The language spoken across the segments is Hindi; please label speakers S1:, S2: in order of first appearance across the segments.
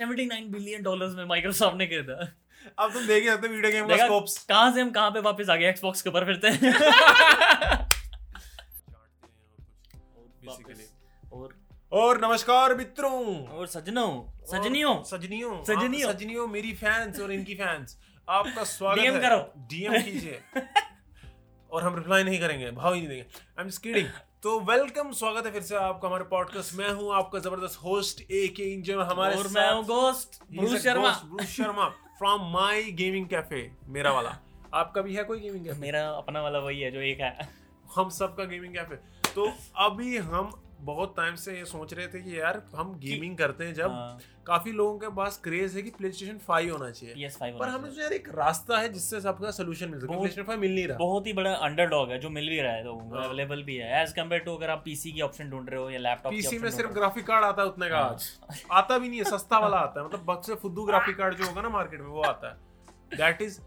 S1: सेवेंटी नाइन बिलियन डॉलर में माइक्रोसॉफ्ट ने खरीदा
S2: अब तुम देख ही सकते हो वीडियो गेम का
S1: देखा?
S2: स्कोप्स
S1: कहाँ से हम कहाँ पे वापस आ गए एक्सबॉक्स के ऊपर फिरते हैं
S2: Basically.
S1: और
S2: और नमस्कार मित्रों
S1: और सजनों सजनियों
S2: और सजनियों आप
S1: सजनियों।
S2: सजनियों मेरी फैंस और इनकी फैंस आपका स्वागत
S1: DM
S2: है
S1: करो।
S2: डीएम कीजिए और हम रिप्लाई नहीं करेंगे भाव ही नहीं देंगे आई एम किडिंग तो वेलकम स्वागत है फिर से आपका हमारे पॉडकास्ट मैं हूं आपका जबरदस्त होस्ट ए के इंजन हमारे
S1: और मैं हूँ ghost Bruce Sharma
S2: Bruce Sharma from my gaming cafe मेरा वाला आपका भी है कोई गेमिंग कैफे
S1: मेरा अपना वाला वही है जो एक है
S2: हम सबका गेमिंग कैफे तो अभी हम बहुत टाइम से ये सोच रहे थे कि यार हम गेमिंग करते हैं जब काफी लोगों के पास क्रेज है कि प्ले स्टेशन फाइव होना चाहिए
S1: पीएस फाइव
S2: पर हमें सोचा यार एक रास्ता है जिससे सबका सोल्यूशन मिल सके
S1: बहुत-
S2: प्ले स्टेशन फाइव मिल नहीं रहा
S1: बहुत ही बड़ा अंडरडॉग है जो मिल भी रहा है लोगों को
S2: हाँ।
S1: अवेलेबल भी है एज कम्पेयर टू अगर आप पीसी की ऑप्शन ढूंढ रहे हो या लैपटॉप
S2: पीसी में सिर्फ ग्राफिक कार्ड आता है उतने का
S1: हाँ।
S2: आज आता भी नहीं है सस्ता वाला आता है मतलब बक्स से फुद्दू ग्राफिक कार्ड जो होगा ना मार्केट में वो आता है that is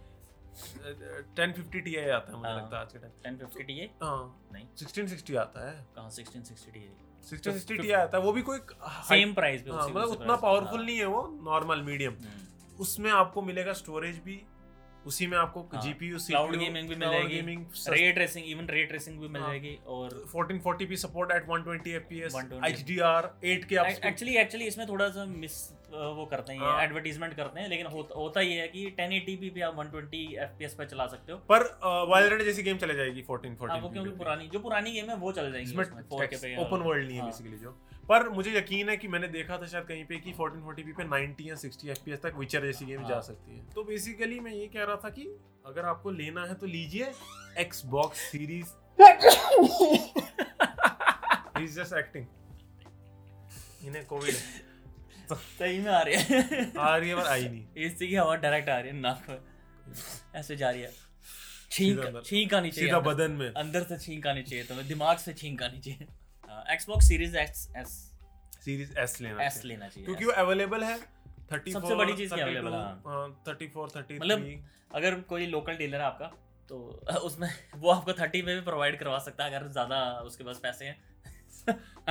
S2: ten fifty T I आता है मुझे
S1: हाँ।
S2: लगता है आज के टाइम
S1: 1050 टीए
S2: हाँ
S1: नहीं।
S2: सिक्सटीन सिक्सटी आता है
S1: कहां 1660 टीए
S2: सिक्सटीन सिक्सटी
S1: तो-
S2: टी आता है वो भी कोई high-
S1: सेम प्राइस पे
S2: हाँ, मतलब उतना पावरफुल नहीं है वो नॉर्मल मीडियम
S1: हम्म। Hmm.
S2: उसमें आपको मिलेगा स्टोरेज भी उसी में आपको
S1: हाँ,
S2: जीपीयू
S1: cloud gaming भी मिलेगी,
S2: gaming
S1: ray tracing even ray tracing भी मिल
S2: हाँ।
S1: जाएगी और
S2: 1440p support at 120 fps
S1: 120
S2: hdr 8k आपको
S1: एक्चुअली एक्चुअली इसमें थोड़ा सा मिस वो करते हैं
S2: हाँ।
S1: एडवर्टीजमेंट करते हैं लेकिन होता होता ये है कि 1080p भी आप 120 fps पर चला सकते हो
S2: पर वायलेंट जैसी गेम चले जाएगी
S1: आपको
S2: 1440p
S1: हाँ, क्योंकि पुरानी जो पुरानी गेम है वो चल जाएगी
S2: इसमें
S1: 4K पे
S2: ओपन वर्ल्ड नहीं है
S1: हाँ।
S2: बेसिकली जो पर मुझे यकीन है कि मैंने देखा था शायद कहीं पे कि 1440p पे 90 या 60 fps तक विचर जैसी गेम
S1: हाँ।
S2: जा सकती है तो बेसिकली मैं ये कह रहा था कि अगर आपको लेना है तो लीजिए Xbox series is just acting इन्हें कोविड
S1: सही में आ रही है
S2: आ रही है पर आई नहीं
S1: एसी की हवा डायरेक्ट आ रही है नाक में ऐसे जा रही है छींक
S2: अंदर-
S1: छींक आनी चाहिए
S2: सीधा
S1: अंदर-
S2: बदन में
S1: अंदर से छींक आनी चाहिए तुम्हें दिमाग से छींक आनी चाहिए Xbox series X S
S2: series S लेना
S1: एस
S2: चाहिए।
S1: लेना चाहिए
S2: अच्छा। क्योंकि वो अवेलेबल है 34
S1: सबसे बड़ी चीज़ क्या available है?
S2: 32, हाँ, 34 33
S1: मतलब अगर कोई लोकल डीलर है आपका तो उसमें वो आपको थर्टी में भी प्रोवाइड करवा सकता है अगर ज़्यादा उसके पास पैसे हैं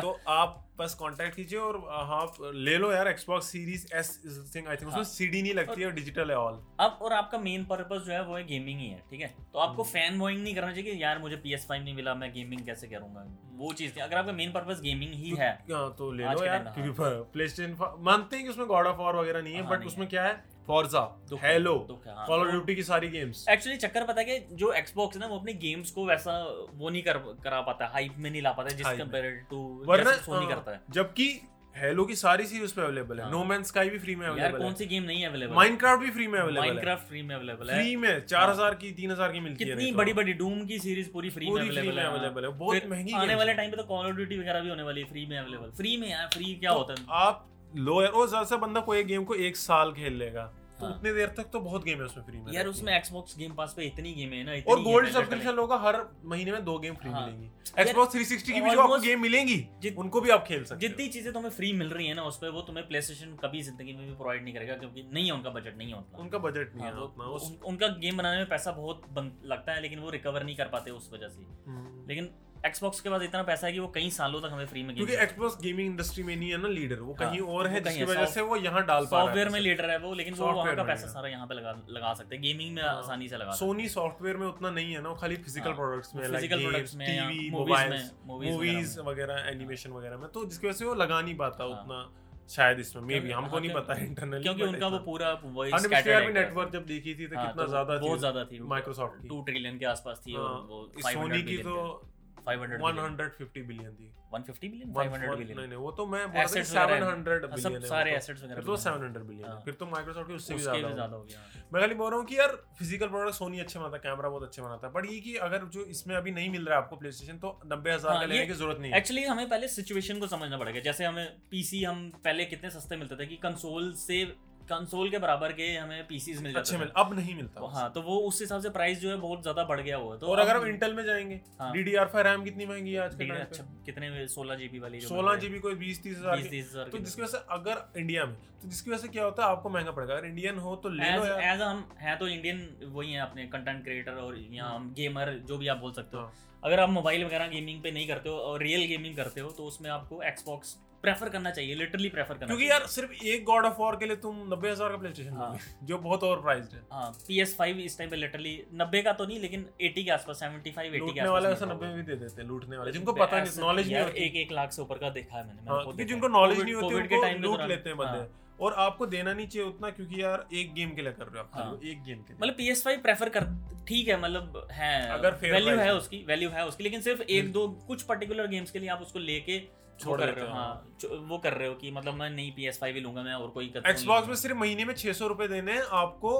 S2: तो आप बस कांटेक्ट कीजिए और हाँ आप ले लो यार Xbox series S thing I think उसमें
S1: हाँ।
S2: सीडी नहीं लगती है और डिजिटल है ऑल
S1: अब और आपका मेन पर्पस जो है वो है गेमिंग ही है ठीक है तो आपको
S2: हम्म।
S1: फैन वॉइंग नहीं करना चाहिए कि यार मुझे पी एस फाइव नहीं मिला मैं गेमिंग कैसे करूंगा वो चीज़ नहीं। अगर आपका मेन पर्पस गेमिंग ही है
S2: हाँ तो ले
S1: आज
S2: लो
S1: के
S2: यार
S1: time में,
S2: क्योंकि प्लेस्टेशन मानते हैं कि उसमें गॉड ऑफ वॉर वगैरह नहीं है
S1: हाँ,
S2: बट
S1: नहीं
S2: उसमें
S1: है।
S2: क्या है फॉर्जा
S1: दुख है,
S2: हेलो
S1: दुख है, हाँ।
S2: कॉल ऑफ ड्यूटी की सारी गेम्स
S1: एक्चुअली चक्कर पता है कि जो एक्सबॉक्स है ना वो अपने गेम्स को वैसा वो नहीं कर करा पाता हाइप में नहीं ला पाता जिस
S2: Hype में।
S1: कंपेयर टू
S2: वरना
S1: सोनी
S2: हाँ,
S1: करता है
S2: जबकि हेलो की सारी सीरीज पे अवेलेबल है
S1: हाँ।
S2: नो मैन स्काई भी फ्री में
S1: यार
S2: अवेलेबल
S1: कौन
S2: है
S1: सी गेम नहीं अवेलेबल
S2: माइनक्राफ्ट भी फ्री में अवेलेबल है
S1: माइनक्राफ्ट फ्री में अवेलेबल है हाँ।
S2: फ्री में 4000 की 3000 की मिलती है
S1: कितनी बड़ी बड़ी डूम की सीरीज पूरी फ्री में
S2: पूरी फ्री
S1: अवेलेबल
S2: में
S1: है
S2: अवेलेबल है
S1: फिर
S2: बहुत महंगी
S1: आने
S2: games
S1: वाले
S2: हैं।
S1: टाइम पे तो कॉल ऑफ ड्यूटी वगैरह भी होने वाली है फ्री में अवेलेबल फ्री में यार फ्री क्या
S2: तो
S1: होता है
S2: आप लो यार और ज्यादा से बंदा कोई गेम को एक साल खेल लेगा तो
S1: हाँ।
S2: उतने देर तक तो बहुत गेम है उसमें फ्री में
S1: यार
S2: रहती
S1: उसमें Xbox Game Pass पे इतनी गेम है ना
S2: हैं। और गोल्ड सब्सक्रिप्शन लोगों का हर महीने में दो गेम फ्री
S1: हाँ।
S2: मिलेंगी
S1: यार,
S2: Xbox 360 की भी जो आपको
S1: almost
S2: गेम मिलेंगी
S1: जित-
S2: उनको भी आप खेल सकते
S1: जितनी चीजें तुम्हें फ्री मिल रही है ना उस पे वो तुम्हें PlayStation कभी जिंदगी में भी प्रोवाइड नहीं करेगा क्योंकि नहीं है उनका बजट नहीं है
S2: हो
S1: उतना
S2: उनका बजट नहीं
S1: हाँ,
S2: है
S1: वो-
S2: उतना उस
S1: उन, उनका गेम बनाने में पैसा बहुत बन, लगता है लेकिन वो रिकवर नहीं कर पाते उस वजह से
S2: हम्म।
S1: लेकिन Xbox के पास इतना पैसा है कि वो कई सालों तक हमें फ्री में
S2: क्योंकि Xbox गेमिंग इंडस्ट्री में नहीं है ना लीडर वो
S1: हाँ,
S2: कहीं और है
S1: वो कहीं
S2: जिसकी
S1: है,
S2: वजह
S1: soft-
S2: से वो यहाँ डाल पा रहा
S1: सॉफ्टवेयर में
S2: है
S1: लीडर है वो लेकिन वो वहाँ
S2: Software
S1: का
S2: में
S1: पैसा
S2: leader।
S1: सारा यहाँ पे लगा लगा सकते हैं गेमिंग में
S2: हाँ।
S1: आसानी से लगा
S2: सोनी सॉफ्टवेयर में उतना नहीं है ना वो खाली फिजिकल
S1: हाँ,
S2: प्रोडक्ट्स में लाइक
S1: फिजिकल प्रोडक्ट्स में या
S2: टीवी
S1: मूवीज
S2: मोबाइल
S1: में
S2: मूवीज
S1: वगैरह में।
S2: वगैरह एनिमेशन वगैरह में तो जिसकी वजह से वो लगा नहीं पाता
S1: हाँ।
S2: उतना शायद इसमें मे भी
S1: क्योंकि-
S2: हमको
S1: हाँ,
S2: नहीं
S1: क्यों-
S2: पता है इंटरनली
S1: क्योंकि उनका वो पूरा वही
S2: हमने पिछली
S1: scattered
S2: बार भी
S1: है एक
S2: नेटवर्क
S1: तरह से।
S2: जब देखी थी तो
S1: हाँ,
S2: कितना
S1: तो
S2: ज्यादा थी
S1: बहुत ज्यादा थी
S2: माइक्रोसॉफ्ट की
S1: टू ट्रिलियन के आसपास थी और
S2: हाँ,
S1: वो
S2: इस
S1: 500
S2: सोनी की
S1: billion
S2: तो
S1: थे। 500 billion।
S2: 150 बिलियन थी
S1: 150 बिलियन 500
S2: 140 नहीं
S1: बिलियन
S2: नहीं वो तो मैं बोल रहा था
S1: Assets वगैरह हैं।
S2: 700
S1: हाँ,
S2: बिलियन
S1: सब सारे एसेट्स वगैरह
S2: फिर
S1: भी
S2: तो
S1: हैं।
S2: 700 बिलियन
S1: हाँ।
S2: फिर तो माइक्रोसॉफ्ट की उससे भी
S1: उसके भी
S2: ज्यादा
S1: ज्यादा हो गया
S2: मैं खाली बोल रहा हूँ कि यार फिजिकल प्रोडक्ट सोनी अच्छे अच्छा बनाता है कैमरा बहुत अच्छे बनाता है बट ये कि अगर जो इसमें अभी नहीं मिल रहा है आपको प्ले स्टेशन तो नब्बे हजार
S1: हाँ,
S2: का लेने
S1: ये-
S2: की जरूरत नहीं है
S1: एक्चुअली हमें पहले सिचुएशन को समझना पड़ेगा जैसे हमें पीसी हम पहले कितने सस्ते मिलते थे कि कंसोल से कंसोल के बराबर के हमें पीसीज मिल
S2: अच्छे
S1: जाते
S2: मिल
S1: थे
S2: अब नहीं मिलता
S1: हाँ तो वो उस हिसाब से प्राइस जो है बहुत ज्यादा बढ़ गया हुआ है। तो
S2: और अगर
S1: अब
S2: हम इंटेल में जाएंगे
S1: हाँ।
S2: डीडीआर फाइव रैम कितनी महंगी है आज के
S1: DDR
S2: टाइम
S1: अच्छा
S2: पे
S1: कितने सोलह जीबी वाली
S2: सोलह जीबी कोई बीस तीस हजार की
S1: तीस हजार
S2: तो जिसकी वजह से अगर इंडिया में तो जिसकी वजह से क्या होता है आपको महंगा पड़ेगा अगर इंडियन हो तो ले लो यार
S1: एज हम हैं तो इंडियन वही हैं अपने कंटेंट क्रिएटर और यहाँ हम गेमर जो भी आप बोल सकते हो
S2: हम्म। हाँ।
S1: अगर आप मोबाइल वगैरह गेमिंग पे नहीं करते हो और रियल गेमिंग करते हो तो उसमें आपको एक्सबॉक्स प्रेफर करना चाहिए लिटरली प्रेफर करना
S2: क्योंकि यार सिर्फ एक गॉड ऑफ वॉर के लिए तुम नब्बे हजार का प्ले
S1: हाँ।
S2: स्टेशन जो बहुत ओवर प्राइज है
S1: हाँ पी एस फाइव इस टाइम पे लिटरली नब्बे का तो नहीं लेकिन एटी के आसपास सेवेंटी फाइव एटी के
S2: लूटने वाले
S1: आसपास
S2: ऐसा
S1: मिला
S2: नब्बे
S1: होगा।
S2: भी दे देते हैं लूटने वाले जिनको पता नहीं
S1: ऐसे
S2: नॉलेज नहीं
S1: यार
S2: होती
S1: एक एक लाख से ऊपर का देखा है मैंने
S2: हाँ,
S1: मैंने खुद
S2: क्योंकि
S1: देखा
S2: जिनको
S1: है।
S2: नॉलेज
S1: COVID-
S2: नहीं होती
S1: COVID के
S2: उनको
S1: time तो में
S2: लूट
S1: दौरान-
S2: लेते हैं बंदे तो हाँ। और आपको देना नहीं चाहिए उतना क्योंकि यार एक गेम के लिए कर रहे हो आप खाली
S1: हाँ।
S2: वो एक गेम के लिए
S1: मतलब पी एस फाइव प्रेफर कर ठीक है मतलब है
S2: अगर fair
S1: वैल्यू
S2: price
S1: है
S2: है।
S1: उसकी वैल्यू है उसकी लेकिन सिर्फ एक दो कुछ पर्टिकुलर गेम्स के लिए आप उसको लेके वो
S2: छोड़
S1: कर
S2: देते
S1: रहे हो
S2: हो,
S1: हाँ जो- वो कर रहे हो कि मतलब मैं नहीं पी एस फाइव ही लूंगा मैं और कोई console नहीं
S2: एक्सबॉक्स में
S1: लूंगा।
S2: सिर्फ महीने में 600 रुपए देने हैं आपको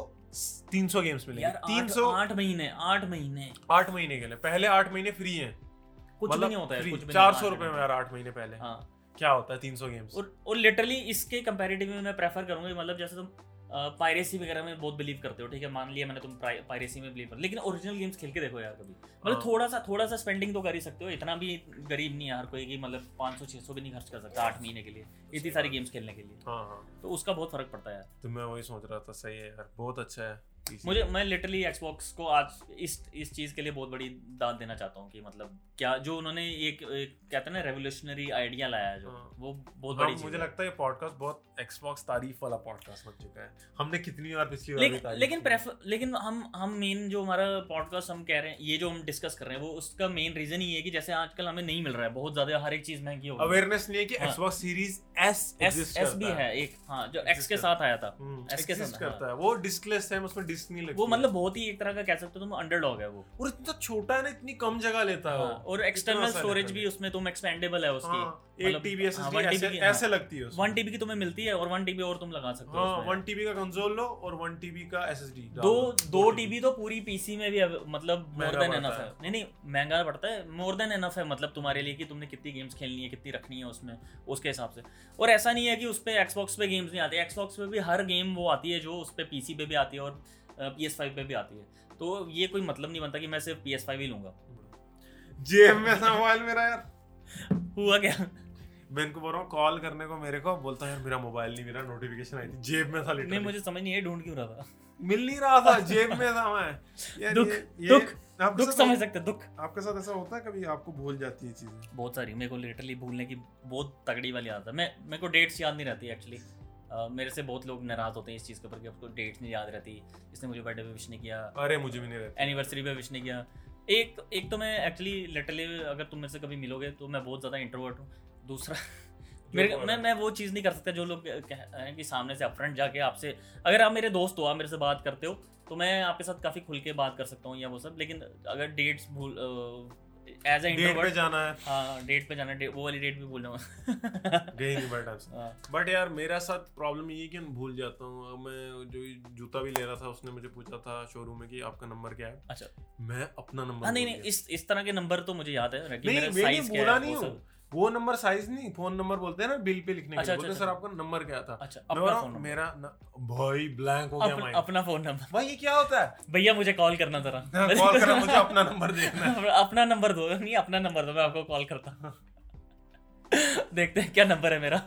S2: 300 गेम्स मिलेंगे
S1: यार आठ
S2: 300
S1: आठ महीने आठ महीने
S2: आठ महीने के लिए पहले आठ महीने फ्री हैं
S1: कुछ भी नहीं होता है कुछ भी नहीं
S2: मतलब चार
S1: होता
S2: सौ
S1: आठ
S2: रुपए में
S1: महीने।
S2: यार आठ महीने पहले
S1: हाँ
S2: क्या होता है तीन सौ गेम्स
S1: और और लिटरली इसके कंपैरेटिव में मैं प्रेफर करूंगा कि मतलब जैसे तुम पायरेसी वगैरह में बहुत बिलीव करते हो ठीक है मान लिया मैंने तुम पायरेसी में बिलीव कर लेकिन ओरिजिनल गेम्स खेल के देखो यार कभी मतलब
S2: हाँ।
S1: थोड़ा सा थोड़ा सा स्पेंडिंग तो कर ही सकते हो इतना भी गरीब नहीं है हर कोई कि मतलब 500 600 भी नहीं खर्च कर सकता आठ महीने के लिए इतनी सारी गेम्स खेलने के लिए
S2: हाँ हाँ
S1: तो उसका बहुत फर्क पड़ता है यार
S2: तो मैं वही सोच रहा था सही है यार बहुत अच्छा है PC।
S1: मुझे मैं लिटरली एक्सबॉक्स को आज इस इस चीज़ के लिए बहुत बड़ी दाद देना चाहता हूँ कि मतलब क्या जो उन्होंने एक, एक कहते हैं ना रेवोल्यूशनरी आइडिया लाया है जो
S2: हाँ।
S1: वो बहुत
S2: हाँ,
S1: बड़ी चीज़
S2: मुझे
S1: है।
S2: लगता है ये पॉडकास्ट बहुत एक्सबॉक्स तारीफ वाला पॉडकास्ट बन चुका है हमने कितनी बार पिछली बार भी
S1: लेकिन
S2: तारीफ
S1: लेकिन
S2: की।
S1: प्रेफर लेकिन हम हम मेन जो हमारा पॉडकास्ट हम कह रहे हैं ये जो हम डिस्कस कर रहे हैं वो उसका मेन रीजन ही है कि जैसे आजकल हमें नहीं मिल रहा है बहुत ज्यादा हर एक चीज महंगी हो गई
S2: अवेयरनेस नहीं है कि
S1: हाँ।
S2: Xbox series S
S1: S S भी है एक हाँ जो एक्स के
S2: Exist
S1: साथ आया था S के
S2: एग्जिस्ट
S1: साथ,
S2: हम्म, करता है वो डिस्कलेस है उसमें डिस्क नहीं लगती
S1: वो
S2: है। Oh,
S1: मतलब बहुत ही एक तरह का कह सकते हो तुम अंडरडॉग है वो
S2: और इतना छोटा है ना इतनी कम जगह लेता है
S1: हाँ,
S2: वो
S1: और एक्सटर्नल
S2: सा
S1: स्टोरेज
S2: different
S1: भी
S2: है।
S1: उसमें तुम एक्सपेंडेबल है उसकी
S2: हाँ, एक
S1: मतलब-
S2: टीबी
S1: हाँ, 1 TB
S2: ऐसे
S1: की, हाँ।
S2: ऐसे लगती है उसमें।
S1: वन टीबी की तुम्हें मिलती है और वन टीबी और तुम लगा सकते हो
S2: हाँ
S1: तो उसमें।
S2: वन टीबी का कंसोल लो और वन टीबी का एसएसडी
S1: दो दो टीबी तो पूरी पीसी में भी अब- मतलब मोर
S2: महंगा
S1: देन
S2: पड़ता
S1: एनफ है
S2: है।
S1: नहीं नहीं महंगा तो पड़ता है मोर देन एनफ है मतलब तुम्हारे लिए कि तुमने कितनी गेम्स खेलनी है कितनी रखनी है उसमें उसके हिसाब से और ऐसा नहीं है कि उस पे एक्सबॉक्स पे गेम्स नहीं आती एक्सबॉक्स पे भी हर गेम वो आती है जो उस पे पीसी पे भी आती है और पी एस फाइव पे भी आती है तो ये कोई मतलब नहीं बनता कि मैं सिर्फ पी एस फाइव ही लूंगा
S2: जेब में था मोबाइल मेरा यार
S1: हुआ क्या
S2: मैं इनको बोल रहा हूँ कॉल करने को मेरे को बोलता है यार मेरा मोबाइल नहीं मेरा नोटिफिकेशन आई थी जेब में था
S1: नहीं
S2: लिटरली
S1: मुझे समझ नहीं है ढूंढ क्यों रहा था
S2: मिल नहीं रहा था जेब में था मैं यार
S1: दुख,
S2: ये- ये-
S1: दुख,
S2: आपके
S1: दुख
S2: साथ-
S1: समझ सकते दुख
S2: आपके साथ ऐसा होता है कभी आपको भूल जाती है चीजें
S1: बहुत सारी मेरे को लिटरली भूलने की बहुत तगड़ी वाली आदत है मैं मेरे को डेट्स याद नहीं रहती एक्चुअली मेरे से बहुत लोग नाराज़ होते हैं इस चीज़ के ऊपर कि आपको डेट्स नहीं याद रहती इसने मुझे बर्थडे पे विश नहीं किया
S2: अरे मुझे भी नहीं रहता
S1: एनिवर्सरी पे विश नहीं किया एक एक तो मैं एक्चुअली लिटरली अगर तुम मेरे से कभी मिलोगे तो मैं बहुत ज़्यादा इंट्रोवर्ट हूँ दूसरा मेरे
S2: बोल
S1: मैं
S2: रहा
S1: मैं वो चीज़ नहीं कर सकता जो लोग कह रहे हैं कि सामने से अपफ्रंट जाके आपसे अगर आप मेरे दोस्त हो आप मेरे से बात करते हो तो मैं आपके साथ काफ़ी खुल के बात कर सकता हूँ या वो सब लेकिन अगर डेट्स भूल एज ए
S2: डेट
S1: इंट्रोवर्ट
S2: पे जाना है
S1: हाँ डेट पे जाना डेट वो वाली डेट भी भूल हाँ, जाऊंगा
S2: गई नहीं बैठा आपसे।
S1: हाँ,
S2: बट यार मेरा साथ प्रॉब्लम ये है कि मैं भूल जाता हूँ मैं जो ये जूता भी ले रहा था उसने मुझे पूछा था शोरूम में कि आपका नंबर क्या है
S1: अच्छा
S2: मैं अपना नंबर
S1: हाँ नहीं
S2: भूल
S1: नहीं
S2: गया।
S1: इस इस तरह के नंबर तो मुझे याद है रखी,
S2: नहीं,
S1: मेरा
S2: मैंने
S1: size क्या
S2: बोला
S1: है,
S2: नहीं
S1: वो
S2: हूँ।
S1: सब।
S2: वो नंबर साइज नहीं फोन नंबर बोलते हैं ना बिल पे लिखने के
S1: अच्छा,
S2: लिए बोलते हैं
S1: अच्छा,
S2: सर आपका नंबर क्या था
S1: अच्छा
S2: मैं बोला
S1: अपना फोन
S2: मेरा न- भाई ब्लैंक हो गया
S1: नंबर
S2: माइंड
S1: अपना फोन नंबर
S2: भाई ये क्या होता है
S1: भैया मुझे कॉल करना जरा
S2: हाँ, कॉल करा मुझे अपना नंबर देखना है
S1: अपना नंबर दो नहीं अपना नंबर दो मैं आपको कॉल करता हूँ। देखते हैं क्या नंबर है मेरा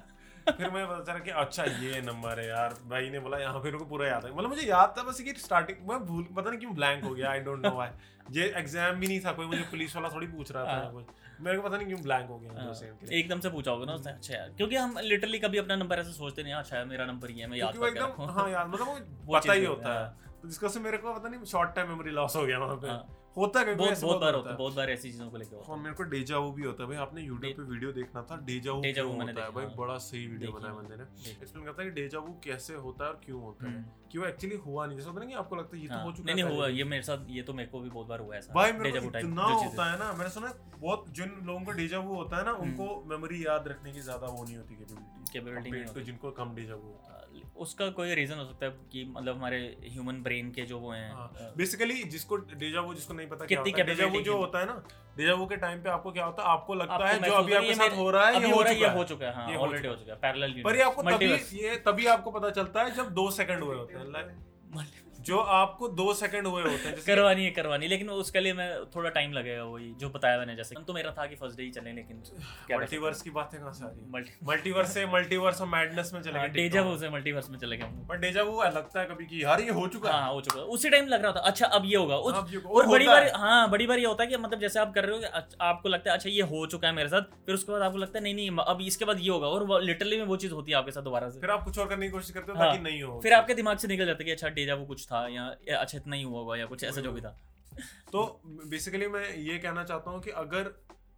S2: फिर मैं पता चला कि अच्छा ये नंबर है यार भाई ने बोला यहाँ फिर को पूरा याद है मतलब मुझे याद था बस कि स्टार्टिंग मैं भूल पता नहीं क्यों ब्लैंक हो गया आई डोंट नो व्हाई ये एग्जाम भी नहीं था कोई मुझे पुलिस वाला थोड़ी पूछ रहा था
S1: हाँ।
S2: कुछ मेरे को पता नहीं क्यों ब्लैंक हो गया दो
S1: हाँ,
S2: सेकंड के लिए
S1: एकदम से पूछा होगा ना उसने अच्छा यार क्योंकि हम लिटरली कभी अपना नंबर ऐसे सोचते नहीं अच्छा है मेरा नंबर ही है मैं याद
S2: क्योंकि वो
S1: करके
S2: एकदम
S1: रखूँ
S2: हाँ यार मतलब
S1: वो
S2: वो पता
S1: चीज़
S2: ही
S1: होती
S2: होता
S1: है,
S2: है तो जिसका से मेरे को पता नहीं शॉर्ट टाइम मेमोरी लॉस हो गया वहाँ पे
S1: हाँ।
S2: होता है कभी
S1: बहुत
S2: ऐसे
S1: बहुत बार होता
S2: है
S1: है बहुत बार ऐसी चीज़ों को लेकर होता
S2: और मेरे को डेजा वो भी होता है भाई आपने यूट्यूब पे वीडियो देखना था डेजा वो
S1: Deja
S2: क्यों
S1: vu मैंने
S2: होता है
S1: देखा,
S2: भाई
S1: हाँ।
S2: बड़ा सही वीडियो
S1: देखी
S2: बनाया
S1: मैंने,
S2: बंदे ने
S1: है
S2: एक्सप्लेन करता है कि डेजा वो कैसे होता है और क्यों होता है
S1: हम्म।
S2: कि वो एक्चुअली हुआ नहीं जैसे होता है ना कि आपको लगता है ये तो
S1: हाँ,
S2: हो चुका
S1: नहीं नहीं
S2: पहले
S1: हुआ
S2: भी।
S1: ये मेरे साथ ये तो मेरे को भी बहुत बार हुआ है ऐसा
S2: भाई मेरे
S1: deja
S2: को
S1: vu type
S2: इतना
S1: जो चीज़ें-
S2: होता है ना मैंने सुना है बहुत जिन लोगों को डेजा वो होता है ना उनको मेमोरी याद रखने की ज्यादा वो नहीं होती
S1: हम्म।
S2: कैपेबिलिटी
S1: Capability नहीं
S2: तो जिनको कम डेजा वो होता
S1: अ, उसका कोई रीजन हो सकता है कि मतलब हमारे ह्यूमन ब्रेन के जो वो हैं
S2: हाँ,
S1: अ,
S2: है बेसिकली जिसको डेजा वो जिसको नहीं पता क्या
S1: कितनी
S2: होता है डेजा वो
S1: capability
S2: जो
S1: की-
S2: होता है ना डेजा वो के टाइम पे आपको क्या होता है आपको लगता
S1: आपको
S2: है जो
S1: महसूस होता है
S2: अभी आपके
S1: ये
S2: साथ
S1: मेरे-
S2: हो रहा है
S1: अभी
S2: ये
S1: हो रहा है
S2: चुका
S1: ये
S2: है
S1: हो चुका है
S2: ये
S1: हाँ
S2: हो
S1: ऑलरेडी हो चुका है पैरेलल
S2: पर ये आपको तभी ये तभी आपको पता चलता है जब दो सेकंड हुए होते हैं जो आपको दो सेकंड हुए होते हैं जैसे
S1: करवानी है करवानी लेकिन उसके लिए मैं थोड़ा टाइम लगेगा वही जो बताया मैंने जैसे तो मेरा था कि फर्स्ट डे ही चले लेकिन क्या
S2: मल्टीवर्स की बातें कहाँ से आ रही है
S1: मल्टी
S2: मल्टीवर्स से मल्टीवर्स और मैडनेस में चले गए
S1: डेजा
S2: TikTok।
S1: वो से मल्टीवर्स में चले गए हम
S2: पर डेजा वो लगता है कभी कि यार ये हो चुका है
S1: हाँ हो चुका है। उसी टाइम लग रहा था अच्छा अब ये होगा उस-
S2: अब ये-
S1: और
S2: और
S1: बड़ी
S2: होता
S1: बार
S2: है।
S1: हाँ बड़ी बार ये होता है कि मतलब जैसे आप कर रहे हो कि अच्छा- आपको लगता है अच्छा ये हो चुका है मेरे साथ फिर उसके बाद आपको लगता है नहीं नहीं अब इसके बाद ये होगा और लिटरली में वो चीज़ होती है आपके साथ दोबारा से
S2: फिर आप कुछ और करने की कोशिश करते हो
S1: हाँ।
S2: ताकि नहीं हो
S1: फिर आपके दिमाग से निकल जाता है कि अच्छा डेजा वो कुछ था या या अच्छा इतना ही हुआ होगा या कुछ ऐसा जो भी था
S2: तो बेसिकली मैं ये कहना चाहता हूँ कि अगर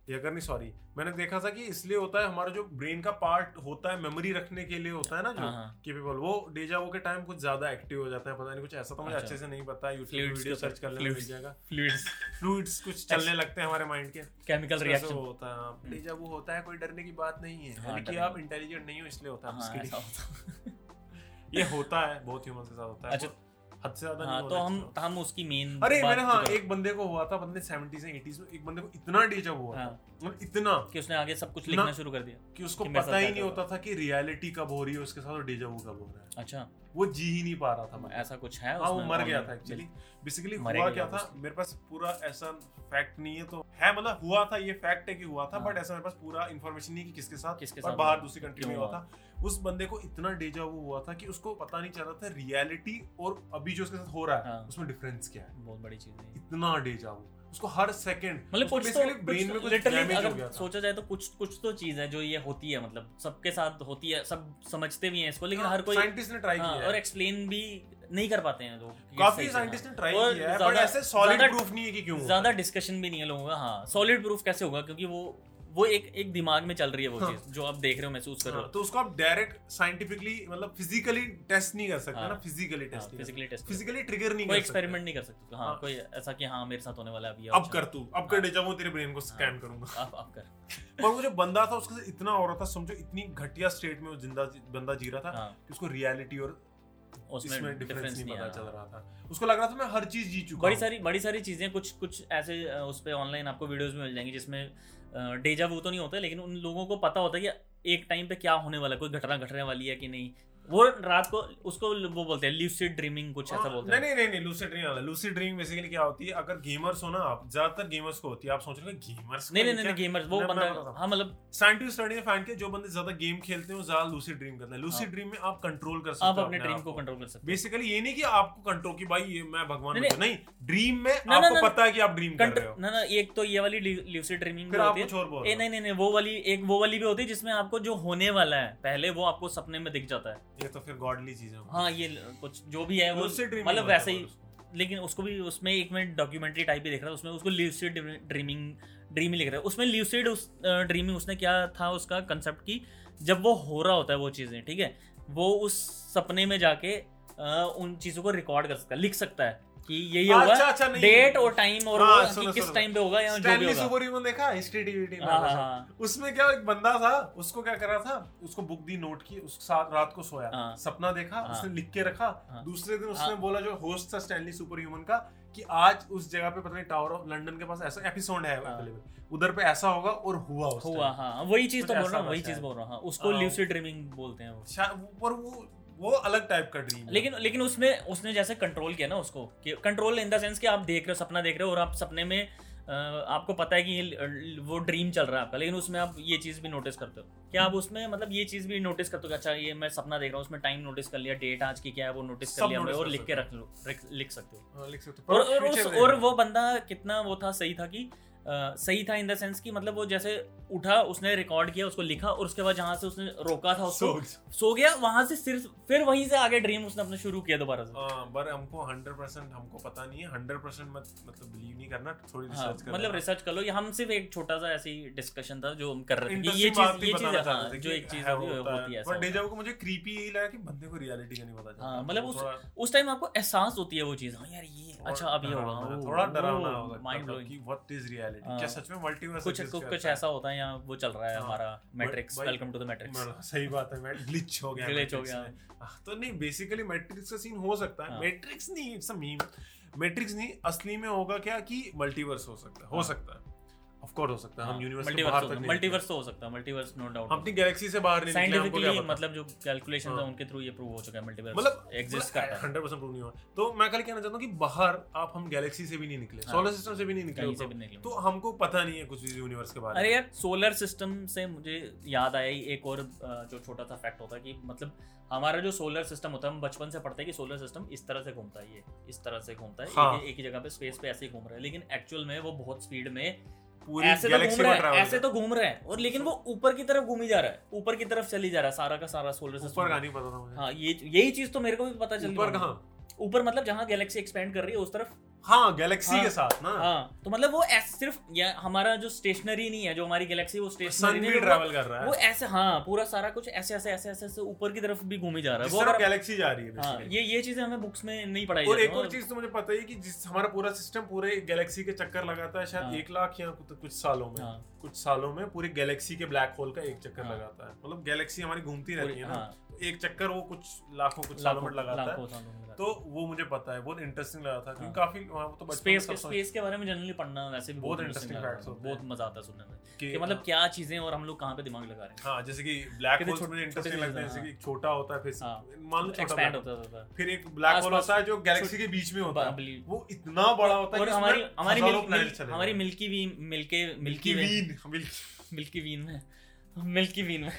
S2: ये अगर नहीं सॉरी मैंने देखा था कि इसलिए होता है हमारा जो ब्रेन का पार्ट होता है मेमोरी रखने के लिए होता है ना जो
S1: हाँ हाँ
S2: केपेबल वो डेजा वो के टाइम कुछ ज्यादा एक्टिव हो जाता है पता नहीं कुछ ऐसा तो मुझे
S1: अच्छा।
S2: अच्छे से नहीं पता यूट्यूब
S1: Fluids
S2: वीडियो
S1: के
S2: सर्च
S1: ऊपर,
S2: कर लेना मिल
S1: fluids।
S2: जाएगा
S1: फ्लूइड्स
S2: फ्लूइड्स कुछ चलने लगते हैं हमारे माइंड के
S1: केमिकल
S2: तो ऐसा
S1: रिएक्शन
S2: वो होता है हाँ। डेजा वो होता है कोई डरने की बात नहीं है
S1: हम्म। हाँ,
S2: यानी कि
S1: डरने
S2: आप इंटेलिजेंट नहीं हो इसलिए होता है
S1: हाँ
S2: आपके
S1: ऐसा
S2: लिए।
S1: होता है।
S2: ये होता है बहुत ह्यूमन के साथ होता है
S1: अच्छा।
S2: बहुत हद से ज्यादा नहीं
S1: हाँ
S2: होना
S1: तो हम
S2: चाहिए।
S1: हम उसकी मेन
S2: अरे मैंने हाँ एक बंदे को हुआ था बंदे 70s से 80s में एक बंदे को इतना डेजा हुआ था
S1: हाँ
S2: मतलब इतना
S1: कि उसने आगे सब कुछ
S2: ना-
S1: लिखना शुरू कर दिया
S2: कि उसको
S1: कि मेरे
S2: पता
S1: साथ
S2: ही
S1: क्या
S2: नहीं
S1: हुआ।
S2: होता था कि रियलिटी कब हो रही है उसके साथ और डेजा वो कब हो रहा है
S1: अच्छा
S2: वो जी ही नहीं पा रहा था मतलब।
S1: ऐसा कुछ है
S2: हाँ वो
S1: उसमें?
S2: मर
S1: हाँ,
S2: गया था
S1: बिल्कुल।
S2: एक्चुअली बेसिकली
S1: मरेगा
S2: हुआ
S1: ही
S2: क्या
S1: अब
S2: था मेरे पास पूरा ऐसा फैक्ट नहीं है तो है मतलब हुआ था ये फैक्ट है कि हुआ था
S1: हाँ।
S2: बट ऐसा मेरे पास पूरा इन्फॉर्मेशन नहीं है कि किसके साथ
S1: किसके
S2: और
S1: साथ
S2: बाहर
S1: हुआ,
S2: दूसरी कंट्री
S1: क्यों
S2: में हुआ था उस बंदे को इतना डेजा वो हुआ था कि उसको पता नहीं चल रहा था रियलिटी और अभी जो उसके साथ हो रहा है
S1: हाँ।
S2: उसमें डिफरेंस क्या है
S1: बहुत बड़ी चीज है
S2: इतना डेजा वो उसको हर सेकंड
S1: मतलब कुछ तो
S2: ब्रेन में
S1: कुछ
S2: कुछ
S1: लिटरली
S2: डैमेज हो
S1: अगर
S2: गया था
S1: सोचा जाए तो कुछ कुछ तो चीज है जो ये होती है मतलब सबके साथ होती है सब समझते भी हैं इसको लेकिन हर कोई
S2: साइंटिस्ट ने ट्राई
S1: हाँ,
S2: किया
S1: और
S2: हाँ, है
S1: एक्सप्लेन भी नहीं कर पाते हैं लोग कि
S2: काफी
S1: सही से,
S2: साइंटिस्ट ने ट्राई
S1: और
S2: किया है बट
S1: ज्यादा-
S2: ऐसे सॉलिड
S1: ज्यादा-
S2: प्रूफ नहीं है कि क्यों
S1: हाँ।
S2: हुआ।
S1: ज्यादा डिस्कशन भी नहीं है लोगों का हाँ सॉलिड प्रूफ कैसे होगा क्योंकि वो वो एक एक दिमाग में चल रही है वो
S2: हाँ।
S1: चीज जो आप देख रहे हो महसूस कर रहे
S2: हाँ,
S1: हो
S2: तो उसको आप डायरेक्ट साइंटिफिकली मतलब फिजिकली टेस्ट नहीं कर सकते
S1: हाँ,
S2: ना फिजिकली टेस्ट नहीं
S1: फिजिकली टेस्ट
S2: फिजिकली ट्रिगर नहीं
S1: हाँ, कोई
S2: कर सकते
S1: एक्सपेरिमेंट नहीं कर सकते हाँ
S2: हाँ।
S1: कोई ऐसा कि हाँ मेरे साथ होने वाला है अभी
S2: अब कर तू अब कर डेजा वो तेरे ब्रेन
S1: हाँ।
S2: को स्कैन करूंगा
S1: आप आप कर
S2: और वो जो बंदा था उसके साथ इतना हो रहा था समझो इतनी घटिया स्टेट में वो जिंदा बंदा जी रहा था
S1: हाँ
S2: कि उसको रियलिटी और इसमें
S1: उसमें
S2: डिफरेंस नहीं पता
S1: आया।
S2: चल रहा था उसको लग रहा था मैं हर चीज जी चुका
S1: बड़ी
S2: हूं।
S1: सारी बड़ी सारी चीज़ें कुछ कुछ ऐसे अ, उस पर ऑनलाइन आपको वीडियोस में मिल जाएंगी जिसमें डेजा वो तो नहीं होता लेकिन उन लोगों को पता होता है कि एक टाइम पे क्या होने वाला है कोई घटना घटने वाली है कि नहीं वो रात को उसको वो बोलते हैं ल्यूसिड ड्रीमिंग कुछ ऐसा
S2: हाँ,
S1: बोलते
S2: नहीं
S1: हैं
S2: नहीं नहीं नहीं लूसिड ड्रीम वाला लूसिड ड्रीम बेसिकली क्या होती है अगर गेमर्स हो ना आप ज्यादातर गेमर्स को होती है आप सोच रहे हो गेमर्स
S1: नहीं नहीं नहीं गेमर्स वो
S2: मैं- मैं
S1: बंदा
S2: बताता
S1: हाँ मतलब
S2: साइंटिफिक स्टडी ने फाइंड किया जो बंदे ज्यादा गेम खेलते हैं वो ज्यादा लूसिड ड्रीम करते हैं लूसिड ड्रीम में आप कंट्रोल कर सकते
S1: हाँ। आप
S2: हो
S1: अपने ड्रीम को कंट्रोल कर सकते
S2: बेसिकली ये नहीं कि आपको कंट्रोल की भाई ये मैं भगवान
S1: नहीं,
S2: नहीं, नहीं ड्रीम में
S1: ना,
S2: आपको
S1: ना,
S2: पता है कि आप ड्रीम
S1: हो
S2: कर रहे हो
S1: कंट्र- ना ना एक तो ये वाली ल्यूसिड ड्रीमिंग
S2: फिर आप
S1: होती है
S2: कुछ और बोल
S1: ए
S2: रहे
S1: नहीं नहीं नहीं वो वाली एक वो वाली भी होती है जिसमें आपको जो होने वाला है पहले वो आपको सपने में दिख जाता है
S2: हो ये तो फिर गॉडली चीज है
S1: हाँ ये कुछ जो भी है वो
S2: लूसिड ड्रीम
S1: मतलब वैसे ही लेकिन उसको भी उसमें एक मैं डॉक्यूमेंट्री टाइप ही देख रहा था उसमें उसको ल्यूसिड ड्रीमिंग ड्रीम ही लिख रहा है उसमें ल्यूसिड उस ड्रीमिंग उसने क्या था उसका कंसेप्ट की जब वो हो रहा होता है वो चीज़ें ठीक है वो उस सपने में जाके अ, उन चीज़ों को रिकॉर्ड कर सकता है लिख सकता है कि ये ये
S2: अच्छा
S1: होगा
S2: अच्छा नहीं
S1: डेट और टाइम और
S2: हाँ,
S1: वो
S2: सुनो,
S1: कि किस
S2: सुनो।
S1: टाइम पे होगा या जो भी
S2: स्टैनली
S1: होगा
S2: सुपरह्यूमन देखा हिस्ट्री टीवी टीवी
S1: हाँ हाँ हाँ
S2: उसमें क्या एक बंदा था उसको क्या करा था उसको बुक दी नोट की उस साथ रात को सोया
S1: हाँ।
S2: सपना देखा
S1: हाँ।
S2: उसने लिख के रखा
S1: हाँ।
S2: दूसरे दिन उसने
S1: हाँ।
S2: बोला जो होस्ट था स्टैनली सुपर ह्यूमन का कि आज उस जगह पे पता नहीं टावर ऑफ लंदन के पास ऐसा एपिसोड है
S1: हाँ।
S2: available। उधर पे ऐसा होगा और हुआ उस
S1: हुआ हाँ वही चीज़
S2: कुछ
S1: तो बोल
S2: ऐसा
S1: रहा हूँ
S2: था
S1: वही चीज़
S2: शायद।
S1: बोल रहा हूँ हाँ, उसको
S2: हाँ।
S1: ल्यूसिड ड्रीमिंग बोलते हैं वो
S2: time। शायद- पर वो वो अलग टाइप का ड्रीम
S1: हाँ। लेकिन लेकिन उसमें उसने जैसे कंट्रोल किया ना उसको कि कंट्रोल इन द सेंस कि आप देख रहे हो सपना देख रहे हो और आप सपने में अ, आपको पता है कि ये वो ड्रीम चल रहा है आपका लेकिन उसमें आप ये चीज़ भी नोटिस करते हो कि आप उसमें मतलब ये चीज़ भी नोटिस करते हो कि अच्छा ये मैं सपना देख रहा हूँ उसमें टाइम नोटिस कर लिया डेट आज की क्या है वो नोटिस कर
S2: सब
S1: लिया हमने
S2: notice
S1: और
S2: कर
S1: लिख के रख
S2: सकते
S1: लो रख- लिख सकते हो
S2: हाँ, लिख सकते हो।
S1: और
S2: पर
S1: और, उस,
S2: future
S1: और
S2: में-
S1: वो बंदा कितना वो था सही था कि अ, सही था इन द सेंस कि मतलब वो जैसे उठा उसने रिकॉर्ड किया उसको लिखा और उसके बाद जहाँ से उसने रोका था उसको
S2: So-
S1: सो हाँ। गया वहां से सिर्फ फिर वहीं से आगे ड्रीम उसने अपना शुरू किया दोबारा से
S2: हाँ, पर हमको 100% हमको पता नहीं है 100% मत मतलब बिलीव नहीं करना थोड़ी
S1: हाँ,
S2: रिसर्च करना
S1: मतलब रिसर्च कर लो ये हम सिर्फ एक छोटा सा ऐसी डिस्कशन था जो हम कर रहे थे कि ये
S2: Interesting बात
S1: चीज
S2: भी
S1: ये चीज
S2: बताना
S1: है हाँ,
S2: चाहते थे
S1: जो
S2: कि
S1: एक चीज
S2: है,
S1: होती है
S2: होता
S1: होती है
S2: पर
S1: ऐसा
S2: डेजा को मुझे क्रीपी यही लगा कि बंदे को रियलिटी का नहीं पता चलता
S1: हाँ, मतलब
S2: वो
S1: उस-
S2: थोड़ा-
S1: उस टाइम आपको एहसास होती है वो चीज हाँ यार ये
S2: थोड़ा
S1: अच्छा अब ये होगा
S2: डरावना-
S1: वो-
S2: थोड़ा
S1: वो
S2: डरावना हो लगता
S1: mind
S2: था
S1: blowing।
S2: कि व्हाट इज रियलिटी
S1: हाँ।
S2: क्या सच में मल्टीवर्स
S1: कुछ कुछ कुछ ऐसा होता है यहाँ वो चल रहा है
S2: हाँ,
S1: हमारा मैट्रिक्स
S2: भाई-
S1: वेलकम टू द मैट्रिक्स
S2: सही बात है मैं ग्लिच हो गया
S1: Glitch हो
S2: Matrix
S1: गया।
S2: में। हाँ, तो नहीं बेसिकली मैट्रिक्स का सीन हो सकता है
S1: हाँ।
S2: मैट्रिक्स नहीं इट्स अ मीम मैट्रिक्स नहीं असली में होगा क्या कि मल्टीवर्स हो सकता है हो
S1: हाँ।
S2: सकता है ऑफ कोर्स हो सकता है तो हम यूनिवर्स के बाहर तक
S1: मल्टीवर्स
S2: नहीं
S1: मल्टीवर्स तो हाँ, हो सकता है मल्टीवर्स नो डाउट
S2: हम अपनी गैलेक्सी से बाहर नहीं निकले हमको क्या
S1: साइंटिफिकली
S2: पता।
S1: मतलब जो कैलकुलेशन है
S2: हाँ।
S1: उनके थ्रू ये प्रूव हो चुका है मल्टीवर्स
S2: मतलब
S1: एग्जिस्ट करता है
S2: हंड्रेड परसेंट प्रूव नहीं हुआ तो मैं खाली कहना चाहता हूँ कि बाहर आप हम गैलेक्सी से भी नहीं निकले
S1: हाँ।
S2: सोलर सिस्टम से भी नहीं
S1: कहीं से
S2: निकले
S1: भी निकले
S2: तो हमको पता नहीं है कुछ भी यूनिवर्स के बारे
S1: अरे
S2: में
S1: यार सोलर सिस्टम से मुझे याद आया ही एक और अ, जो छोटा सा फैक्ट होता है कि मतलब हमारा जो सोलर सिस्टम होता है हम बचपन से पढ़ते हैं कि सोलर सिस्टम इस तरह से घूमता है ये इस तरह से घूमता है
S2: हाँ।
S1: एक, एक ही जगह पे स्पेस पे ऐसे ही घूम रहा है लेकिन एक्चुअल में वो बहुत स्पीड में
S2: पूरी
S1: ऐसे तो घूम
S2: गैलेक्सी
S1: रहा
S2: में
S1: है
S2: ट्रैवल
S1: ऐसे तो घूम रहा है और लेकिन वो ऊपर की तरफ घूम ही जा रहा है ऊपर की तरफ चली जा रहा है सारा का सारा सोलर
S2: ऊपर का
S1: सिस्टम
S2: नहीं पता था मुझे
S1: हाँ ये यही चीज तो मेरे को भी पता चल
S2: ऊपर
S1: गई।
S2: कहाँ
S1: ऊपर मतलब जहाँ गैलेक्सी एक्सपेंड कर रही है उस तरफ
S2: हाँ गैलेक्सी
S1: हाँ।
S2: के साथ ना
S1: हाँ तो मतलब वो ऐस- सिर्फ या हमारा जो स्टेशनरी नहीं है जो हमारी गैलेक्सी वो स्टेशनरी
S2: सन
S1: नहीं
S2: भी
S1: है, वो-
S2: ट्रैवल कर रहा
S1: वो
S2: है
S1: ऐसे हाँ पूरा सारा कुछ ऐसे ऐसे ऐसे ऐसे ऐसे ऊपर की तरफ भी घूम ही जा रहा है
S2: जिस
S1: वो
S2: तरफ
S1: अगर-
S2: गैलेक्सी जा रही है
S1: हाँ
S2: basically।
S1: ये ये चीजें हमें बुक्स में नहीं पढ़ाई
S2: और
S1: जाती
S2: एक और
S1: ना।
S2: चीज तो मुझे पता ही है कि जिस हमारा पूरा सिस्टम पूरे गैलेक्सी के चक्कर लगाता है शायद
S1: हाँ।
S2: एक लाख या कुछ कुछ सालों में
S1: हाँ,
S2: कुछ सालों में पूरे गैलेक्सी के ब्लैक होल का एक चक्कर
S1: हाँ।
S2: लगाता है मतलब गैलेक्सी हमारी घूमती रहती
S1: पूरी-
S2: है ना
S1: हाँ,
S2: तो एक चक्कर वो कुछ लाखों कुछ सालों
S1: लाखों
S2: में लगाता है
S1: लाखों सालों में लगाता
S2: तो वो मुझे पता है बहुत इंटरेस्टिंग लगा था क्योंकि
S1: हाँ।
S2: काफी वहाँ तो
S1: है।
S2: बचपन में
S1: स्पेस
S2: सब
S1: के
S2: सोचते
S1: स्पेस के बारे में जनरली पढ़ना वैसे भी
S2: बहुत
S1: interesting
S2: interesting
S1: लगता
S2: facts
S1: है,
S2: होते हैं।
S1: बहुत मजा आता है सुनने में
S2: हैं
S1: कि मतलब क्या चीजें और हम लोग कहाँ पे दिमाग लगा रहे
S2: हाँ जैसे कि ब्लैक
S1: कितने
S2: होल
S1: छोटे-
S2: मुझे इंटरेस्टिंग
S1: छोटे
S2: लगता है
S1: से
S2: जैसे
S1: होते
S2: कि छोटा होता है फिर
S1: हाँ।
S2: मान
S1: हैं
S2: लो छोटा
S1: एक्सपैंड
S2: black-
S1: होता होता है
S2: फिर एक ब्लैक होल
S1: आसपास-
S2: होता है जो गैलेक्सी के बीच में होता है
S1: Bubbly।
S2: वो इतना बड़ा होता है
S1: और
S2: कि
S1: हमारी
S2: उसमें
S1: हमारी
S2: हजारों
S1: मिल्की-
S2: planets
S1: मिल्की-
S2: चले
S1: हमारी
S2: जाएंगे।
S1: मिल्की वी मिल्के मिल्की
S2: मिल्की
S1: वे
S2: वीन मिल्की
S1: मिल्की वीन में मिल्की वीन में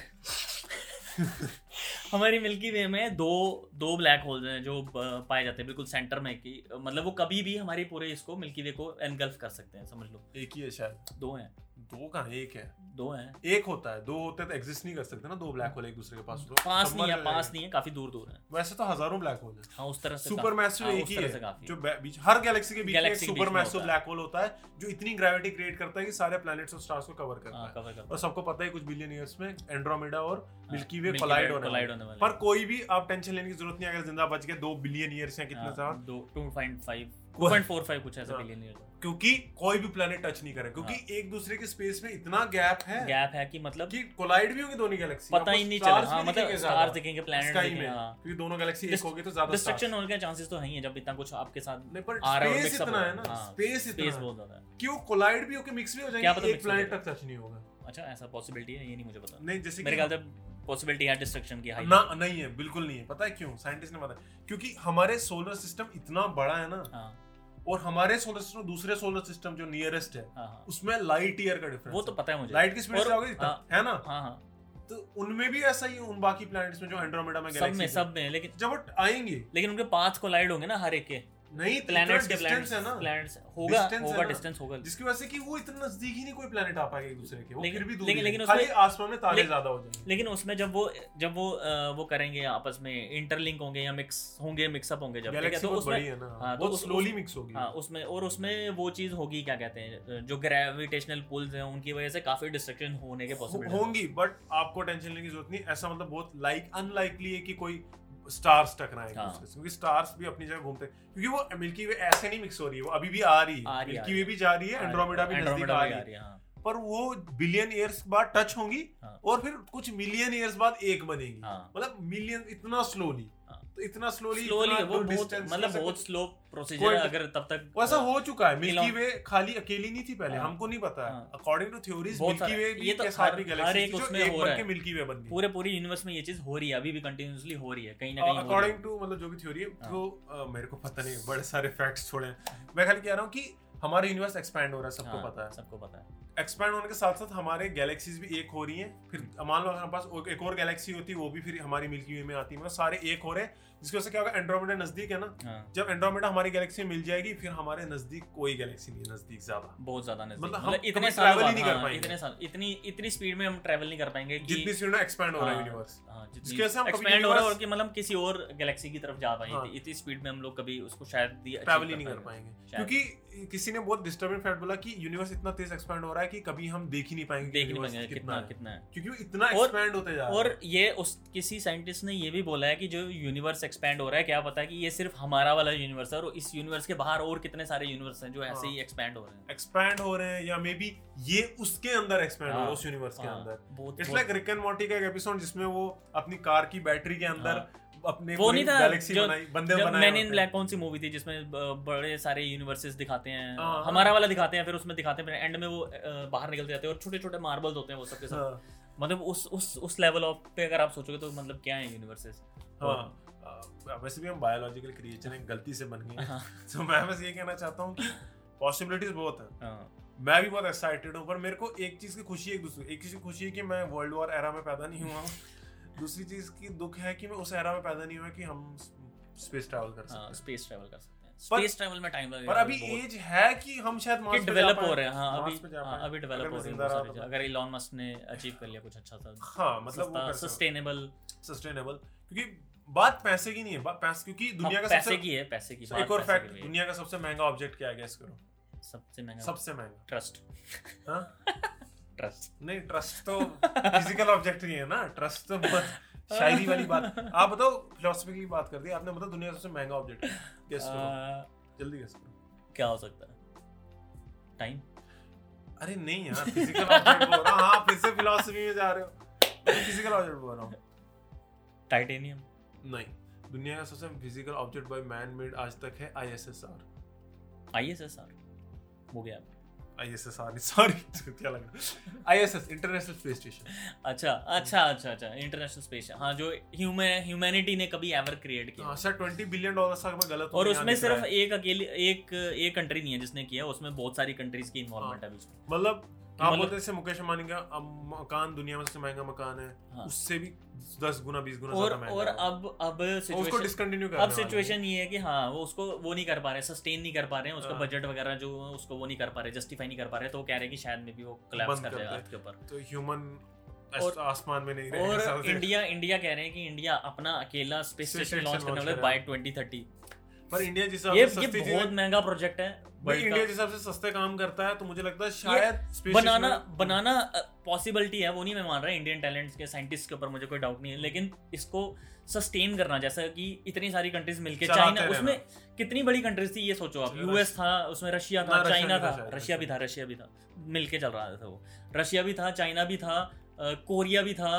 S1: हमारी मिल्की वे में दो दो ब्लैक होल्स हैं जो ब- पाए जाते हैं बिल्कुल सेंटर में की मतलब वो कभी भी हमारे पूरे इसको मिल्की वे को एनगल्फ कर सकते हैं समझ लो
S2: एक ही है शायद
S1: दो हैं
S2: दो का एक है
S1: दो हैं
S2: एक होता है दो होते तो एग्जिस्ट नहीं कर सकते ना दो ब्लैक होल एक दूसरे के पास हो तो
S1: पास
S2: सब
S1: नहीं
S2: मर
S1: है पास
S2: जाएंगे।
S1: नहीं है काफी दूर दूर है
S2: वैसे तो हजारों ब्लैक होल है
S1: हाँ उस तरह से
S2: सुपर मैसिव
S1: हाँ,
S2: एक
S1: उस
S2: ही
S1: तरह से
S2: है
S1: काफी
S2: जो बे- बीच हर गैलेक्सी के बीच में एक
S1: Galaxy के बीच
S2: सुपर
S1: में
S2: मैसिव
S1: होता है।
S2: ब्लैक होल होता है जो इतनी ग्रेविटी क्रिएट करता है कि सारे प्लैनेट्स और स्टार्स को कवर
S1: हाँ,
S2: करता है
S1: कवर कर
S2: और सबको पता है कुछ बिलियन ईयर्स में एंड्रोमेडा और
S1: हाँ।
S2: मिल्की वे कोलाइड
S1: कोलाइड
S2: होने वाले हैं।
S1: होने वाले
S2: पर कोई भी आप टेंशन लेने की जरूरत नहीं है, अगर जिंदा बच गए दो बिलियन ईयर्स या
S1: हाँ।
S2: कितने साल
S1: दो 2.5
S2: कोई-
S1: 2.45 कुछ ऐसा
S2: हाँ।
S1: बिलियन ईयर
S2: क्योंकि कोई भी प्लेनेट टच नहीं करे
S1: हाँ।
S2: क्योंकि एक दूसरे के स्पेस में इतना गैप है
S1: गैप है कि मतलब
S2: कि कोलाइड भी होंगी दोनों गैलेक्सी
S1: पता ही नहीं चला हाँ मतलब स्टार्स दिखेंगे प्लैनेट्स
S2: स्काई
S1: दिखेंगे
S2: में
S1: हाँ
S2: क्योंकि दोनों गैलेक्सी एक
S1: Dest-
S2: होगी तो ज्यादा
S1: डिस्ट्रक्शन होने के चांसेस तो है ही है जब इतना कुछ आपके साथ
S2: नहीं पर
S1: आ रहा है, mix
S2: स्पेस
S1: up हो
S2: इतना है
S1: रहा है,
S2: ना
S1: हाँ,
S2: स्पेस इतना
S1: स्पेस
S2: है
S1: बहुत ज्यादा है
S2: कि वो कोलाइड भी होके मिक्स भी हो
S1: क्या
S2: जाएंगे
S1: पता
S2: एक
S1: mix हो
S2: प्लेनेट
S1: जाएगा।
S2: तक टच नहीं होगा
S1: अच्छा ऐसा पॉसिबिलिटी है ये नहीं मुझे पता
S2: नहीं जैसे
S1: मेरे
S2: कि
S1: ख्याल से पॉसिबिलिटी है डिस्ट्रक्शन की हाई
S2: ना नहीं है बिल्कुल नहीं है पता है क्यों साइंटिस्ट ने बताया क्योंकि हमारे सोलर सिस्टम इतना बड़ा है ना
S1: हाँ
S2: और हमारे सोलर सिस्टम दूसरे सोलर सिस्टम जो नियरेस्ट है
S1: हाँ हाँ
S2: उसमें लाइट ईयर का डिफरेंस
S1: वो तो पता है मुझे
S2: लाइट की स्पीड
S1: और-
S2: से होगी
S1: हाँ।
S2: है ना
S1: हाँ हाँ
S2: तो उनमें भी ऐसा ही है, उन बाकी प्लैनेट्स में जो एंड्रोमेडा में
S1: सब
S2: गैलेक्सी
S1: में सब में लेकिन
S2: जब वो आएंगे
S1: लेकिन उनके पाथ कोलाइड होंगे ना हर एक के
S2: नहीं
S1: प्लैनेट्स के
S2: डिस्टेंस है ना
S1: प्लैनेट्स होगा
S2: Distance है
S1: होगा
S2: ना।
S1: डिस्टेंस होगा
S2: जिसकी वजह से कि वो इतना नजदीक ही नहीं कोई प्लेनेट आ पाएगा एक दूसरे के वो
S1: लेकिन-
S2: फिर भी दूर
S1: लेकिन-
S2: ही
S1: लेकिन
S2: है।
S1: उसमें-
S2: खाली आसमान में तारे
S1: लेकिन-
S2: ज्यादा हो जाएंगे
S1: लेकिन उसमें जब वो जब वो अ, वो करेंगे आपस में इंटरलिंक होंगे या मिक्स होंगे मिक्सअप होंगे जब ठीक है
S2: गैलेक्सी
S1: तो
S2: बहुत
S1: उसमें
S2: बड़ी है ना
S1: हाँ, तो
S2: बहुत
S1: उस-
S2: स्लोली मिक्स होगी
S1: हाँ उसमें और उसमें वो चीज होगी क्या कहते हैं जो ग्रेविटेशनल पुल्स हैं उनकी वजह से काफी डिस्ट्रक्शन होने के
S2: हो-
S1: पॉसिबिलिटी
S2: होंगी बट आपको टेंशन लेने की जरूरत नहीं ऐसा मतलब बहुत लाइक अनलाइकली है कि कोई स्टार्स टकराएं एक
S1: हाँ।
S2: दूसरे से क्योंकि स्टार्स भी अपनी जगह घूमते हैं क्योंकि वो मिल्की वे ऐसे नहीं मिक्स हो रही है वो अभी भी आ रही
S1: आ
S2: है
S1: रही है,
S2: मिल्की
S1: आ
S2: वे
S1: रही
S2: भी जा रही है एंड्रोमेडा भी नजदीक आ रही है
S1: रही है हाँ
S2: पर वो बिलियन ईयर्स बाद टच होंगी
S1: हाँ।
S2: और फिर कुछ मिलियन ईयर्स बाद एक बनेगी
S1: हाँ
S2: मतलब मिलियन इतना स्लोली
S1: हाँ।
S2: तो इतना तो स्लोली
S1: स्लोली वो बहुत मतलब बहुत स्लो प्रोसीजर
S2: कोई-
S1: है अगर तब तक
S2: वैसा
S1: अ,
S2: हो चुका है मिल्की
S1: Elon-
S2: वे खाली अकेली नहीं थी पहले
S1: हाँ।
S2: हमको नहीं पता
S1: हाँ।
S2: है अकॉर्डिंग टू थ्योरीज
S1: बहुत
S2: मिल्की
S1: सारे-
S2: वे
S1: ये
S2: भी
S1: तो
S2: के साथ
S1: हर-
S2: भी
S1: हर
S2: गैलेक्सी
S1: एक
S2: थी जो
S1: उसमें
S2: एक
S1: हो
S2: बन
S1: रहा
S2: के
S1: है।
S2: मिल्की वे बन गई
S1: पूरे पूरी यूनिवर्स में ये चीज हो रही है अभी भी कंटिन्यूअसली हो रही है कहीं ना कहीं हो रही है।
S2: अकॉर्डिंग टू मतलब जो भी थ्योरी है
S1: हाँ।
S2: तो अ, मेरे को पता नहीं बड़े सारे फैक्ट्स छोड़े हैं मैं खाली कह रहा हूँ कि हमारा यूनिवर्स एक्सपैंड हो रहा है सबको
S1: हाँ,
S2: पता है
S1: सबको पता है
S2: एक्सपैंड होने के साथ साथ हमारे गैलेक्सीज भी एक हो रही हैं फिर
S1: हम्म।
S2: मान लो अगर हमारे पास और- एक और गैलेक्सी होती वो भी फिर हमारी मिल्की वे में आती मतलब सारे एक हो रहे हैं जिसकी वजह से क्या होगा एंड्रोमेडा नजदीक है ना
S1: हाँ
S2: जब एंड्रोमेडा हमारी गैलेक्सी में मिल जाएगी फिर हमारे नजदीक कोई गैलेक्सी नहीं है नजदीक ज्यादा
S1: बहुत ज्यादा नजदीक
S2: मतलब हम
S1: मतलब इतने
S2: कभी
S1: साल
S2: travel ही
S1: बाद,
S2: नहीं कर
S1: हाँ,
S2: पाएंगे।
S1: इतने साल इतनी इतनी स्पीड में हम ट्रैवल नहीं कर पाएंगे कि
S2: जितनी स्पीड में एक्सपैंड हो रहा है
S1: हाँ।
S2: यूनिवर्स
S1: हाँ, जितनी
S2: जिसकी वजह से हम कभी
S1: एक्सपैंड हो रहा है
S2: universe-
S1: और कि मतलब किसी और गैलेक्सी की तरफ जा पाएंगे
S2: हाँ।
S1: इतनी स्पीड में हम लोग कभी उसको शायद भी achieve
S2: ट्रैवल ही नहीं कर
S1: पाएंगे।
S2: पाएंगे
S1: शायद।
S2: क्योंकि किसी ने बहुत डिस्टर्बिंग फैक्ट बोला कि यूनिवर्स इतना तेज एक्सपैंड हो रहा है कि कभी हम देख ही नहीं पाएंगे कि
S1: देख नहीं
S2: universe
S1: पाएंगे कितना
S2: है।
S1: कितना है
S2: क्योंकि वो इतना
S1: और-
S2: एक्सपैंड होते जा रहा है
S1: और ये उस किसी साइंटिस्ट ने ये भी बोला है कि जो यूनिवर्स एक्सपैंड हो रहा है क्या पता है कि ये सिर्फ हमारा वाला यूनिवर्स है और इस यूनिवर्स के बाहर और कितने सारे यूनिवर्स हैं जो ऐसे
S2: हाँ।
S1: ही एक्सपैंड हो रहे हैं
S2: एक्सपैंड हो रहे हैं या मे बी ये उसके अंदर एक्सपैंड हो रहा है
S1: हाँ,
S2: उस यूनिवर्स के
S1: हाँ,
S2: अंदर
S1: बहुत
S2: इट्स
S1: बहुत-
S2: लाइक रिक एंड मॉर्टी का एक एपिसोड जिसमें वो अपनी कार की बैटरी के अंदर अपने
S1: हाँ। वो नहीं था
S2: गैलेक्सी
S1: जो-
S2: बनाई बंदे
S1: जब
S2: बनाए
S1: मैंने इन
S2: होते
S1: ब्लैक कौन सी मूवी थी जिसमें ब- बड़े सारे यूनिवर्सेस दिखाते हैं
S2: हाँ, हाँ।
S1: हमारा वाला दिखाते हैं फिर उसमें दिखाते हैं फिर एंड में वो अ, बाहर निकलते जाते हैं और छोटे छोटे मार्बल्स होते हैं वो सबके
S2: हैं।
S1: सब
S2: हाँ,
S1: मतलब उस उस उस लेवल ऑफ पे अगर आप सोचोगे तो मतलब क्या है यूनिवर्सेस
S2: हाँ अ, वैसे भी हम बायोलॉजिकल क्रिएचर हैं गलती से बन गए
S1: हाँ।
S2: हैं। तो मैं बस ये कहना चाहता हूँ कि पॉसिबिलिटीज बहुत हैं
S1: हाँ,
S2: मैं भी बहुत एक्साइटेड हूँ पर मेरे को एक चीज की खुशी है एक दूसरी एक चीज की खुशी है कि मैं वर्ल्ड वॉर एरा में पैदा नहीं हुआ हूँ दूसरी चीज की दुख है कि मैं उस एरा में पैदा नहीं हुआ कि हम स्पेस ट्रैवल कर
S1: हाँ,
S2: सकते हैं
S1: स्पेस ट्रैवल कर सकते हैं
S2: पर-
S1: स्पेस ट्रैवल में टाइम लगेगा
S2: पर अभी
S1: बहुत।
S2: एज है कि हम शायद
S1: कि
S2: मार्स पे
S1: डेवलप
S2: जा
S1: हो
S2: पाएं।
S1: रहे हैं हाँ
S2: Mars
S1: अभी
S2: पे जा
S1: हाँ,
S2: पाएं।
S1: अभी डेवलप
S2: अगर
S1: हो
S2: मैं
S1: रही है
S2: जिंदा
S1: बहुत
S2: रहा
S1: सारी
S2: तो
S1: चीज़। अगर इलॉन मस्क ने अचीव कर लिया कुछ अच्छा सा
S2: हाँ मतलब वो कर सकते
S1: सस्टेनेबल
S2: सस्टेनेबल क्योंकि बात पैसे की नहीं है बात पैसे क्योंकि दुनिया का
S1: हाँ, पैसे
S2: सबसे
S1: की है पैसे की
S2: So,
S1: बात
S2: एक और
S1: पैसे
S2: फैक्ट
S1: की भी है।
S2: दुनिया का सबसे महंगा ऑब्जेक्ट क्या है गैस करो
S1: सबसे महंगा
S2: सबसे महंगा
S1: ट्रस्ट
S2: हाँ?
S1: ट्रस्ट
S2: नहीं ट्रस्ट तो फिजिकल ऑब्जेक्ट नहीं है ना ट्रस्ट तो बहुत शायरी वाली बात आप बताओ फिलोसफिकली बात कर दी आपने बताओ दुनिया का सबसे महंगा ऑब्जेक्ट गैस करो जल्दी गैस करो
S1: क्या हो सकता है टाइम
S2: अरे नहीं यार फिजिकल ऑब्जेक्ट बोल रहा हूँ हाँ फिर से फिलोसफी में जा रहे हो फिजिकल ऑब्जेक्ट बोल रहा हूँ
S1: टाइटेनियम
S2: नहीं दुनिया का सबसे physical object by man made आज तक है आईएसएसआर
S1: आईएसएसआर हो गया
S2: आईएसएसआर सॉरी क्या लग रहा आईएसएस इंटरनेशनल स्पेस स्टेशन
S1: अच्छा अच्छा अच्छा अच्छा इंटरनेशनल स्पेस हाँ जो ह्यूमन ह्यूमैनिटी ने कभी एवर क्रिएट किया
S2: हाँ शायद 20 बिलियन डॉलर तक मैं गलत हूँ,
S1: और
S2: यहाँ
S1: उसमें
S2: दिख रहा
S1: सिर्फ
S2: है।
S1: एक अकेली एक एक कंट्री नहीं है जिसने किया उसमें बहुत सारी कंट्रीज की इन्वॉल्वमेंट है बीच में
S2: मतलब आप
S1: मतलब-
S2: बोलते हैं मुकेश अंबानी का अब मकान दुनिया में सबसे महंगा मकान है
S1: हाँ।
S2: उससे भी दस गुना बीस गुना
S1: और
S2: ज्यादा महंगा
S1: और
S2: है।
S1: अब अब
S2: और उसको
S1: सिचुएशन
S2: डिसकंटिन्यू कर
S1: अब सिचुएशन ये है कि हाँ वो उसको वो नहीं कर पा रहे सस्टेन नहीं कर पा रहे हैं उसका
S2: हाँ।
S1: बजट वगैरह जो उसको वो नहीं कर पा रहे जस्टिफाई नहीं कर पा रहे तो वो कह रहे हैं कि शायद में भी वो
S2: बंद
S1: कोलैप्स कर
S2: कर
S1: जाएगा
S2: दे।
S1: अर्थ के ऊपर
S2: तो ह्यूमन
S1: और-
S2: आसमान में नहीं रहेगा
S1: और
S2: सबसे-
S1: इंडिया इंडिया कह रहे हैं कि इंडिया अपना अकेला space
S2: Space
S1: station
S2: station
S1: launch करने
S2: launch
S1: वाला
S2: कर
S1: बाय
S2: रहा
S1: 2030
S2: पर इंडिया जिस हिसाब
S1: ये
S2: से
S1: ये
S2: सस्ती
S1: बहुत
S2: चीजें-
S1: महंगा प्रोजेक्ट है
S2: भाई
S1: वर्ल्ड
S2: इंडिया
S1: का
S2: जिस हिसाब से सस्ते काम करता है तो मुझे लगता है शायद space
S1: बनाना
S2: station में- हम्म।
S1: बनाना पॉसिबिलिटी है वो नहीं मैं मान रहा इंडियन टैलेंट्स के साइंटिस्ट के ऊपर मुझे कोई डाउट नहीं है लेकिन इसको सस्टेन करना जैसा कि इतनी सारी कंट्रीज मिलके
S2: चलाते
S1: चाइना
S2: रहना।
S1: उसमें कितनी बड़ी कंट्रीज थी ये सोचो आप
S2: रश-
S1: यूएस था उसमें रशिया
S2: ना,
S1: था
S2: रशिया
S1: चाइना
S2: भी
S1: था
S2: था शायद,
S1: रशिया भी था रशिया भी था मिलके चल रहा था वो रशिया भी था चाइना भी था अ, कोरिया भी था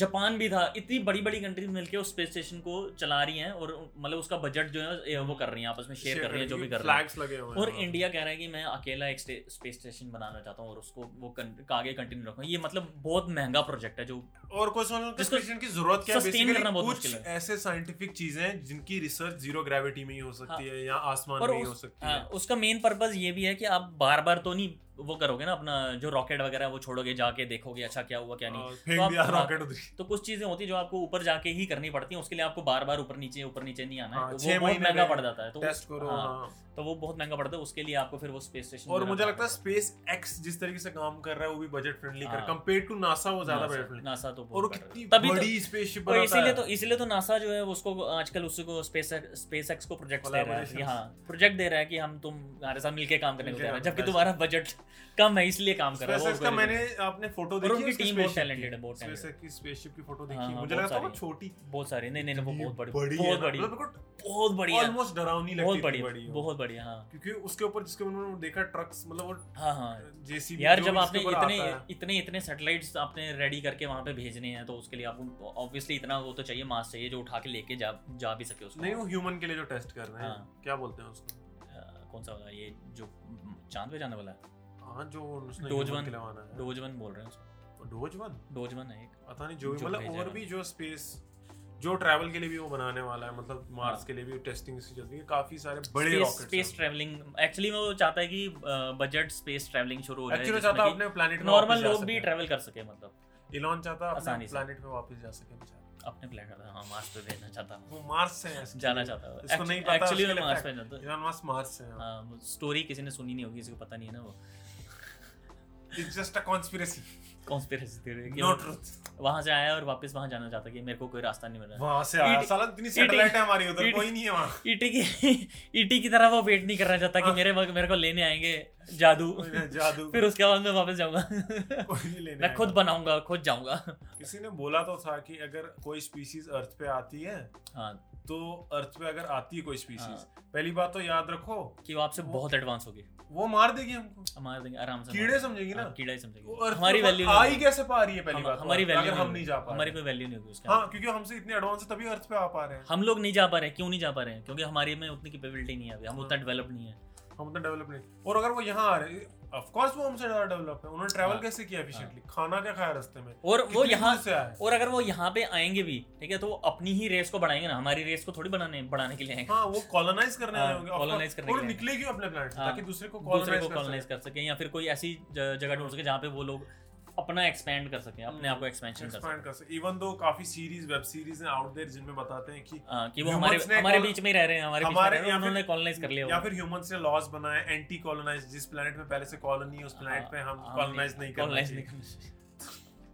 S1: जापान भी था इतनी बड़ी बड़ी कंट्रीज मिलके उस स्पेस स्टेशन को चला रही हैं और मतलब उसका बजट जो है ए, वो कर रही हैं आपस में शेयर कर रही हैं जो भी कर रही हैं
S2: flags लगे हुए हैं हाँ।
S1: और
S2: वहाँ पे।
S1: इंडिया कह रहा है कि मैं अकेला एक स्पेस स्टेशन बनाना चाहता हूँ और उसको वो कं- आगे कंटिन्यू रखूँ ये मतलब बहुत महंगा प्रोजेक्ट है जो
S2: और कोई सोचो
S1: जिसको
S2: डिस्कशन की जरूरत क्या है
S1: sustain
S2: बेसिकली
S1: करना बहुत
S2: कुछ
S1: मुश्किल है।
S2: ऐसे साइंटिफिक चीजें हैं जिनकी रिसर्च जीरो ग्रेविटी में ही हो सकती है या आसमान
S1: हाँ। और
S2: में ही
S1: उस-
S2: हो सकती
S1: हाँ,
S2: है
S1: उसका मेन पर्पज ये भी है कि आप बार बार तो नहीं वो करोगे ना अपना जो रॉकेट वगैरह वो छोड़ोगे जाके देखोगे अच्छा क्या हुआ क्या नहीं
S2: और फेंक
S1: तो आप-
S2: दिया
S1: हाँ,
S2: रॉकेट उधर
S1: तो कुछ चीजें होती हैं जो आपको ऊपर जाके ही करनी पड़ती हैं उसके लिए आपको बार बार ऊपर नीचे ऊपर नीचे नहीं आना है
S2: हाँ,
S1: वो
S2: छह
S1: बहुत
S2: महीने
S1: महंगा
S2: में
S1: पड़ जाता है तो
S2: टेस्ट करो
S1: हाँ,
S2: हाँ।
S1: तो वो बहुत महंगा पड़ता है उसके लिए आपको फिर वो स्पेस स्टेशन
S2: और मुझे लगता है स्पेस एक्स जिस तरीके से काम कर रहा है वो भी बजट फ्रेंडली कर
S1: हाँ।
S2: कंपेयर टू नासा वो ज्यादा बजट फ्रेंडली
S1: नासा तो
S2: और वो
S1: बहुत better
S2: कितनी
S1: है। तभी तो
S2: बड़ी स्पेसशिप
S1: और
S2: बनाता
S1: इसीलिए
S2: है
S1: तो इसीलिए तो नासा जो है उसको आजकल उसको स्पेस स्पेस को प्रोजेक्ट दे रहा है कि
S2: Collaborations.
S1: हाँ प्रोजेक्ट दे रहा है कि हम तुम हमारे साथ मिलके काम करने को
S2: मिलके
S1: तैयार हैं
S2: काम
S1: जबकि
S2: करना
S1: तुम्हारा बजट कम है इसलिए काम कर रहा है
S2: स्पेसएक्स
S1: वो
S2: का
S1: कोई
S2: मैंने आपने फोटो
S1: और
S2: देखी
S1: उनकी
S2: उसकी
S1: team बहुत
S2: spaceship
S1: talented
S2: की।
S1: है, बहुत talented
S2: SpaceX की स्पेसशिप की फोटो
S1: हाँ,
S2: देखी
S1: हाँ,
S2: मुझे
S1: बहुत
S2: लगता है वो
S1: सारी है।
S2: छोटी
S1: नहीं। बहुत सारी नहीं नहीं नहीं, वो
S2: इतनी
S1: बहुत बड़ी
S2: है
S1: बहुत
S2: ना,
S1: बड़ी
S2: मतलब मेरे को
S1: बहुत बड़ी है,
S2: ऑलमोस्ट डरावनी लगती
S1: बहुत
S2: है,
S1: बड़ी
S2: इतनी
S1: है,
S2: है।
S1: बहुत बड़ी है, हाँ
S2: क्योंकि उसके ऊपर जिसके मैंने देखा ट्रक्स मतलब वो
S1: हाँ हाँ
S2: जेसीबी
S1: यार जब आपने इतने इतने इतने सैटेलाइट्स आपने रेडी करके वहां पे भेजने हैं तो उसके लिए आपको ऑब्वियसली इतना वो तो चाहिए मास चाहिए जो उठा के लेके जा जा भी सके उसको
S2: नहीं वो ह्यूमन के लिए जो टेस्ट कर रहे हैं
S1: हाँ।
S2: क्या बोलते हैं उसको
S1: अ, हाँ, कौन सा वाला है? ये जो चांद पे जाने वाला है
S2: हाँ जो उसने
S1: डोज
S2: human
S1: वन।
S2: के लिए माना है
S1: डोजमन बोल रहे हैं उसको
S2: डोज वन
S1: डोजमन है एक
S2: पता नहीं जो भी
S1: जो
S2: मतलब
S1: भेजा
S2: और
S1: है।
S2: भी जो स्पेस जो ट्रैवल के लिए भी वो बनाने वाला है मतलब मार्स
S1: हाँ।
S2: के लिए भी टेस्टिंग इसकी चल रही है काफी सारे बड़े
S1: space,
S2: rockets
S1: space traveling actually मैं वो चाहता है कि बजट स्पेस ट्रैवलिंग शुरू हो
S2: एक्चुअली
S1: जाए
S2: चाहता अपने प्लेनेट में
S1: नॉर्मल लोग भी ट्रैवल कर सके मतलब
S2: इलॉन चाहता अपने
S1: आसानी से।
S2: प्लेनेट पे वापस जा सके बेचारा।
S1: अपने प्लान का हाँ मार्स पे भेजना चाहता हूँ
S2: वो मार्स से है इसके
S1: जाना
S2: लिए।
S1: चाहता हाँ। हूँ
S2: इसको नहीं पता,
S1: एक्चुअली
S2: उसके
S1: मैं
S2: लिए
S1: मार्स
S2: fact-
S1: पे जाता
S2: इलॉन मार्स मार्स से है
S1: हूँ स्टोरी किसी ने सुनी नहीं होगी किसी को पता नहीं है ना वो
S2: it's just a conspiracy
S1: conspiracy theory
S2: no truth
S1: वहां से आया और वापस वहां जाना चाहता कि मेरे को कोई रास्ता नहीं मिल रहा
S2: वहां से आया
S1: ET
S2: साला इतनी सैटेलाइट है हमारी उधर
S1: ET
S2: कोई नहीं है वहां
S1: ईटी की ईटी की तरह वो वेट नहीं करना चाहता कि
S2: हाँ।
S1: मेरे मेरे को लेने आएंगे जादू
S2: जादू
S1: फिर उसके बाद मैं वापस जाऊंगा
S2: कोई नहीं लेने
S1: मैं खुद
S2: आएगा।
S1: बनाऊंगा खुद जाऊंगा
S2: किसी ने बोला तो था कि अगर कोई स्पीशीज अर्थ पे आती है
S1: हाँ
S2: तो अर्थ पे अगर आती है कोई स्पीसीज पहली बात तो याद रखो
S1: कि वो आपसे बहुत एडवांस होगी
S2: वो मार देगी हमको
S1: हम मार देंगे आराम से
S2: कीड़े समझेगी ना
S1: ना कीड़ा ही
S2: वो
S1: समझेंगे
S2: अर्थ
S1: हाँ, हमारी
S2: पे
S1: वैल्यू
S2: आ ही कैसे पा रही है पहली बात
S1: हमारी
S2: तो,
S1: वैल्यू
S2: अगर हम नहीं जा पा
S1: हमारी
S2: रहे
S1: कोई वैल्यू नहीं होगी उसके
S2: हाँ क्योंकि हमसे इतने एडवांस है तभी अर्थ पे आ पा रहे हैं
S1: हम लोग नहीं जा पा रहे हैं। क्यों नहीं जा पा रहे हैं क्योंकि हमारे में उतनी कैपेबिलिटी नहीं है अभी हम
S2: हाँ।
S1: उतना डेवलप नहीं है
S2: हम उतना डेवलप नहीं और अगर वो यहाँ आ रहे ऑफ कोर्स वो हमसे ज्यादा डेवलप है उन्होंने ट्रैवल
S1: हाँ।
S2: कैसे किया एफिशिएंटली खाना क्या खाया रास्ते में
S1: और वो
S2: कितनी
S1: यहाँ
S2: दूर से आए
S1: और अगर वो यहाँ पे आएंगे भी ठीक है तो वो अपनी ही रेस को बढ़ाएंगे ना हमारी रेस को थोड़ी बनाने बढ़ाने के लिए आएंगे
S2: हाँ वो कॉलोनाइज करने
S1: हाँ,
S2: आए होंगे of
S1: colonize
S2: course।
S1: करने
S2: और
S1: के लिए।
S2: निकले क्यों अपने प्लांट
S1: हाँ,
S2: ताकि दूसरे को
S1: दूसरे
S2: कॉलोनाइज
S1: को
S2: कर सकें
S1: कॉलोनाइज कर सके या फिर कोई ऐसी ज- जगह ढूंढ सके जहाँ पे वो लोग अपना एक्सपेंड कर सके अपने
S2: हम्म।
S1: आप को एक्सपेंशन कर सके
S2: एक्सपैंड कर सकें इवन दो काफी सीरीज वेब सीरीज हैं आउट देयर जिनमें बताते हैं कि
S1: हाँ, कि वो
S2: Humans
S1: हमारे
S2: ने
S1: हमारे
S2: col-
S1: बीच में ही रह रहे हैं हमारे बीच में
S2: हमारे
S1: रह रहे हैं
S2: या
S1: उन्होंने
S2: फिर-
S1: कॉलोनाइज कर लिया
S2: या
S1: होगा।
S2: फिर ह्यूमंस ने लॉज बनाए एंटी कॉलोनाइज जिस planet में पहले से कॉलोनी है उस planet
S1: हाँ,
S2: पे हम
S1: हाँ,
S2: कॉलोनाइज नहीं करना
S1: colonize नहीं
S2: चाहिए
S1: करना चाहिए।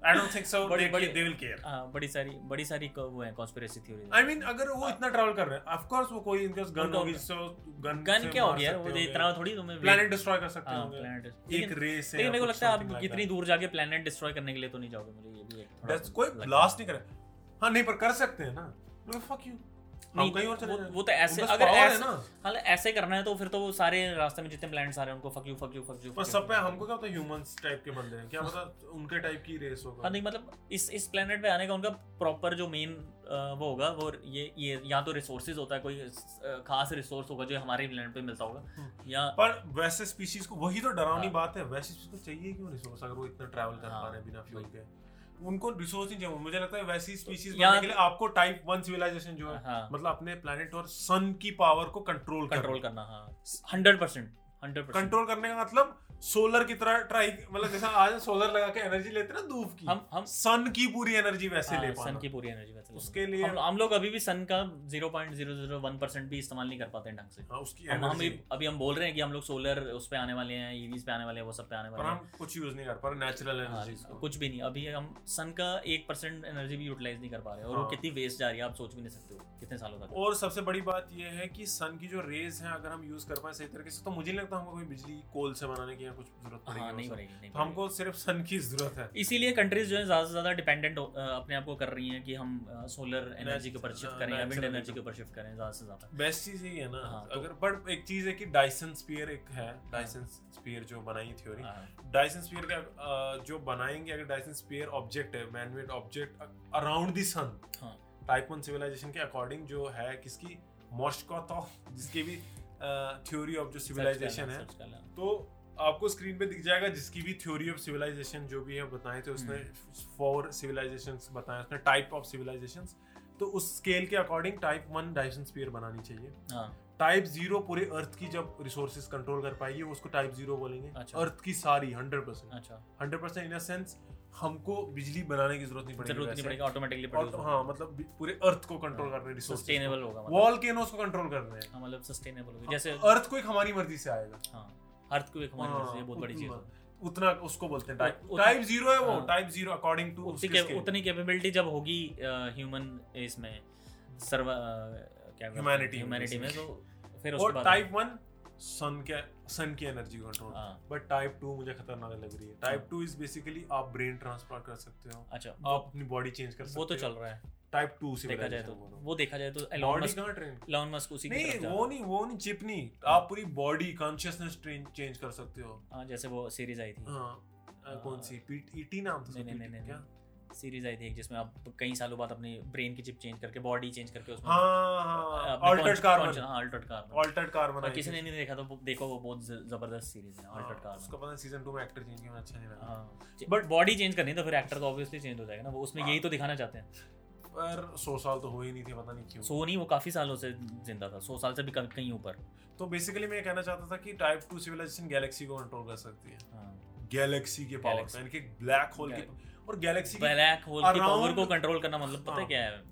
S2: आई डोंट थिंक सो
S1: बड़ी-
S2: दे
S1: बड़ी-
S2: दे विल केयर
S1: हाँ, बड़ी सारी बड़ी सारी क- वो है कॉन्स्पिरेसी थ्योरी
S2: आई मीन अगर वो इतना ट्रैवल कर रहे हैं ऑफ कोर्स वो कोई इनके गन
S1: उनका-
S2: होगी जिससे गन
S1: गन क्या हो गया यार, वो तो इतना थोड़ी तुम्हें
S2: planet destroy कर सकते होंगे
S1: प्लानट
S2: एक रेस है
S1: लेकिन
S2: या
S1: मेरे को
S2: कुछ
S1: लगता है
S2: something
S1: आप
S2: like
S1: इतनी
S2: that.
S1: दूर जाके प्लेनेट डिस्ट्रॉय करने के लिए तो नहीं जाओगे मुझे ये भी एक थोड़ा
S2: That's- कोई
S1: लगता है।
S2: ब्लास्ट नहीं कर रहा। हाँ नहीं पर कर सकते हैं ना फक यू
S1: नहीं,
S2: हम कहीं और चले
S1: वो-
S2: जाएं।
S1: वो तो ऐसे
S2: उनके पास
S1: अगर
S2: power है
S1: ऐसे
S2: ना
S1: हालांकि ऐसे करना है तो फिर तो वो सारे रास्ते में जितने प्लैनेट्स आ रहे हैं उनको fuck you fuck you fuck you
S2: पर सब पे हमको क्या पता ह्यूमंस टाइप के बंदे हैं क्या पता उनके टाइप की रेस
S1: हाँ
S2: होगा
S1: नहीं मतलब इस इस प्लेनेट पे आने का उनका प्रॉपर जो मेन वो होगा वो ये ये या तो रिसोर्सेज होता है कोई अ, खास रिसोर्स होगा जो हमारे प्लेनेट पे मिलता होगा या
S2: पर वैसे स्पीशीज को वही तो डरावनी
S1: हाँ।
S2: बात है वैसे स्पीशीज को चाहिए क्यों रिसोर्स अगर वो इतना ट्रैवल कर
S1: हाँ,
S2: पा रहे हैं बिना फ्यूल
S1: वही।
S2: के उनको रिसोर्स नहीं चाहिए मुझे लगता है वैसी स्पीशीज
S1: या-
S2: बनने के लिए आपको टाइप वन सिविलाइजेशन जो है
S1: हाँ
S2: मतलब अपने planet और सन की पावर को कंट्रोल
S1: कंट्रोल करना हाँ hundred percent hundred percent
S2: control करने का मतलब सोलर की तरह ट्राई मतलब जैसा आज सोलर लगा के एनर्जी लेते हैं ना धूप की
S1: हम हम
S2: सन की पूरी एनर्जी वैसे ले
S1: सन
S2: पाना
S1: की पूरी एनर्जी वैसे ले
S2: उसके
S1: पाना।
S2: लिए-
S1: हम, हम लोग अभी भी सन का 0.001 परसेंट भी इस्तेमाल नहीं कर पाते हैं ढंग से
S2: हाँ उसकी
S1: हम हम
S2: एनर्जी
S1: अभी- अभी हम बोल रहे हैं कि हम लोग सोलर उस पे आने वाले हैं ईवीज पे आने वाले हैं वो सब पे आने
S2: पर
S1: वाले हैं
S2: हम कुछ यूज नहीं कर पा रहे नेचुरल
S1: हाँ,
S2: एनर्जी
S1: कुछ भी नहीं अभी हम सन का एक परसेंट एनर्जी भी यूटिलाइज नहीं कर पा रहे और वो
S2: हाँ।
S1: कितनी वेस्ट जा रही है आप सोच भी नहीं सकते हो कितने सालों तक
S2: और सबसे बड़ी बात यह है कि सन की जो रेज है अगर हम यूज कर पाए सही तरीके से तो मुझे नहीं लगता हमको कोई बिजली कोल से बनाने की या कुछ जरूरत पड़ेगी
S1: हाँ
S2: वो
S1: नहीं
S2: सब।
S1: बढ़ेगी नहीं
S2: तो हमको सिर्फ सन की जरूरत है
S1: बढ़ेगी। इसीलिए कंट्रीज जो है ज़्यादा से ज़्यादा डिपेंडेंट अपने आप को कर रही हैं कि हम सोलर एनर्जी के ऊपर शिफ्ट
S2: हाँ,
S1: करें या विंड
S2: natural
S1: एनर्जी
S2: energy
S1: के ऊपर शिफ्ट करें ज़्यादा से ज़्यादा
S2: बेस्ट चीज यही है ना
S1: हाँ, तो-
S2: अगर बट एक चीज है कि डायसन स्पीयर एक है डायसन स्पीयर जो बनाई थ्योरी
S1: हाँ,
S2: डायसन स्पीयर का अ, जो बनाएंगे अगर डायसन स्पीयर ऑब्जेक्ट है manmade object around the sun
S1: हाँ।
S2: टाइप वन सिविलाइजेशन के अकॉर्डिंग जो है किसकी मॉस्कोटॉफ जिसकी भी थ्योरी ऑफ जो
S1: search करना,
S2: सिविलाइजेशन है
S1: search करना।
S2: तो आपको स्क्रीन पे दिख जाएगा जिसकी भी थ्योरी ऑफ सिविलाइजेशन जो भी है बताए थे उसने
S1: हम्म।
S2: फोर सिविलाइजेशन बताए उसने टाइप ऑफ सिविलाइजेशन तो उस स्केल के according type one Dyson sphere बनानी चाहिए
S1: हाँ
S2: टाइप जीरो पूरे अर्थ की जब रिसोर्सेज कंट्रोल कर पाएगी वो उसको टाइप जीरो बोलेंगे
S1: अच्छा।
S2: अर्थ की सारी हंड्रेड परसेंट
S1: अच्छा
S2: hundred percent in a sense हमको बिजली बनाने की जरूरत नहीं पड़ेगी
S1: जरूरत नहीं
S2: वैसे।
S1: पड़ेगी ऑटोमेटिकली
S2: और
S1: प्रोड्यूस
S2: तो हाँ तो- मतलब पूरे अर्थ को कंट्रोल
S1: हाँ,
S2: करना है रिसोर्स
S1: सस्टेनेबल होगा मतलब
S2: वॉल्केनोस को कंट्रोल करना है
S1: हाँ, मतलब सस्टेनेबल होगी जैसे
S2: अर्थ को एक हमारी मर्जी से आएगा
S1: हाँ अर्थ को एक हमारी
S2: हाँ,
S1: वजह से ये बहुत बड़ी चीज़
S2: उतना-
S1: है
S2: उतना उसको बोलते हैं टाइप
S1: उत-
S2: टाइप जीरो है वो
S1: हाँ।
S2: टाइप जीरो अकॉर्डिंग टू
S1: उतनी cap- उतनी कैपेबिलिटी जब होगी ह्यूमन इसमें सर्व अ, क्या
S2: Humanity में
S1: ह्यूमैनिटी में तो फिर उसके
S2: और
S1: बाद
S2: टाइप वन सन के सन की एनर्जी कंट्रोल
S1: हाँ,
S2: बट टाइप टू मुझे खतरनाक लग रही है टाइप टू इज बेसिकली आप ब्रेन ट्रांसफर कर सकते हो
S1: अच्छा
S2: आप अपनी बॉडी चेंज कर सकते
S1: वो तो
S2: हो
S1: चल रहा है
S2: टाइप टू से
S1: देखा जाए तो वो देखा जाए तो एलॉन
S2: बॉडी
S1: मस्क
S2: कहाँ ट्रेन
S1: एलॉन मस्क उसी की तरफ
S2: नहीं
S1: जा
S2: वो
S1: रहा है
S2: नहीं वो नहीं चिप नहीं
S1: हाँ।
S2: आप पूरी बॉडी कॉन्शियसनेस ट्रेन चेंज कर सकते हो
S1: हाँ, जैसे वो सीरीज आई थी
S2: हाँ अ, कौन सी पीटी नाम था
S1: Uh, नहीं,
S2: उसका,
S1: नहीं,
S2: PT
S1: नहीं,
S2: क्या?
S1: सीरीज आई थी एक जिसमें आप कई सालों बाद अपनी ब्रेन की चिप चेंज करके बॉडी चेंज करके उसमें
S2: हाँ हाँ altered carbon
S1: altered carbon
S2: altered carbon
S1: और किसी ने नहीं देखा तो वो- देखो वो बहुत ज- जबरदस्त सीरीज है अल्टर्ड
S2: हाँ, उसका
S1: कार्बन
S2: पता सीजन 2 में एक्टर चेंज किया अच्छा नहीं
S1: हाँ।
S2: लगा
S1: बट बॉडी चेंज करनी है तो फिर एक्टर तो ऑब्वियसली चेंज हो जाएगा ना वो उसमें
S2: हाँ।
S1: यही तो दिखाना चाहते हैं
S2: पर 100 साल तो हो ही नहीं थे पता नहीं क्यों
S1: सो नहीं वो काफी सालों से जिंदा था सौ साल से भी कम- कहीं ऊपर
S2: तो बेसिकली मैं ये कहना चाहता था कि टाइप 2 सिविलाइजेशन गैलेक्सी को कंट्रोल कर सकती है
S1: हाँ।
S2: गैलेक्सी के पावर
S1: Galaxy।
S2: से इनके ब्लैक होल के और गैलेक्सी के
S1: ब्लैक होल की पावर
S2: Around-
S1: को कंट्रोल करना मतलब पता है
S2: हाँ।
S1: क्या है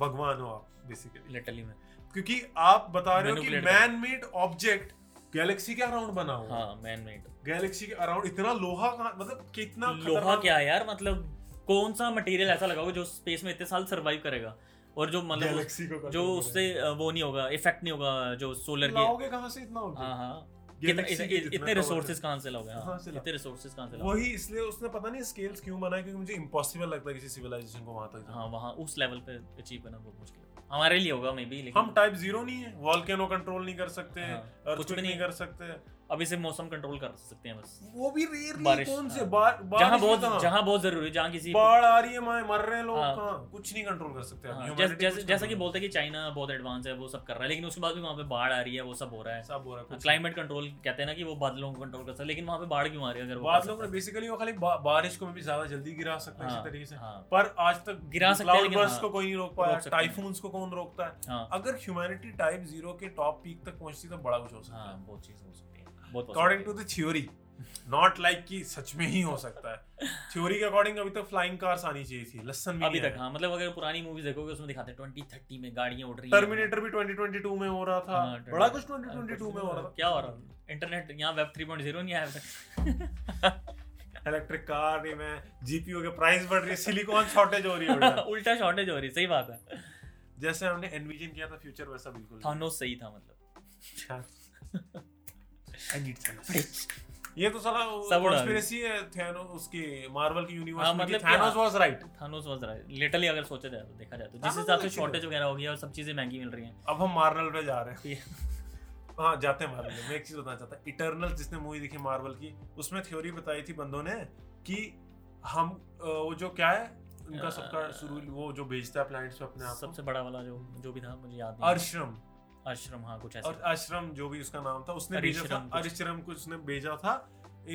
S2: भगवान हो आप बेसिकली
S1: लिटरली में
S2: क्योंकि आप बता रहे हो कि
S1: Manipulate
S2: man made object galaxy के अराउंड बना हुआ
S1: हाँ मैन मेड
S2: गैलेक्सी के अराउंड इतना लोहा कहाँ मतलब कितना
S1: लोहा
S2: खतरनाक-
S1: क्या है यार मतलब कौन सा मटेरियल ऐसा लगाओ जो स्पेस में इतने साल सरवाइव करेगा और जो मतलब उस-
S2: गैलेक्सी को control
S1: जो
S2: कर रहे
S1: उससे
S2: हैं।
S1: अ, वो नहीं होगा इफेक्ट नहीं होगा जो सोलर के
S2: लाओगे कहाँ से इतना
S1: हाँ
S2: होगा
S1: हाँ कितना- इत- इतने रिसोर्सेज कहाँ से लाओगे हाँ
S2: कहाँ से लाओ-
S1: इतने रिसोर्सेज कहाँ से लाओगे
S2: वही इसलिए उसने पता नहीं स्केल्स क्यों बनाए क्योंकि मुझे इम्पॉसिबल लगता है किसी सिविलाइजेशन को वहां तक
S1: हाँ वहाँ उस लेवल पे अचीव करना बहुत मुश्किल है हमारे लिए होगा मे बी
S2: हम टाइप जीरो नहीं है वॉल्केनो कंट्रोल नहीं कर सकते
S1: हाँ,
S2: कुछ भी नहीं कर सकते
S1: अभी से मौसम कंट्रोल कर सकते हैं बस
S2: वो भी रेयरली
S1: बारिश,
S2: कौन से
S1: हाँ।
S2: बार बारिश
S1: जहाँ
S2: भी
S1: बहुत
S2: कहाँ?
S1: जहाँ बहुत जरूरी है जहाँ किसी
S2: बाढ़ आ रही है माए मर रहे हैं लोग
S1: हाँ।
S2: कहाँ कुछ नहीं कंट्रोल कर सकते
S1: हाँ,
S2: हम
S1: जैसे
S2: Humanity
S1: जैसे
S2: कुछ
S1: जैसा कि
S2: नहीं
S1: बोलते हैं कि चाइना बहुत एडवांस है वो सब कर रहा है लेकिन उसके बाद भी वहाँ पे बाढ़ आ रही है वो सब हो रहा
S2: कर सकते। सब हो रहा है
S1: है
S2: कुछ
S1: क्लाइमेट कंट्रोल कहते हैं ना कि वो बादलों को कंट्रोल कर सकते हैं, लेकिन वहाँ पे बाढ़ क्यों आ रही है अगर वो
S2: बाद
S1: कर
S2: लोग
S1: सकते
S2: बेसिकली वो खाली बा- बारिश को भी ज्यादा जल्दी गिरा सकते हैं
S1: हाँ,
S2: इसी तरीके से
S1: हैं? हाँ
S2: पर आज तक
S1: गिरा सकते हैं,
S2: cloud
S1: लेकिन
S2: burst
S1: हाँ,
S2: को कोई नहीं रोक
S1: रोक
S2: पाया
S1: सकते हैं।
S2: टाइफून्स को कौन रोकता है
S1: हाँ
S2: अगर ह्यूमैनिटी टाइप जीरो के टॉप पीक तक पहुंचती तो बड़ा कुछ हो सकता
S1: हाँ
S2: है
S1: बहुत चीज़ हो सकती है बहुत
S2: according to
S1: possibility
S2: the theory not like कि सच में ही हो सकता है थ्योरी के अकॉर्डिंग अभी तक फ्लाइंग कार्स आनी चाहिए थी लसन
S1: है।
S2: भी
S1: अभी
S2: नहीं
S1: तक हाँ मतलब अगर पुरानी मूवीज देखोगे उसमें दिखाते हैं ट्वेंटी थर्टी में गाड़ियाँ उड़ रही हैं।
S2: टर्मिनेटर भी 2022 में हो रहा था
S1: हाँ,
S2: बड़ा
S1: 2022
S2: कुछ 2022 में हो रहा था
S1: क्या हो रहा है इंटरनेट यहाँ वेब थ्री पॉइंट जीरो नहीं आया अभी तक।
S2: इलेक्ट्रिक कार नहीं मैं जीपीयू के प्राइस बढ़ रही है सिलिकॉन शॉर्टेज हो रही है बेटा।
S1: उल्टा शॉर्टेज हो रही है, सही बात है
S2: जैसे हमने एनविजन किया था फ्यूचर वैसा बिल्कुल नहीं।
S1: थानोस सही था मतलब
S2: अच्छा। I need some- ये तो साला
S1: सब उड़ा
S2: कॉन्स्पिरेसी है थैनो उसकी मार्वल की
S1: हाँ,
S2: यूनिवर्स में
S1: मतलब
S2: थैनोस
S1: क्या-
S2: वाज राइट
S1: थानोस वाज रहा है लिटरली अगर सोचा जाए तो देखा जाए तो जिस
S2: Thanos
S1: हिसाब
S2: was
S1: से
S2: actually
S1: शॉर्टेज वगैरह हो गई है और सब चीजें महंगी मिल रही हैं
S2: अब हम मार्वल पे जा रहे
S1: ये-
S2: हैं हाँ जाते हैं मार्वल मैं एक चीज बताना चाहता हूँ इटर्नल जिसने मूवी देखी मार्वल की उसमें थ्योरी बताई थी बंदों ने कि हम अ, वो जो क्या है उनका सबका
S1: अ,
S2: शुरू वो जो भेजता है प्लैनेट्स पे अपने आप
S1: सबसे बड़ा वाला जो जो भी था मुझे याद
S2: को
S1: नहीं
S2: अर्शम
S1: आश्रम हाँ कुछ
S2: और
S1: ऐसा
S2: आश्रम जो भी उसका नाम था उसने भेजा था
S1: अरिश्रम कुछ।
S2: अरिश्रम कुछ ने भेजा था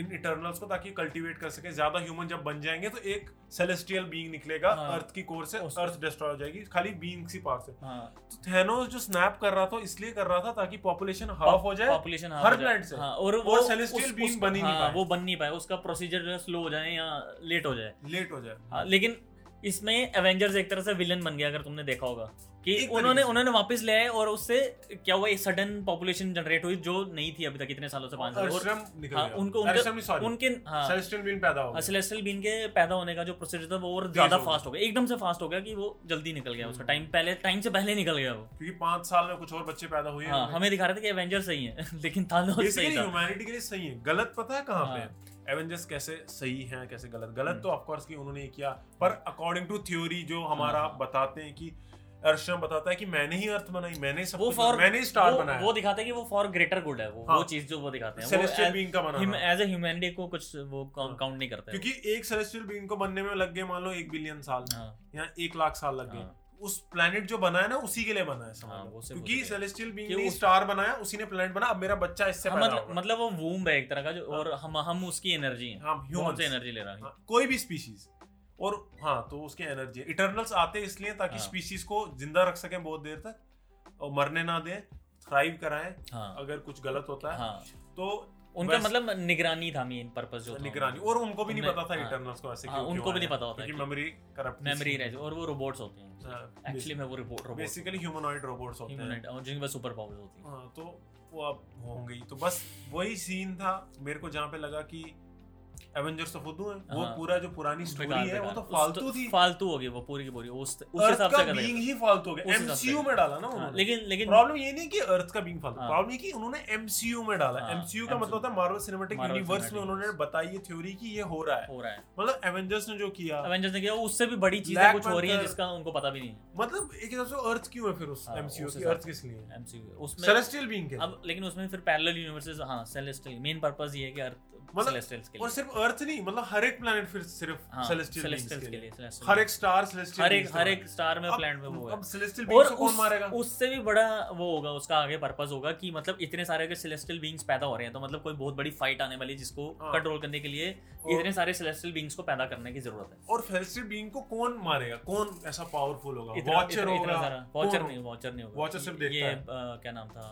S2: इन इटर्नल्स को ताकि कल्टीवेट कर सके ज्यादा ह्यूमन जब बन जाएंगे तो एक सेलेस्टियल बीइंग निकलेगा
S1: हाँ।
S2: अर्थ की कोर से
S1: उस-
S2: अर्थ डिस्ट्रॉय हो जाएगी खाली बीइंग्स ही पास है
S1: हाँ
S2: तो थैनोस जो स्नैप कर रहा था इसलिए कर रहा था ताकि पॉपुलेशन हाफ हो जाए
S1: पॉपुलेशन
S2: हर planet से।
S1: हाँ और
S2: वो celestial being
S1: उसका-
S2: बन ही नहीं
S1: हाँ,
S2: पाए।
S1: वो बन नहीं पाए उसका प्रोसीजर जो है स्लो हो जाए या लेट हो जाए
S2: लेट हो जाए
S1: हाँ, लेकिन इसमें एवेंजर्स एक तरह से विलन बन गया अगर तुमने देखा होगा कि
S2: एक
S1: उन्होंने
S2: तरीके से।
S1: उन्होंने वापस ले आए और उससे क्या हुआ एक सडन पॉपुलेशन जनरेट हुई जो नहीं थी अभी तक इतने सालों से पांच साल और
S2: अरिश्रम निकल
S1: हाँ,
S2: गया
S1: उनको- उनके-
S2: अरिश्रम नहीं सॉरी
S1: उनके हाँ
S2: सेलेस्टियल बीइंग पैदा हो गया
S1: सेलेस्टियल बीन के पैदा होने का जो प्रोसीजर था वो और
S2: तेज
S1: ज्यादा
S2: हो गया। Hmm।
S1: फास्ट हो गया एकदम से फास्ट हो गया कि वो जल्दी निकल गया उसका टाइम पहले टाइम से पहले निकल गया वो
S2: क्योंकि पांच साल में कुछ और बच्चे पैदा हुए
S1: हाँ हमें दिखा रहे थे कि एवेंजर्स सही है लेकिन थानोस सही
S2: बेसिकली
S1: था हाँ।
S2: ह्यूमैनिटी के लिए सही है गलत पता है कहाँ पे है? एवेंजर्स कैसे सही हैं कैसे गलत गलत
S1: हम्म।
S2: तो ऑफकोर्स कि उन्होंने ये किया पर अकॉर्डिंग टू थ्योरी जो हमारा
S1: हाँ।
S2: आप बताते हैं कि अर्शम बताता है कि मैंने ही अर्थ बनाई मैंने ही सब
S1: वो
S2: कुछ
S1: for-
S2: बनाया, मैंने ही स्टार
S1: वो,
S2: बनाया
S1: वो दिखाते हैं कि वो फॉर ग्रेटर गुड है वो
S2: हाँ।
S1: वो चीज जो वो दिखाते हैं
S2: सेलेस्टियल
S1: वो
S2: बीइंग का बनाना
S1: एज ए ह्यूमैनिटी को कुछ वो
S2: हाँ।
S1: काउंट नहीं करते
S2: क्योंकि एक सेलेस्टियल बीइंग को बनने में लग गए मान लो एक बिलियन साल
S1: हाँ
S2: या एक लाख साल लग गए
S1: हाँ।
S2: उस planet जो बनाया ना उसी के लिए बनाया समझ
S1: हाँ,
S2: लो
S1: वो सिर्फ
S2: क्योंकि
S1: उसी के लिए।
S2: सेलेस्टियल बीइंग
S1: कि
S2: ने
S1: उस-
S2: स्टार बनाया उसी ने planet बना अब मेरा बच्चा इससे
S1: हाँ,
S2: पैदा
S1: मतलब
S2: होगा
S1: मतलब वो वूम है एक तरह का जो
S2: हाँ।
S1: और हम हम उसकी एनर्जी है
S2: हम
S1: मतलब बहुत
S2: humans।
S1: से एनर्जी ले रहा है
S2: हाँ, कोई भी स्पीशीज और हाँ तो उसके एनर्जी इटर्नल्स आते इसलिए ताकि
S1: हाँ।
S2: स्पीशीज को जिंदा रख सकें बहुत देर तक और मरने ना दें थ्राइव कराएं
S1: हाँ
S2: अगर कुछ गलत होता है
S1: हाँ
S2: तो
S1: उनका
S2: बस-
S1: मतलब निगरानी था मेन पर्पस जो था
S2: निगरानी और उनको भी नहीं
S1: उनमें-
S2: पता था
S1: हाँ।
S2: इटर्नल्स को ऐसे
S1: हाँ,
S2: क्यों-
S1: उनको
S2: क्यों
S1: भी नहीं
S2: आया।
S1: पता होता
S2: क्योंकि हाँ,
S1: कि-
S2: मेमोरी करप्ट
S1: मेमोरी रह और वो रोबोट्स होते हैं एक्चुअली में वो robot robot
S2: basically humanoid robots होते हैं
S1: और जिनके पास सुपर पावर्स होती हैं
S2: हाँ तो वो अब होंगे ही तो बस वही सीन था मेरे को जहाँ पे लगा कि एवेंजर्स तो फुद्दू है वो
S1: हाँ।
S2: पूरा जो पुरानी स्टोरी
S1: बेकार-
S2: है वो तो
S1: बेकार।
S2: फालतू
S1: उस-
S2: थी
S1: फालतू होगी वो पूरी की पूरी उस उस
S2: अर्थ
S1: हिसाब
S2: का
S1: से कर
S2: बीइंग
S1: रहे
S2: ही फालतू हो
S1: उस
S2: गया
S1: हिसाब से
S2: एमसीयू
S1: करेगा।
S2: में डाला ना
S1: थे। हाँ,
S2: उन्होंने
S1: लेकिन लेकिन
S2: प्रॉब्लम ये नहीं कि अर्थ का बीइंग फालतू
S1: हाँ।
S2: प्रॉब्लम ये कि उन्होंने एमसीयू में डाला
S1: हाँ,
S2: एमसीयू का
S1: MCU
S2: मतलब होता है मार्वल सिनेमैटिक
S1: Marvel
S2: यूनिवर्स में
S1: Cinematic
S2: उन्होंने
S1: Universe।
S2: बताई ये थ्योरी कि ये हो रहा है
S1: हो रहा है
S2: मतलब एवेंजर्स ने जो किया
S1: एवेंजर्स ने किया उससे भी बड़ी चीजें
S2: Black
S1: कुछ हो रही हैं
S2: Panther-
S1: जिसका उनको पता भी नहीं है
S2: मतलब एक हिसाब से अर्थ क्यों है फिर उस
S1: हाँ,
S2: एमसीयू
S1: उस
S2: की
S1: हिसाब
S2: अर्थ किस लिए
S1: एमसीयू उसमें
S2: सेलेस्टियल बीइंग के लिए।
S1: अब लेकिन उसमें फिर पैरेलल यूनिवर्सेस हाँ सेलेस्टियल मेन पर्पस ये है कि अर्थ
S2: मतलब-
S1: सेलेस्टियल्स के
S2: और
S1: लिए
S2: सिर्फ अर्थ नहीं मतलब हर एक प्लेनेट फिर सिर्फ
S1: हाँ,
S2: सेलेस्टियल बीइंग्स
S1: celestials
S2: के लिए
S1: लिए celestial
S2: हर
S1: beings।
S2: एक स्टार सेलेस्टियल
S1: तो हर एक हर एक स्टार में
S2: अब-
S1: प्लैनेट में वो है
S2: तो अब सेलेस्टियल
S1: और
S2: बीइंग्स को कौन
S1: उस-
S2: मारेगा
S1: उससे भी बड़ा वो होगा उसका आगे पर्पस होगा कि मतलब इतने सारे अगर सेलेस्टियल बींग्स पैदा हो रहे हैं तो मतलब कोई बहुत बड़ी फाइट आने वाली है जिसको
S2: हाँ।
S1: कंट्रोल करने के लिए
S2: और-
S1: इतने सारे सेलेस्टियल बींग्स को पैदा करने की जरूरत है
S2: और सेलेस्टियल बीइंग को कौन मारेगा कौन ऐसा पावरफुल होगा
S1: इतना
S2: वॉचर
S1: इतना- इतना
S2: होगा
S1: सारा वॉचर
S2: कौन
S1: नहीं वॉचर नहीं होगा
S2: Watcher सिर्फ
S1: ये-
S2: देखता
S1: ये
S2: है।
S1: अ, क्या नाम था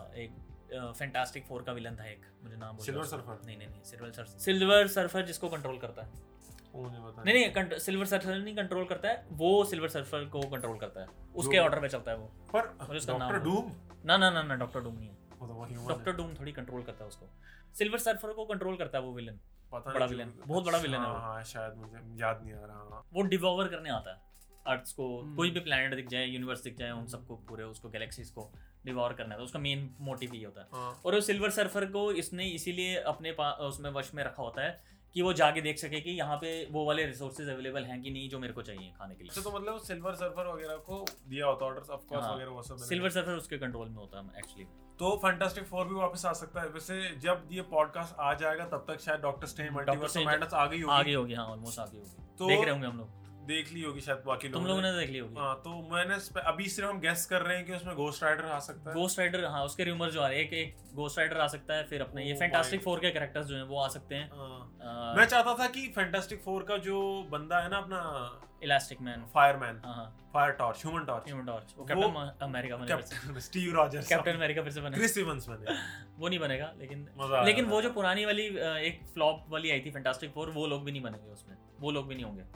S1: एक फैंटास्टिक फोर का विलन था एक मुझे नाम भूल गया
S2: सिल्वर
S1: उसका।
S2: सर्फर
S1: नहीं नहीं नहीं सिल्वर सर्फर सिल्वर सर्फर जिसको कंट्रोल करता है
S2: मुझे पता
S1: नहीं नहीं सिल्वर सर्फर नहीं कंट्रोल करता है वो सिल्वर सर्फर को कंट्रोल करता है उसके
S2: जो-
S1: ऑर्डर में चलता है वो
S2: पर
S1: मुझे उसका नाम
S2: डॉक्टर
S1: बोलो।
S2: डूम
S1: ना ना ना ना डॉक्टर डूम नहीं है
S2: वो तो वो ह्यूमन
S1: डॉक्टर डूम थोड़ी कंट्रोल करता है उसको सिल्वर सर्फर को कंट्रोल करता है वो विलन
S2: पता
S1: बड़ा
S2: क्यों-
S1: villain, बहुत बड़ा villain है
S2: हाँ,
S1: वो।
S2: हाँ शायद मुझे याद नहीं आ रहा हाँ।
S1: वो डिवॉवर करने आता है अर्थ्स को
S2: हम्म।
S1: कोई भी प्लेनेट दिख जाए यूनिवर्स दिख जाए उन सबको पूरे उसको गैलेक्सीज को डिवॉर करना था उसका मेन मोटिव ये होता है
S2: हाँ
S1: और वो सिल्वर सर्फर को इसने इसीलिए अपने पा- उसमें वश में रखा होता है कि वो जाके देख सके कि यहाँ पे वो वाले रिसोर्सेज अवेलेबल हैं कि नहीं जो मेरे को चाहिए खाने के
S2: अच्छा
S1: लिए
S2: तो मतलब सिल्वर सर्फर वगैरह को दिया होता ऑर्डर्स ऑफ कोर्स
S1: हाँ,
S2: वगैरह वो सब
S1: सिल्वर सर्फर उसके कंट्रोल में होता है एक्चुअली
S2: तो फैंटास्टिक फोर भी वापस आ सकता है वैसे जब ये पॉडकास्ट आ जाएगा तब तक शायद Doctor Strange multiverse
S1: Strange
S2: madness आ गई
S1: आगे
S2: होगी
S1: होगी हाँ ऑलमोस्ट आगे होगी
S2: तो
S1: देख रहे होंगे हम लोग
S2: देख ली होगी शायद बाकी
S1: तुम
S2: लोगों
S1: लोगों
S2: ने
S1: ने देख ली होगी
S2: हाँ तो मैंने इस पे- अभी सिर्फ हम गेस कर रहे हैं कि उसमें घोस्ट राइडर आ सकता है
S1: गोस्ट राइडर हाँ उसके रूमर जो आ रहे हैं एक एक गोस्ट राइडर आ सकता है फिर अपने ये
S2: Oh my
S1: Fantastic
S2: God.
S1: Four के कैरेक्टर्स जो हैं वो आ सकते हैं
S2: हाँ। मैं चाहता था कि फैंटास्टिक फोर का जो बंदा है ना अपना
S1: इलास्टिक मैन
S2: फायरमैन
S1: हाँ हाँ
S2: fire torch Human Torch
S1: Human Torch
S2: वो-
S1: कैप्टन अमेरिका बने वैसे।
S2: Captain Steve Rogers
S1: Captain America फिर से बने
S2: क्रिस इवंस बने
S1: वो नहीं बनेगा लेकिन
S2: मजा आ
S1: लेकिन
S2: रहा
S1: वो
S2: था।
S1: जो पुरानी वाली अ, एक फ्लॉप वाली आई थी फैंटास्टिक फोर वो लोग भी नहीं बनेंगे उसमें वो लोग भी नहीं होंगे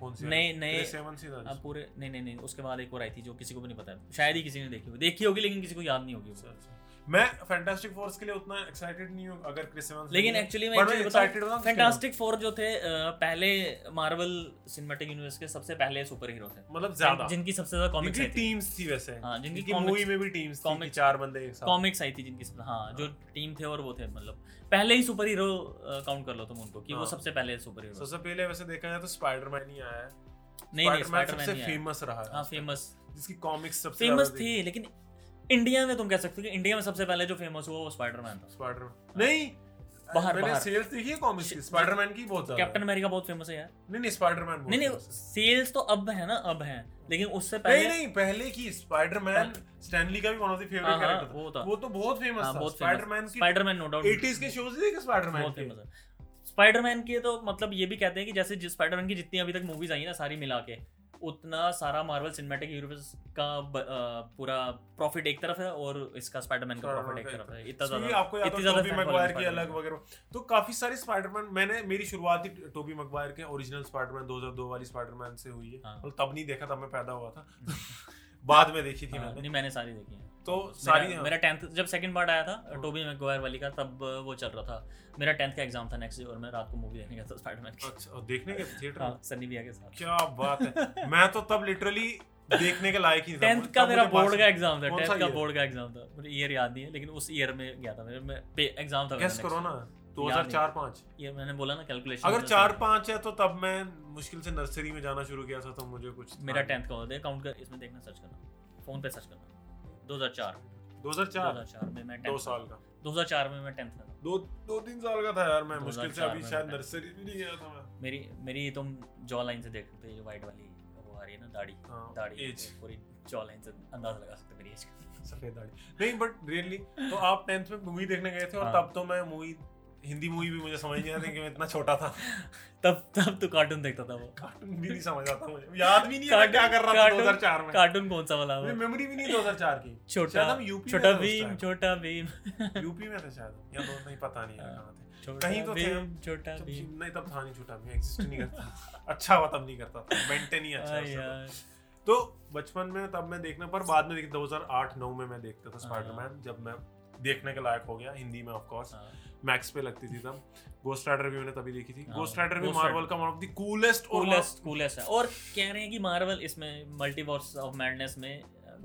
S2: कौन सी
S1: नए नए
S2: क्रिस इवंस ही था
S1: अब पूरे नहीं नहीं नहीं उसके बाद एक और आई थी जो किसी को भी नहीं पता है शायद ही किसी ने देखी होगी देखी होगी लेकिन किसी को याद नहीं होगी वो।
S2: अच्छा, अच्छा। मैं फैंटास्टिक फोर्स के लिए उतना एक्साइटेड नहीं हूं अगर क्रिस इवंस
S1: लेकिन एक्चुअली मैं
S2: But
S1: एक
S2: मैं
S1: चीज़ बताऊं,
S2: excited हूं उसके लिए।
S1: फैंटास्टिक फोर जो थे अ, पहले मार्वल सिनेमैटिक यूनिवर्स के सबसे पहले सुपर हीरो थे
S2: मतलब ज्यादा
S1: जिनकी सबसे ज्यादा कॉमिक्स
S2: जिनकी
S1: आई थी
S2: टीम्स थी वैसे
S1: हाँ, जिनकी
S2: जिनकी
S1: comics-
S2: मूवी में भी टीम्स थी कि
S1: comics-
S2: चार बंदे एक साथ
S1: कॉमिक्स आई थी जिनकी सबसे- हाँ जो टीम थे और वो थे मतलब पहले ही सुपर हीरो काउंट कर लो तुम उनको कि वो
S2: हाँ।
S1: सबसे पहले सुपर हीरो
S2: सबसे पहले वैसे देखा जाए तो स्पाइडरमैन ही आया है
S1: नहीं नहीं
S2: Spider-Man
S1: स्पाइडरमैन
S2: सबसे
S1: नहीं आया।
S2: फेमस रहा है।
S1: हाँ फेमस
S2: जिसकी कॉमिक्स सबसे
S1: फेमस
S2: ज्यादा
S1: थी
S2: देखी।
S1: लेकिन इंडिया में तुम कह सकते हो कि इंडिया में सबसे पहले जो फेमस हुआ वो स्पाइडरमैन था
S2: स्पाइडरमैन नहीं
S1: हाँ। बाहर,
S2: मैंने
S1: बाहर।
S2: सेल्स देखी है कॉमिक्स की स्पाइडरमैन की बहुत ज्यादा
S1: कैप्टन अमेरिका बहुत फेमस है यार
S2: नहीं नहीं स्पाइडरमैन बहुत
S1: नहीं नहीं
S2: famous है।
S1: सेल्स तो अब है ना अब है लेकिन उससे
S2: नहीं
S1: पहले
S2: नहीं पहले की स्पाइडरमैन स्टैनली का भी वन ऑफ द
S1: हाँ,
S2: फेवरेट
S1: हाँ,
S2: कैरेक्टर
S1: वो
S2: था
S1: था
S2: वो तो बहुत फेमस
S1: हाँ,
S2: था
S1: बहुत famous।
S2: स्पाइडरमैन की
S1: स्पाइडरमैन नो डाउट
S2: 80s के शोज देखे स्पाइडरमैन
S1: बहुत
S2: के
S1: फेमस है स्पाइडरमैन के तो मतलब ये भी कहते हैं कि जैसे जिस स्पाइडरमैन की जितनी अभी तक मूवीज आई हैं ना सारी मिला के उतना सारा मार्वल सिनेमैटिक यूनिवर्स का ब- अ, पूरा प्रॉफिट एक तरफ है और इसका स्पाइडरमैन का
S2: Spider-Man
S1: प्रॉफिट एक
S2: का
S1: तरफ है इतना
S2: हाँ, इसमें भी
S1: ज्यादा
S2: आपको याद
S1: इतनी
S2: होगा
S1: ज्यादा
S2: टोबी
S1: fan
S2: मगवायर
S1: following
S2: की अलग
S1: Spider-Man।
S2: वगैरह तो काफी सारी स्पाइडरमैन मैंने मेरी शुरुआत ही टोबी मगवायर के ओरिजिनल स्पाइडरमैन 2002 वाली स्पाइडरमैन से हुई है
S1: हाँ।
S2: मतलब तब नहीं देखा तब मैं पैदा हुआ था बाद में देखी थी
S1: हाँ,
S2: मैंने
S1: नहीं मैंने सारी देखी है
S2: तो
S1: सारी
S2: सारी
S1: मेरा,
S2: हाँ,
S1: मेरा 10th जब सेकंड पार्ट आया था
S2: हाँ।
S1: टोबी मैगवायर वाली का तब अ, वो चल रहा था मेरा 10th का एग्जाम था नेक्स्ट डे और मैं रात को मूवी देखने गया था स्पाइडरमैन की
S2: अच्छा और देखने के थिएटर
S1: हाँ
S2: में?
S1: सनी भैया के साथ
S2: क्या बात है मैं तो तब लिटरली देखने के लायक ही था
S1: 10th का
S2: तब
S1: मेरा
S2: मुझे
S1: बोर्ड
S2: पास-
S1: का एग्जाम था
S2: कौन सा
S1: 10th का
S2: year?
S1: बोर्ड का एग्जाम था मुझे ईयर याद नहीं है लेकिन उस ईयर में गया था मेरे में एग्जाम था
S2: गेस करो ना 2004 5
S1: ये मैंने बोला ना कैलकुलेशन
S2: अगर 4 5 है तो तब मैं मुश्किल से नर्सरी में जाना शुरू किया था तो मुझे कुछ
S1: मेरा 10th का होता है काउंट कर इसमें देखना सर्च करना फोन पे सर्च करना 2004
S2: 2004
S1: 2004 में मैं
S2: 2
S1: 10th
S2: साल का
S1: 2004 में मैं 10th का था
S2: दो दो तीन साल का था यार मैं
S1: दो
S2: मुश्किल से
S1: हजार
S2: अभी
S1: चार
S2: शायद
S1: में था।
S2: नर्सरी भी नहीं गया था मैं
S1: मेरी मेरी तुम जॉ लाइन से देख सकते हो ये वाइट वाली वो आ रही है ना दाढ़ी
S2: हाँ,
S1: दाढ़ी है,
S2: age,
S1: तो पूरी जॉ लाइन से अंदाजा लगा सकते हो मेरी एज का
S2: सफेद दाढ़ी नहीं बट रियली तो आप 10th में मूवी देखने गए थे और
S1: हाँ।
S2: तब तो मैं मूवी हिंदी मूवी भी मुझे समझ नहीं आती कि मैं इतना छोटा था
S1: तब तब तो कार्टून देखता था वो
S2: कार्टून भी नहीं समझ आता मुझे याद भी नहीं है मैं क्या कर रहा था
S1: कार्टून-
S2: 2004 में
S1: कार्टून कौन सा वाला
S2: मुझे
S1: वो?
S2: मेमोरी भी नहीं 2004 की
S1: छोटा
S2: शायद हम यूपी
S1: छोटा
S2: में थे उस
S1: भीम
S2: time।
S1: छोटा भीम
S2: यूपी में थे शायद या दो नहीं पता नहीं यार
S1: हाँ।
S2: कहाँ थे
S1: छोटा
S2: कहीं तो थे
S1: भीम
S2: हम।
S1: छोटा
S2: जब
S1: भीम
S2: नहीं तब था नहीं छोटा मैं एग्जिस्ट नहीं करता अच्छा हुआ तब नहीं करता था मेंटेन ही अच्छा
S1: आय
S2: उससे तो।
S1: हाँ यार
S2: तो बचपन में तब मैं देखना पर बाद में देखी 2008 9 में मैं देखता था
S1: हाँ।
S2: स्पाइडरमैन जब मैं देखने के लायक हो गया हिंदी में ऑफ कोर्स
S1: हाँ।
S2: मैक्स पे लगती थी तब गोस्ट राइडर भी मैंने तभी देखी थी
S1: हाँ,
S2: गोस्ट राइडर भी
S1: Ghost
S2: मार्वल
S1: Rider।
S2: का वन ऑफ द कूलेस्ट और हाँ।
S1: कूलेस्ट कूलेस्ट है और कह रहे हैं कि मार्वल इसमें मल्टीवर्स ऑफ मैडनेस में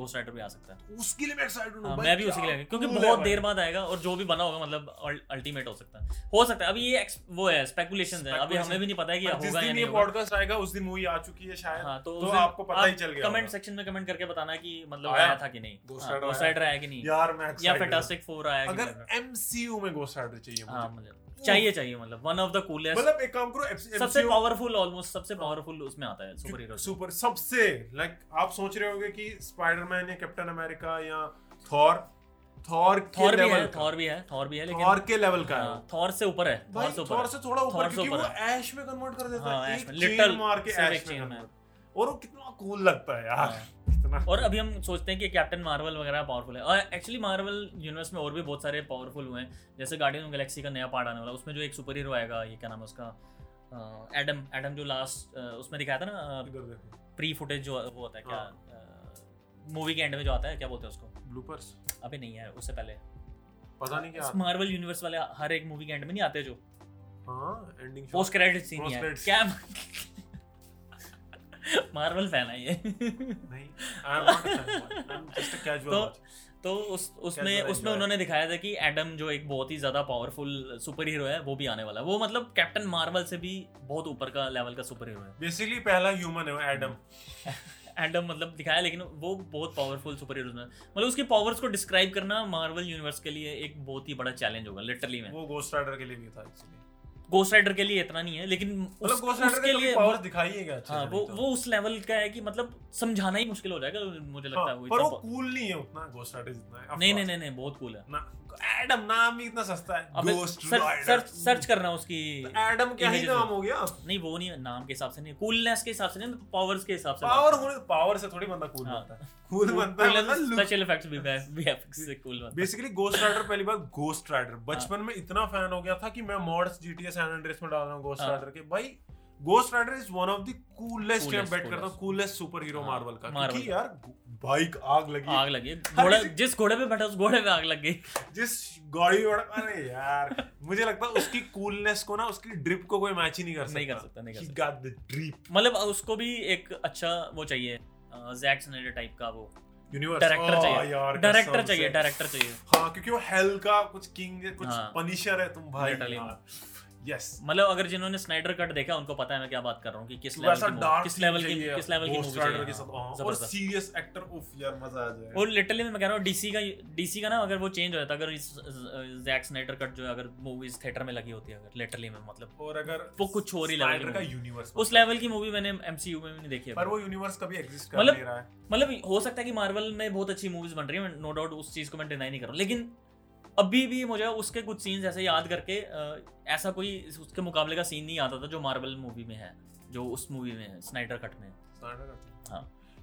S1: घोस्ट राइडर भी आ सकता है
S2: उसके लिए मैं एक्साइटेड
S1: हाँ,
S2: हूं
S1: मैं भी उसी के लिए क्योंकि बहुत देर बाद आएगा और जो भी बना होगा मतलब अल्टीमेट हो सकता है हो सकता है अभी ये ex- वो है स्पेकुलेशन है अभी हमें भी नहीं पता है कि
S2: जिस
S1: होगा या
S2: दिन
S1: नहीं
S2: ये
S1: होगा
S2: पॉडकास्ट आएगा उस दिन मूवी आ चुकी है शायद
S1: हाँ तो,
S2: तो आपको पता ही चल गया
S1: कमेंट
S2: होगा।
S1: सेक्शन में कमेंट करके बताना कि मतलब
S2: आया?
S1: आया था कि नहीं
S2: Ghost
S1: हाँ,
S2: Rider
S1: Ghost
S2: आया?
S1: Rider आया कि नहीं
S2: यार मैं
S1: या
S2: excited हूं।
S1: फैंटास्टिक फोर आया कि
S2: अगर
S1: नहीं
S2: एमसीयू में गोस्ट राइडर चाहिए
S1: हाँ
S2: मुझे
S1: मतलब चाहिए चाहिए मतलब वन ऑफ द कूलेस्ट
S2: मतलब एक काम करो
S1: सबसे
S2: एमसीयू
S1: पावरफुल ऑलमोस्ट सबसे पावरफुल उसमें आता है सुपर हीरो
S2: सुपर सबसे लाइक आप सोच रहे होंगे कि स्पाइडरमैन या कैप्टन अमेरिका या थॉर थॉर के
S1: थॉर भी है
S2: लेवल का
S1: थॉर भी है थॉर भी है
S2: थॉर
S1: लेकिन
S2: के लेवल का है वो।
S1: थॉर से ऊपर है
S2: भाई
S1: थॉर से ऊपर
S2: थॉर
S1: है।
S2: से थोड़ा ऊपर
S1: Thor से
S2: क्योंकि वो
S1: ऊपर
S2: ऐश में कन्वर्ट कर देता
S1: हाँ,
S2: है
S1: Ash
S2: एक
S1: में,
S2: चेन
S1: literal
S2: मार के
S1: सिर्फ
S2: ऐश
S1: एक
S2: में
S1: chain
S2: convert। और वो कितना कूल लगता है यार
S1: हाँ।
S2: कितना
S1: और अभी हम सोचते हैं कि कैप्टन मार्वल वगैरह पावरफुल है और एक्चुअली मार्वल यूनिवर्स में और भी बहुत सारे पावरफुल हुए हैं जैसे गार्डियन ऑफ गैलेक्सी का नया पार्ट आने वाला है, उसमें जो एक सुपर हीरो आएगा ये क्या नाम है उसका एडम एडम जो लास्ट उसमें दिखाया था ना
S2: इधर देखो
S1: प्री फुटेज जो वो होता है क्या मूवी के एंड में जो आता है क्या बोलते हैं उसको
S2: ब्लूपर्स
S1: अभी नहीं है उससे पहले
S2: पता नहीं क्या
S1: मार्वल यूनिवर्स वाले हर एक मूवी के एंड में नहीं आते जो
S2: हां ending
S1: post credit scene
S2: Post
S1: है
S2: credit
S1: क्या मार्वल फैन है ये
S2: नहीं I am not I am just a casual
S1: तो- तो उस उसमें
S2: Can I
S1: उसमें
S2: enjoy?
S1: उन्होंने दिखाया था कि एडम जो एक बहुत ही ज्यादा पावरफुल सुपर हीरो है वो भी आने वाला है वो मतलब कैप्टन मार्वल से भी बहुत ऊपर का लेवल का सुपर हीरो
S2: बेसिकली पहला ह्यूमन है वो एडम
S1: है एडम मतलब दिखाया लेकिन वो बहुत पावरफुल सुपर हीरो है मतलब उसकी पावर्स को डिस्क्राइब करना मार्वल यूनिवर्स के लिए एक बहुत ही बड़ा चैलेंज होगा लिटरली में
S2: वो गोस्ट राइडर के लिए भी था एक्चुअली
S1: गोस्ट राइडर के लिए इतना नहीं है लेकिन
S2: मतलब
S1: उस,
S2: गोस्ट राइडर
S1: उसके
S2: के लिए
S1: लिए
S2: पावर्स दिखाई है क्या अच्छे
S1: हाँ
S2: से
S1: वो
S2: नहीं तो।
S1: वो उस लेवल का है कि मतलब समझाना ही मुश्किल हो जाएगा मुझे लगता
S2: हाँ,
S1: है वो
S2: पर
S1: इतना
S2: वो
S1: power-
S2: कूल नहीं है उतना गोस्ट राइडर जितना है
S1: नहीं नहीं नहीं नहीं बहुत कूल है
S2: नहीं एडम नाम ही इतना सस्ता है
S1: अबे
S2: ghost
S1: search
S2: rider
S1: search search करना उसकी
S2: एडम क्या ही
S1: images
S2: नाम हो गया
S1: नहीं वो नहीं नाम के हिसाब से नहीं कूलनेस के हिसाब से नहीं पावर्स के हिसाब से
S2: पावर होने पावर से थोड़ी बंदा कूल
S1: हाँ।
S2: बनता है कूल बनता है
S1: तो
S2: मतलब
S1: स्पेशल इफेक्ट्स भी वीएफएक्स से कूल बनता
S2: बेसिकली गोस्ट राइडर पहली बार गोस्ट राइडर
S1: हाँ।
S2: बचपन में इतना फैन हो गया था कि मैं मॉड्स जीटीए सैन एंड्रियास में डाल रहा हूं गोस्ट
S1: हाँ।
S2: राइडर के भाई Ghost Rider is one of the coolest
S1: Coolest,
S2: bet करता हूं
S1: coolest.
S2: कूलेस्ट सुपर हीरो
S1: हाँ,
S2: मार्वल का
S1: Marvel
S2: क्योंकि
S1: का।
S2: यार बाइक आग लगी
S1: है आग लगी घोड़े जिस घोड़े पे बैठा उस घोड़े पे आग लग गई
S2: जिस गाड़ी में बड़ा- अरे यार मुझे लगता है उसकी कूलनेस को ना उसकी ड्रिप को कोई मैच ही नहीं कर सकता
S1: नहीं कर सकता नहीं कर सकता
S2: गॉट द ड्रिप
S1: मतलब उसको भी एक अच्छा वो चाहिए जैक स्नाइडर टाइप का वो
S2: यूनिवर्स
S1: Director चाहिए। डायरेक्टर चाहिए डायरेक्टर चाहिए
S2: हाँ क्योंकि वो हेल का कुछ किंग है कुछ
S1: हाँ।
S2: पनिशर है तुम भाई हाँ।
S1: Literally.
S2: यस
S1: मतलब अगर जिन्होंने स्नाइडर कट देखा उनको पता है मैं क्या बात कर रहा हूँ कि किस
S2: वैसा
S1: लेवल की
S2: डार्क
S1: किस लेवल की किस लेवल की मूवी
S2: के साथ हाँ, और
S1: जबरदस्त
S2: सीरियस एक्टर उफ यार मजा आ जाएगा
S1: और लिटरली मैं कह रहा हूँ डीसी का डीसी का ना अगर वो चेंज हो जाता अगर इस जैक स्नाइडर कट जो है अगर मूवीज थिएटर में लगी होती है अगर लिटरली में मतलब
S2: और अगर
S1: वो कुछ और ही level की
S2: Snyder का
S1: movie।
S2: यूनिवर्स
S1: उस लेवल की मूवी मैंने एमसीयू में भी नहीं देखी है
S2: पर वो यूनिवर्स कभी एग्जिस्ट कर
S1: मतलब-
S2: नहीं रहा है
S1: मतलब हो सकता है कि मार्वल में बहुत अच्छी मूवीज बन रही है नो डाउट उस चीज को मैं डिनाई नहीं कर रहा हूं। लेकिन अभी भी मुझे उसके कुछ सीन्स ऐसे याद करके अ, ऐसा कोई उसके मुकाबले का सीन नहीं आता था जो मार्वल मूवी में है जो उस मूवी में है स्नाइडर कट में
S2: Snyder का।
S1: हाँ।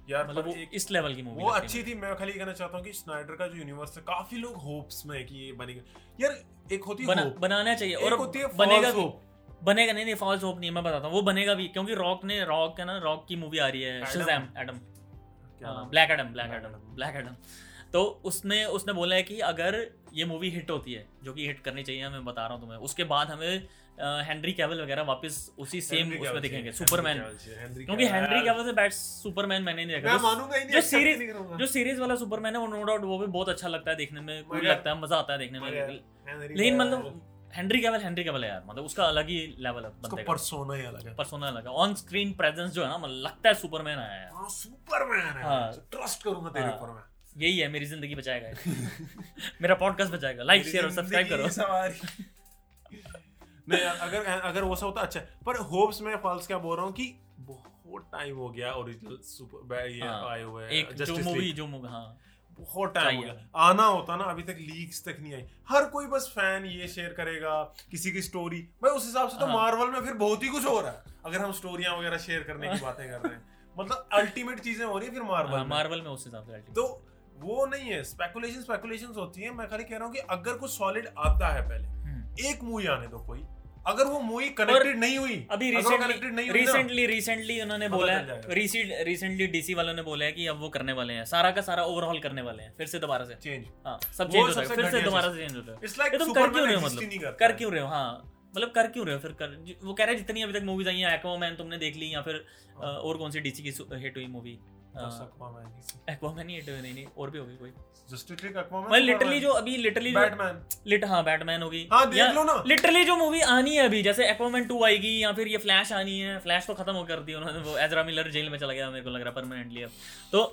S2: यार
S1: मतलब वो
S2: मतलब एक
S1: इस लेवल की मूवी
S2: वो अच्छी थी मैं खाली ये कहना चाहता हूँ कि स्नाइडर का जो यूनिवर्स है काफी लोग होप्स में है कि ये बनेगा यार एक होती है
S1: बना,
S2: hope,
S1: बनाना चाहिए
S2: एक
S1: और
S2: होती है
S1: बनेगा
S2: false
S1: भी
S2: hope।
S1: बनेगा नहीं नहीं फॉल्स होप नहीं है, मैं बताता हूँ वो बनेगा भी क्योंकि रॉक ने रॉक है ना रॉक की मूवी आ रही है हाँ,
S2: Adam।
S1: शज़ैम एडम
S2: क्या नाम है?
S1: Black Adam Black
S2: Black
S1: Adam
S2: Adam।
S1: Black Adam तो उसने उसने बोला है कि अगर ये मूवी हिट होती है जो कि हिट करनी चाहिए मैं बता रहा हूँ तुम्हें उसके बाद हमें हेनरी कैवल वगैरह वापस उसी सेम
S2: Henry
S1: उसमें
S2: Cavill
S1: दिखेंगे
S2: चाहिए,
S1: सुपरमैन
S2: Henry Cavill चाहिए, Henry
S1: क्योंकि
S2: Cavill।
S1: हेनरी
S2: यार,
S1: कैवल से बैट सुपरमैन मैंने नहीं
S2: मैं
S1: देखा
S2: मानूंगा ही नहीं
S1: जो
S2: accept
S1: series-
S2: नहीं करूंगा।
S1: जो सीरीज वाला सुपरमैन है वो नो डाउट वो भी बहुत अच्छा लगता है देखने में cool
S2: मगर-
S1: लगता है मजा आता है देखने में
S2: मगर- Henry
S1: लेकिन
S2: Cavill।
S1: मतलब हेनरी कैवल हेनरी कैवल है यार मतलब उसका अलग ही लेवल है
S2: उसका
S1: बंदे का
S2: persona ही अलग है
S1: पर्सोना लगा ऑन स्क्रीन प्रेजेंस जो है ना मतलब लगता है सुपरमैन आया है
S2: हाँ, सुपरमैन है
S1: हाँ।
S2: ट्रस्ट करूंगा तेरे
S1: हाँ।
S2: ऊपर मैं
S1: यही है मेरी जिंदगी बचाएगा ये। मेरा पॉडकास्ट बचाएगा लाइक शेयर और सब्सक्राइब करो
S2: मेरी जिंदगी सवारी नहीं यार, अगर अगर वो सब होता अच्छा है। पर होप्स में फॉल्स क्या बोल रहा हूँ कि बहुत टाइम हो गया ओरिजिनल सुपर ये
S1: हाँ,
S2: आए हुए
S1: एक जो
S2: Justice
S1: मूवी
S2: League।
S1: जो मूवी हाँ
S2: बहुत टाइम हो
S1: चाहिए।
S2: गया आना होता ना अभी तक लीक्स तक नहीं आई हर कोई बस फैन ये शेयर करेगा किसी की स्टोरी भाई उस हिसाब से तो
S1: हाँ।
S2: मार्वल में फिर बहुत ही कुछ हो रहा है अगर हम स्टोरियां वगैरह शेयर करने की बातें कर रहे हैं मतलब अल्टीमेट चीजें हो रही है फिर
S1: हाँ,
S2: मार्वल में
S1: मार्वल में उस हिसाब से ultimate।
S2: तो वो नहीं है स्पेकुलेशन स्पेकुलेशन होती है मैं खाली कह रहा हूँ कि अगर कुछ सॉलिड आता है पहले
S1: हम्म।
S2: एक मूवी आने दो कोई अगर वो मूवी कनेक्टेड नहीं हुई
S1: अभी
S2: अगर वो connected नहीं
S1: रिसेंटली
S2: हुई ना-
S1: रिसेंटली रिसेंटली उन्होंने
S2: पता
S1: बोला
S2: चल
S1: है
S2: जाएगा।
S1: रिसेंटली डीसी वालों ने बोला है कि अब वो करने वाले हैं सारा का सारा ओवरऑल करने वाले हैं फिर से दोबारा से
S2: चेंज
S1: हाँ सब
S2: वो
S1: चेंज हो जाएगा
S2: सबसे
S1: फिर से
S2: घटिया
S1: दोबारा से चेंज हो जाएगा
S2: इट्स लाइक
S1: ये तुम कर क्यों रहे हो मतलब? कर क्यों रहे हो हाँ मतलब कर क्यों रहे हो फिर कर वो कह रहे हैं जितनी अभी तक मूवीज आई हैं एक्वामैन तुमने देख ली या फिर अ,
S2: हाँ।
S1: और कौन सी डीसी की हिट हुई मूवी हाँ। एक्वामैन ही हिट हुई नहीं नहीं और भी होगी कोई
S2: जस्टिस लीग अक्वामैन
S1: मतलब लिटरली जो अभी लिटरली
S2: बैटमैन
S1: लिट हाँ बैटमैन होगी
S2: हां देख लो ना
S1: लिटरली जो मूवी आनी है अभी जैसे एक्वामैन 2 आएगी या फिर ये फ्लैश आनी है फ्लैश तो खत्म हो कर दी उन्होंने वो एजरा मिलर जेल में चला गया मेरे को लग रहा है परमानेंटली अब तो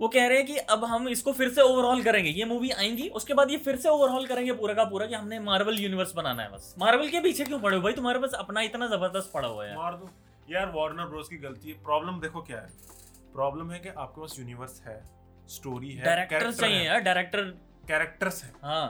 S1: वो कह रहे हैं कि अब हम इसको फिर से ओवरऑल करेंगे ये मूवी आएंगी उसके बाद ये फिर से ओवरऑल करेंगे पूरा का पूरा कि हमने मार्वल यूनिवर्स बनाना है बस मार्वल के पीछे क्यों पड़े हो भाई तुम्हारे पास अपना इतना जबरदस्त पड़ा हुआ है
S2: मार दो यार वार्नर ब्रोस की गलती है प्रॉब्लम देखो क्या है प्रॉब्लम है कि आपके पास यूनिवर्स है स्टोरी है
S1: डायरेक्टर
S2: character
S1: चाहिए
S2: है,
S1: यार डायरेक्टर
S2: कैरेक्टर्स है
S1: हाँ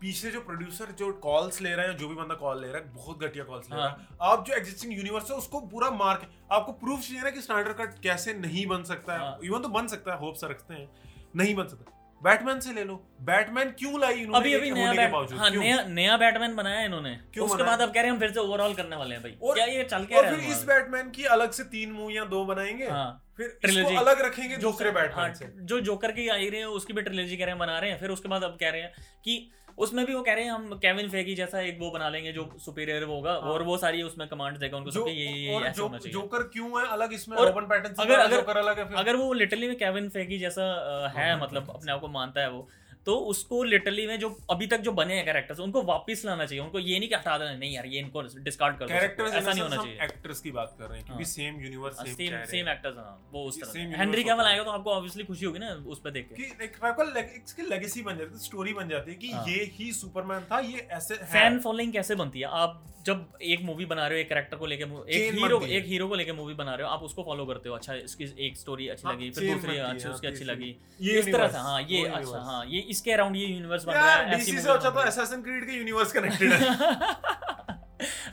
S2: पीछे जो प्रोड्यूसर जो कॉल्स ले रहे हैं जो भी बंदा कॉल ले रहा है बहुत घटिया कॉल्स ले
S1: हाँ।
S2: रहा है आप जो एग्जिस्टिंग यूनिवर्स है उसको पूरा मार्क आपको प्रूफ चाहिए ना कि स्नाइडर कट कैसे नहीं बन सकता
S1: हाँ।
S2: है इवन तो बन सकता है होप्स रखते हैं नहीं बन सकता बैटमैन से ले लो बैटमैन क्यों लाई इन्होंने
S1: अभी
S2: एक
S1: अभी
S2: होने
S1: नया
S2: के
S1: बैट
S2: बावजूद?
S1: हाँ
S2: क्यों?
S1: नया नया बैटमैन बनाया है इन्होंने
S2: क्यों
S1: उसके
S2: बनाया?
S1: बाद अब कह रहे हैं हम फिर से ओवरऑल करने वाले हैं भाई
S2: और-
S1: क्या ये चल क्या
S2: और
S1: रहा
S2: फिर
S1: है
S2: इस
S1: तुम्हारा?
S2: बैटमैन की अलग से तीन मूवियां दो बनाएंगे
S1: हाँ
S2: फिर
S1: Trilogy.
S2: इसको अलग रखेंगे दूसरे
S1: जोकर-
S2: बैटमैन से
S1: हाँ, जो जोकर की आई रही है उसकी भी ट्रिलेजी कह रहे हैं बना रहे हैं फिर उसके बाद अब कह रहे हैं कि उसमें भी वो कह रहे हैं हम केविन फेगी जैसा एक वो बना लेंगे जो सुपीरियर होगा
S2: हाँ।
S1: और वो सारी उसमें कमांड देगा उनको
S2: जो
S1: सबके ये ये- ये
S2: और
S1: ऐसा
S2: जो
S1: होना चाहिए
S2: जोकर क्यों है अलग इसमें
S1: और
S2: रॉबर्ट पैटर्न
S1: अगर- अगर-
S2: जोकर अलग है फिर
S1: अगर वो लिटरली में केविन फेगी जैसा अ, है
S2: हाँ,
S1: मतलब
S2: हाँ,
S1: अपने आप को मानता है वो तो उसको लिटरली में जो अभी तक जो बने हैं कैरेक्टर्स उनको वापस लाना चाहिए उनको ये नहीं कि हटा देना नहीं यार ये इनको डिस्कार्ड कर दो सबको,
S2: कैरेक्टर्स
S1: ऐसा नहीं होना चाहिए
S2: एक्टर्स की बात कर रहे हैं क्योंकि
S1: हाँ।
S2: Same universe same
S1: same same actors हाँ वो उस
S2: ये
S1: तरह
S2: same
S1: से।
S2: universe
S1: हेनरी
S2: होता
S1: कैवल
S2: है।
S1: आएगा तो आपको ऑब्वियसली खुशी होगी ना उस पर देख के
S2: कि एक टाइप का लेग- इसकी लेगेसी बन जाती है स्टोरी बन जाती है कि
S1: हाँ।
S2: ये ही सुपरमैन था ये ऐसे है
S1: फैन फॉलोइंग कैसे बनती है आप जब एक मूवी बना रहे हो एक कैरेक्टर को लेके मू- एक
S2: Chain
S1: हीरो
S2: बनती है।
S1: एक हीरो को लेके मूवी बना रहे हो आप उसको फॉलो करते हो अच्छा इसकी एक स्टोरी अच्छी
S2: हाँ,
S1: लगी फिर
S2: chain
S1: दूसरी
S2: बनती है,
S1: अच्छी उसकी अच्छी
S2: तीसरी।
S1: लगी
S2: ये
S1: इस तरह
S2: universe,
S1: से हाँ ये
S2: वो
S1: अच्छा
S2: universe।
S1: हाँ ये इसके अराउंड ये यूनिवर्स बन रहा
S2: यार
S1: है ऐसी
S2: डीसी से
S1: movies
S2: अच्छा
S1: बन
S2: तो
S1: रही है।
S2: असैसिन क्रीड के यूनिवर्स कनेक्टेड है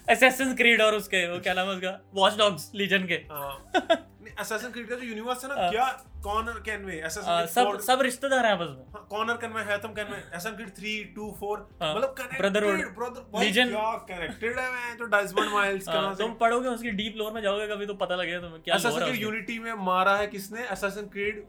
S1: असेसिन क्रीड और उसके वो क्या नाम है उसका वॉच डॉग्स लीजन के
S2: हाँ। नहीं असैसिन क्रीड का जो यूनिवर्स है ना
S1: हाँ।
S2: क्या कॉनर कैनवे
S1: आ,
S2: असैसिन
S1: सब सब रिश्तेदार हैं आपस में
S2: Connor Kenway Haytham Kenway Assassin Creed 3 2 4
S1: हाँ।
S2: मतलब कनेक्टेड
S1: Brotherhood, Legion।
S2: क्या कनेक्टेड है मैं तो डाइसबर्ड माइल्स
S1: आ,
S2: कहां से
S1: तुम पढ़ोगे उसकी डीप लोर में जाओगे कभी तो पता लगेगा तुम्हें क्या lore
S2: असैसिन
S1: है
S2: क्रीड
S1: उसकी।
S2: यूनिटी में मारा है किसने असैसिन क्रीड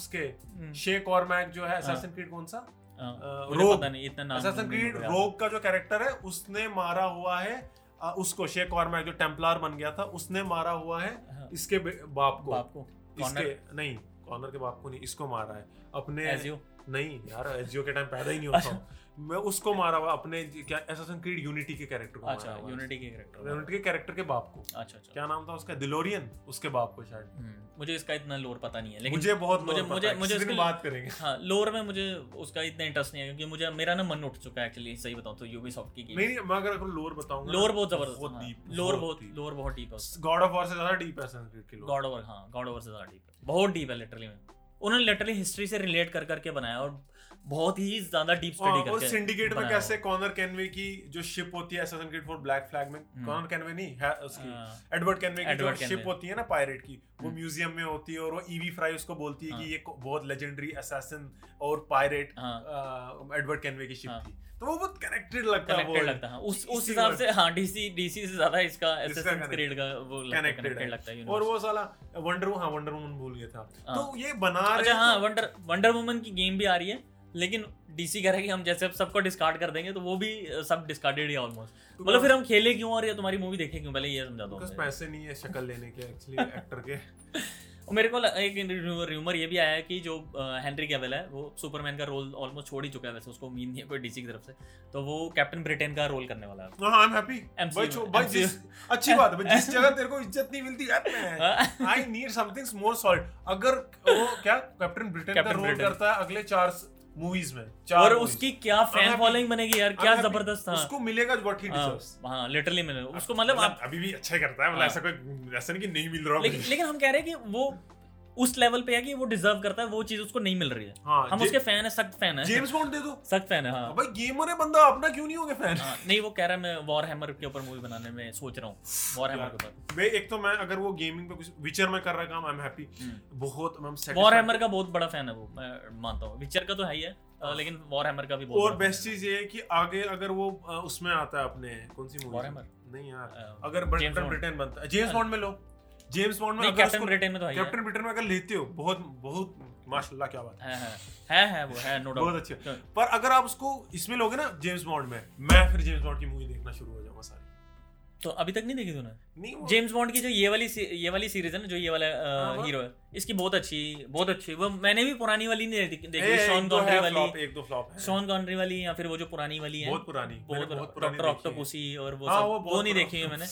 S2: उसके
S1: हम्म,
S2: शे कॉर्मैक जो है असैसिन क्रीड कौन सा
S1: हाँ,
S2: अ,
S1: मुझे
S2: Uh, Rogue।
S1: पता नहीं इतना नाम तो
S2: असैसिन
S1: नहीं
S2: क्रीड
S1: मुझे याद।
S2: रोग का जो कैरेक्टर है उसने मारा हुआ है अ, उसको शे कॉर्मैक जो टेम्पलर बन गया था उसने मारा हुआ है
S1: हाँ,
S2: इसके बे- बाप को
S1: बाप को
S2: इसके
S1: कॉर्नर
S2: नहीं कॉर्नर के बाप को नहीं इसको मारा है अपने
S1: एजियो
S2: नहीं यार एसजीओ के टाइम पैदा ही नहीं होता
S1: अच्छा।
S2: हूं। मैं उसको मारा हुआ अपने ज- क्या असैसिन क्रीड यूनिटी के कैरेक्टर को
S1: अच्छा यूनिटी के कैरेक्टर
S2: यूनिटी के कैरेक्टर के बाप को
S1: अच्छा अच्छा
S2: क्या नाम था उसका दिलोरियन उसके बाप को शायद
S1: हम्म, मुझे इसका इतना लोर पता नहीं है लेकिन
S2: मुझे बहुत
S1: मुझे- मुझे-
S2: मुझे मुझे
S1: मुझे
S2: मुझे दिन
S1: इसके-
S2: बात करेंगे
S1: हाँ लोर में मुझे उसका इतना इंटरेस्ट नहीं है क्योंकि मुझे मेरा ना मन उठ चुका है एक्चुअली सही बताऊं तो यूबीसॉफ्ट की
S2: नहीं
S1: गेम
S2: नहीं मैं अगर आपको लोर बताऊंगा
S1: लोर बहुत जबरदस्त
S2: बहुत
S1: है, हाँ,
S2: deep,
S1: लोर
S2: बहुत
S1: बहुत
S2: deep।
S1: लोर बहुत डीप है
S2: गॉड ऑफ वॉर से ज्यादा डीप है असैसिन क्रीड की lore।
S1: गॉड ओवर हाँ गॉड ओवर से ज्यादा डीप है बहुत डीप है लिटरली में उन्होंने लिटरली हिस्ट्री से रिलेट कर करके बनाया और बहुत ही ज्यादा डीप स्टडी
S2: हाँ,
S1: करके
S2: और सिंडिकेट में
S1: बनाया
S2: कैसे कॉनर कैनवे की जो शिप होती है असैसिन क्रीड 4 ब्लैक फ्लैग में
S1: हम्म।
S2: कॉनर कैनवे नहीं है उसकी
S1: हाँ,
S2: एडवर्ड कैनवे की जो
S1: Edward Kenway।
S2: शिप होती है ना पायरेट की वो
S1: हम्म।
S2: म्यूजियम में होती है और वो ईवी फ्राई उसको बोलती है
S1: हाँ।
S2: कि ये को- बहुत लेजेंडरी असैसिन और पायरेट
S1: हाँ
S2: एडवर्ड कैनवे की
S1: हाँ।
S2: शिप थी तो वो बहुत कनेक्टेड लगता है
S1: कनेक्टेड
S2: वो
S1: लगता है हाँ, उस उस
S2: इसी
S1: हिसाब
S2: world-
S1: से हाँ डीसी डीसी से ज्यादा इसका
S2: इसका
S1: एसेसिन
S2: connect-
S1: क्रीड का वो लगता
S2: connected
S1: कनेक्टेड
S2: है।
S1: लगता है
S2: और
S1: universe।
S2: वो साला वंडर वुमन हाँ वंडर वुमन भूल गया था
S1: हाँ।
S2: तो ये बना रहे
S1: अच्छा
S2: हैं
S1: हाँ
S2: तो-
S1: वंडर वंडर वुमन की गेम भी आ रही है लेकिन डीसी कह रहा है कि हम जैसे अब सबको डिस्कार्ड कर देंगे तो वो भी अ, सब डिस्कार्डेड ही ऑलमोस्ट
S2: तो
S1: बोलो फिर हम खेले क्यों और ये तुम्हारी मूवी देखें क्यों पहले ये समझा दो
S2: बिकॉज़
S1: मुझे।
S2: पैसे नहीं है शक्ल लेने के एक्चुअली एक्टर के
S1: और मेरे को ल- एक र्यूमर ये भी आया है कि जो हेनरी कैवल है वो सुपरमैन का रोल ऑलमोस्ट छोड़ ही चुका है वैसे उसको उम्मीद नहीं है कोई डीसी की तरफ से तो वो कैप्टन ब्रिटेन का रोल करने वाला है
S2: हाँ आई एम हैप्पी
S1: MCU
S2: भाई छो- भाई
S1: MCU
S2: जिस अच्छी बात है भाई, जिस जगह तेरे को इज्जत नहीं मिलती यार मैं
S1: हाँ।
S2: I need something more solid अगर वो क्या कैप्टन ब्रिटेन का
S1: Captain
S2: रोल
S1: Britain।
S2: करता है अगले चार मूवीज में
S1: और
S2: चार movies।
S1: उसकी क्या फैन
S2: happy.
S1: फॉलोइंग बनेगी यार
S2: I'm
S1: क्या
S2: happy।
S1: जबरदस्त था
S2: उसको मिलेगा व्हाट ही
S1: हाँ,
S2: डिजर्व्स
S1: हाँ लिटरली मिले उसको मतलब आप
S2: अभी भी अच्छा ही करता है मतलब
S1: हाँ।
S2: ऐसा कोई ऐसा नहीं कि नहीं मिल रहा
S1: लेकिन
S2: मुझे।
S1: लेकिन हम कह रहे हैं कि वो उस लेवल पे है कि वो डिजर्व करता है वो चीज उसको नहीं मिल रही है
S2: हाँ
S1: हम उसके फैन है सख्त फैन है
S2: जेम्स बॉन्ड दे दो
S1: सख्त फैन है हाँ
S2: भाई गेमर है बंदा अपना क्यों नहीं होगा फैन
S1: हाँ, नहीं वो कह रहा है मैं वॉर हैमर के ऊपर मूवी बनाने में सोच रहा हूँ वॉर हैमर
S2: यार,
S1: के ऊपर
S2: भाई एक तो मैं अगर वो गेमिंग पे कुछ विचर में कर रहा काम आई एम हैप्पी
S1: हम्म।
S2: बहुत मैम
S1: वॉर हैमर का बहुत बड़ा फैन है वो मैं मानता हूँ विचर का तो है ही है अ, लेकिन वॉर हैमर का भी बहुत
S2: और बेस्ट चीज ये है कि आगे अगर वो अ, उसमें आता है अपने कौन सी मूवी
S1: Warhammer?
S2: नहीं यार
S1: अगर
S2: अगर
S1: James
S2: ब्रिटेन
S1: Bond।
S2: ब्रिटेन बनता है जेम्स बॉन्ड में लो जेम्स बॉन्ड में
S1: नहीं
S2: अगर
S1: कैप्टन
S2: उसको
S1: ब्रिटेन में तो है ही है।
S2: कैप्टन ब्रिटेन में अगर लेते हो बहुत बहुत माशाल्लाह क्या बात है
S1: है है है है वो है नो डाउट
S2: बहुत अच्छे पर अगर आप उसको इसमें लोगे ना जेम्स बॉन्ड में मैं फिर जेम्स बॉन्ड की मूवी देखना शुरू हो जाऊंगा सारी
S1: तो अभी तक नहीं देखी तूने
S2: नहीं वो-
S1: जेम्स बॉन्ड की जो ये वाली सी- ये वाली सीरीज है ना जो ये वाला अ,
S2: हाँ, हाँ।
S1: हीरो है इसकी बहुत अच्छी बहुत अच्छी वो मैंने भी पुरानी वाली नहीं देखी-
S2: ए,
S1: देखी
S2: एक
S1: शॉन
S2: दो
S1: कॉनरी
S2: है
S1: वाली
S2: flop, एक दो फ्लॉप है
S1: शॉन कॉनरी वाली या फिर वो जो पुरानी वाली है
S2: बहुत पुरानी मैंने बहुत पुरानी
S1: डॉक्टर
S2: देखी है।
S1: ऑक्टोपसी और वो
S2: हाँ
S1: सब
S2: वो
S1: वो
S2: बहुत
S1: नहीं
S2: पुरानी-
S1: देखी है मैंने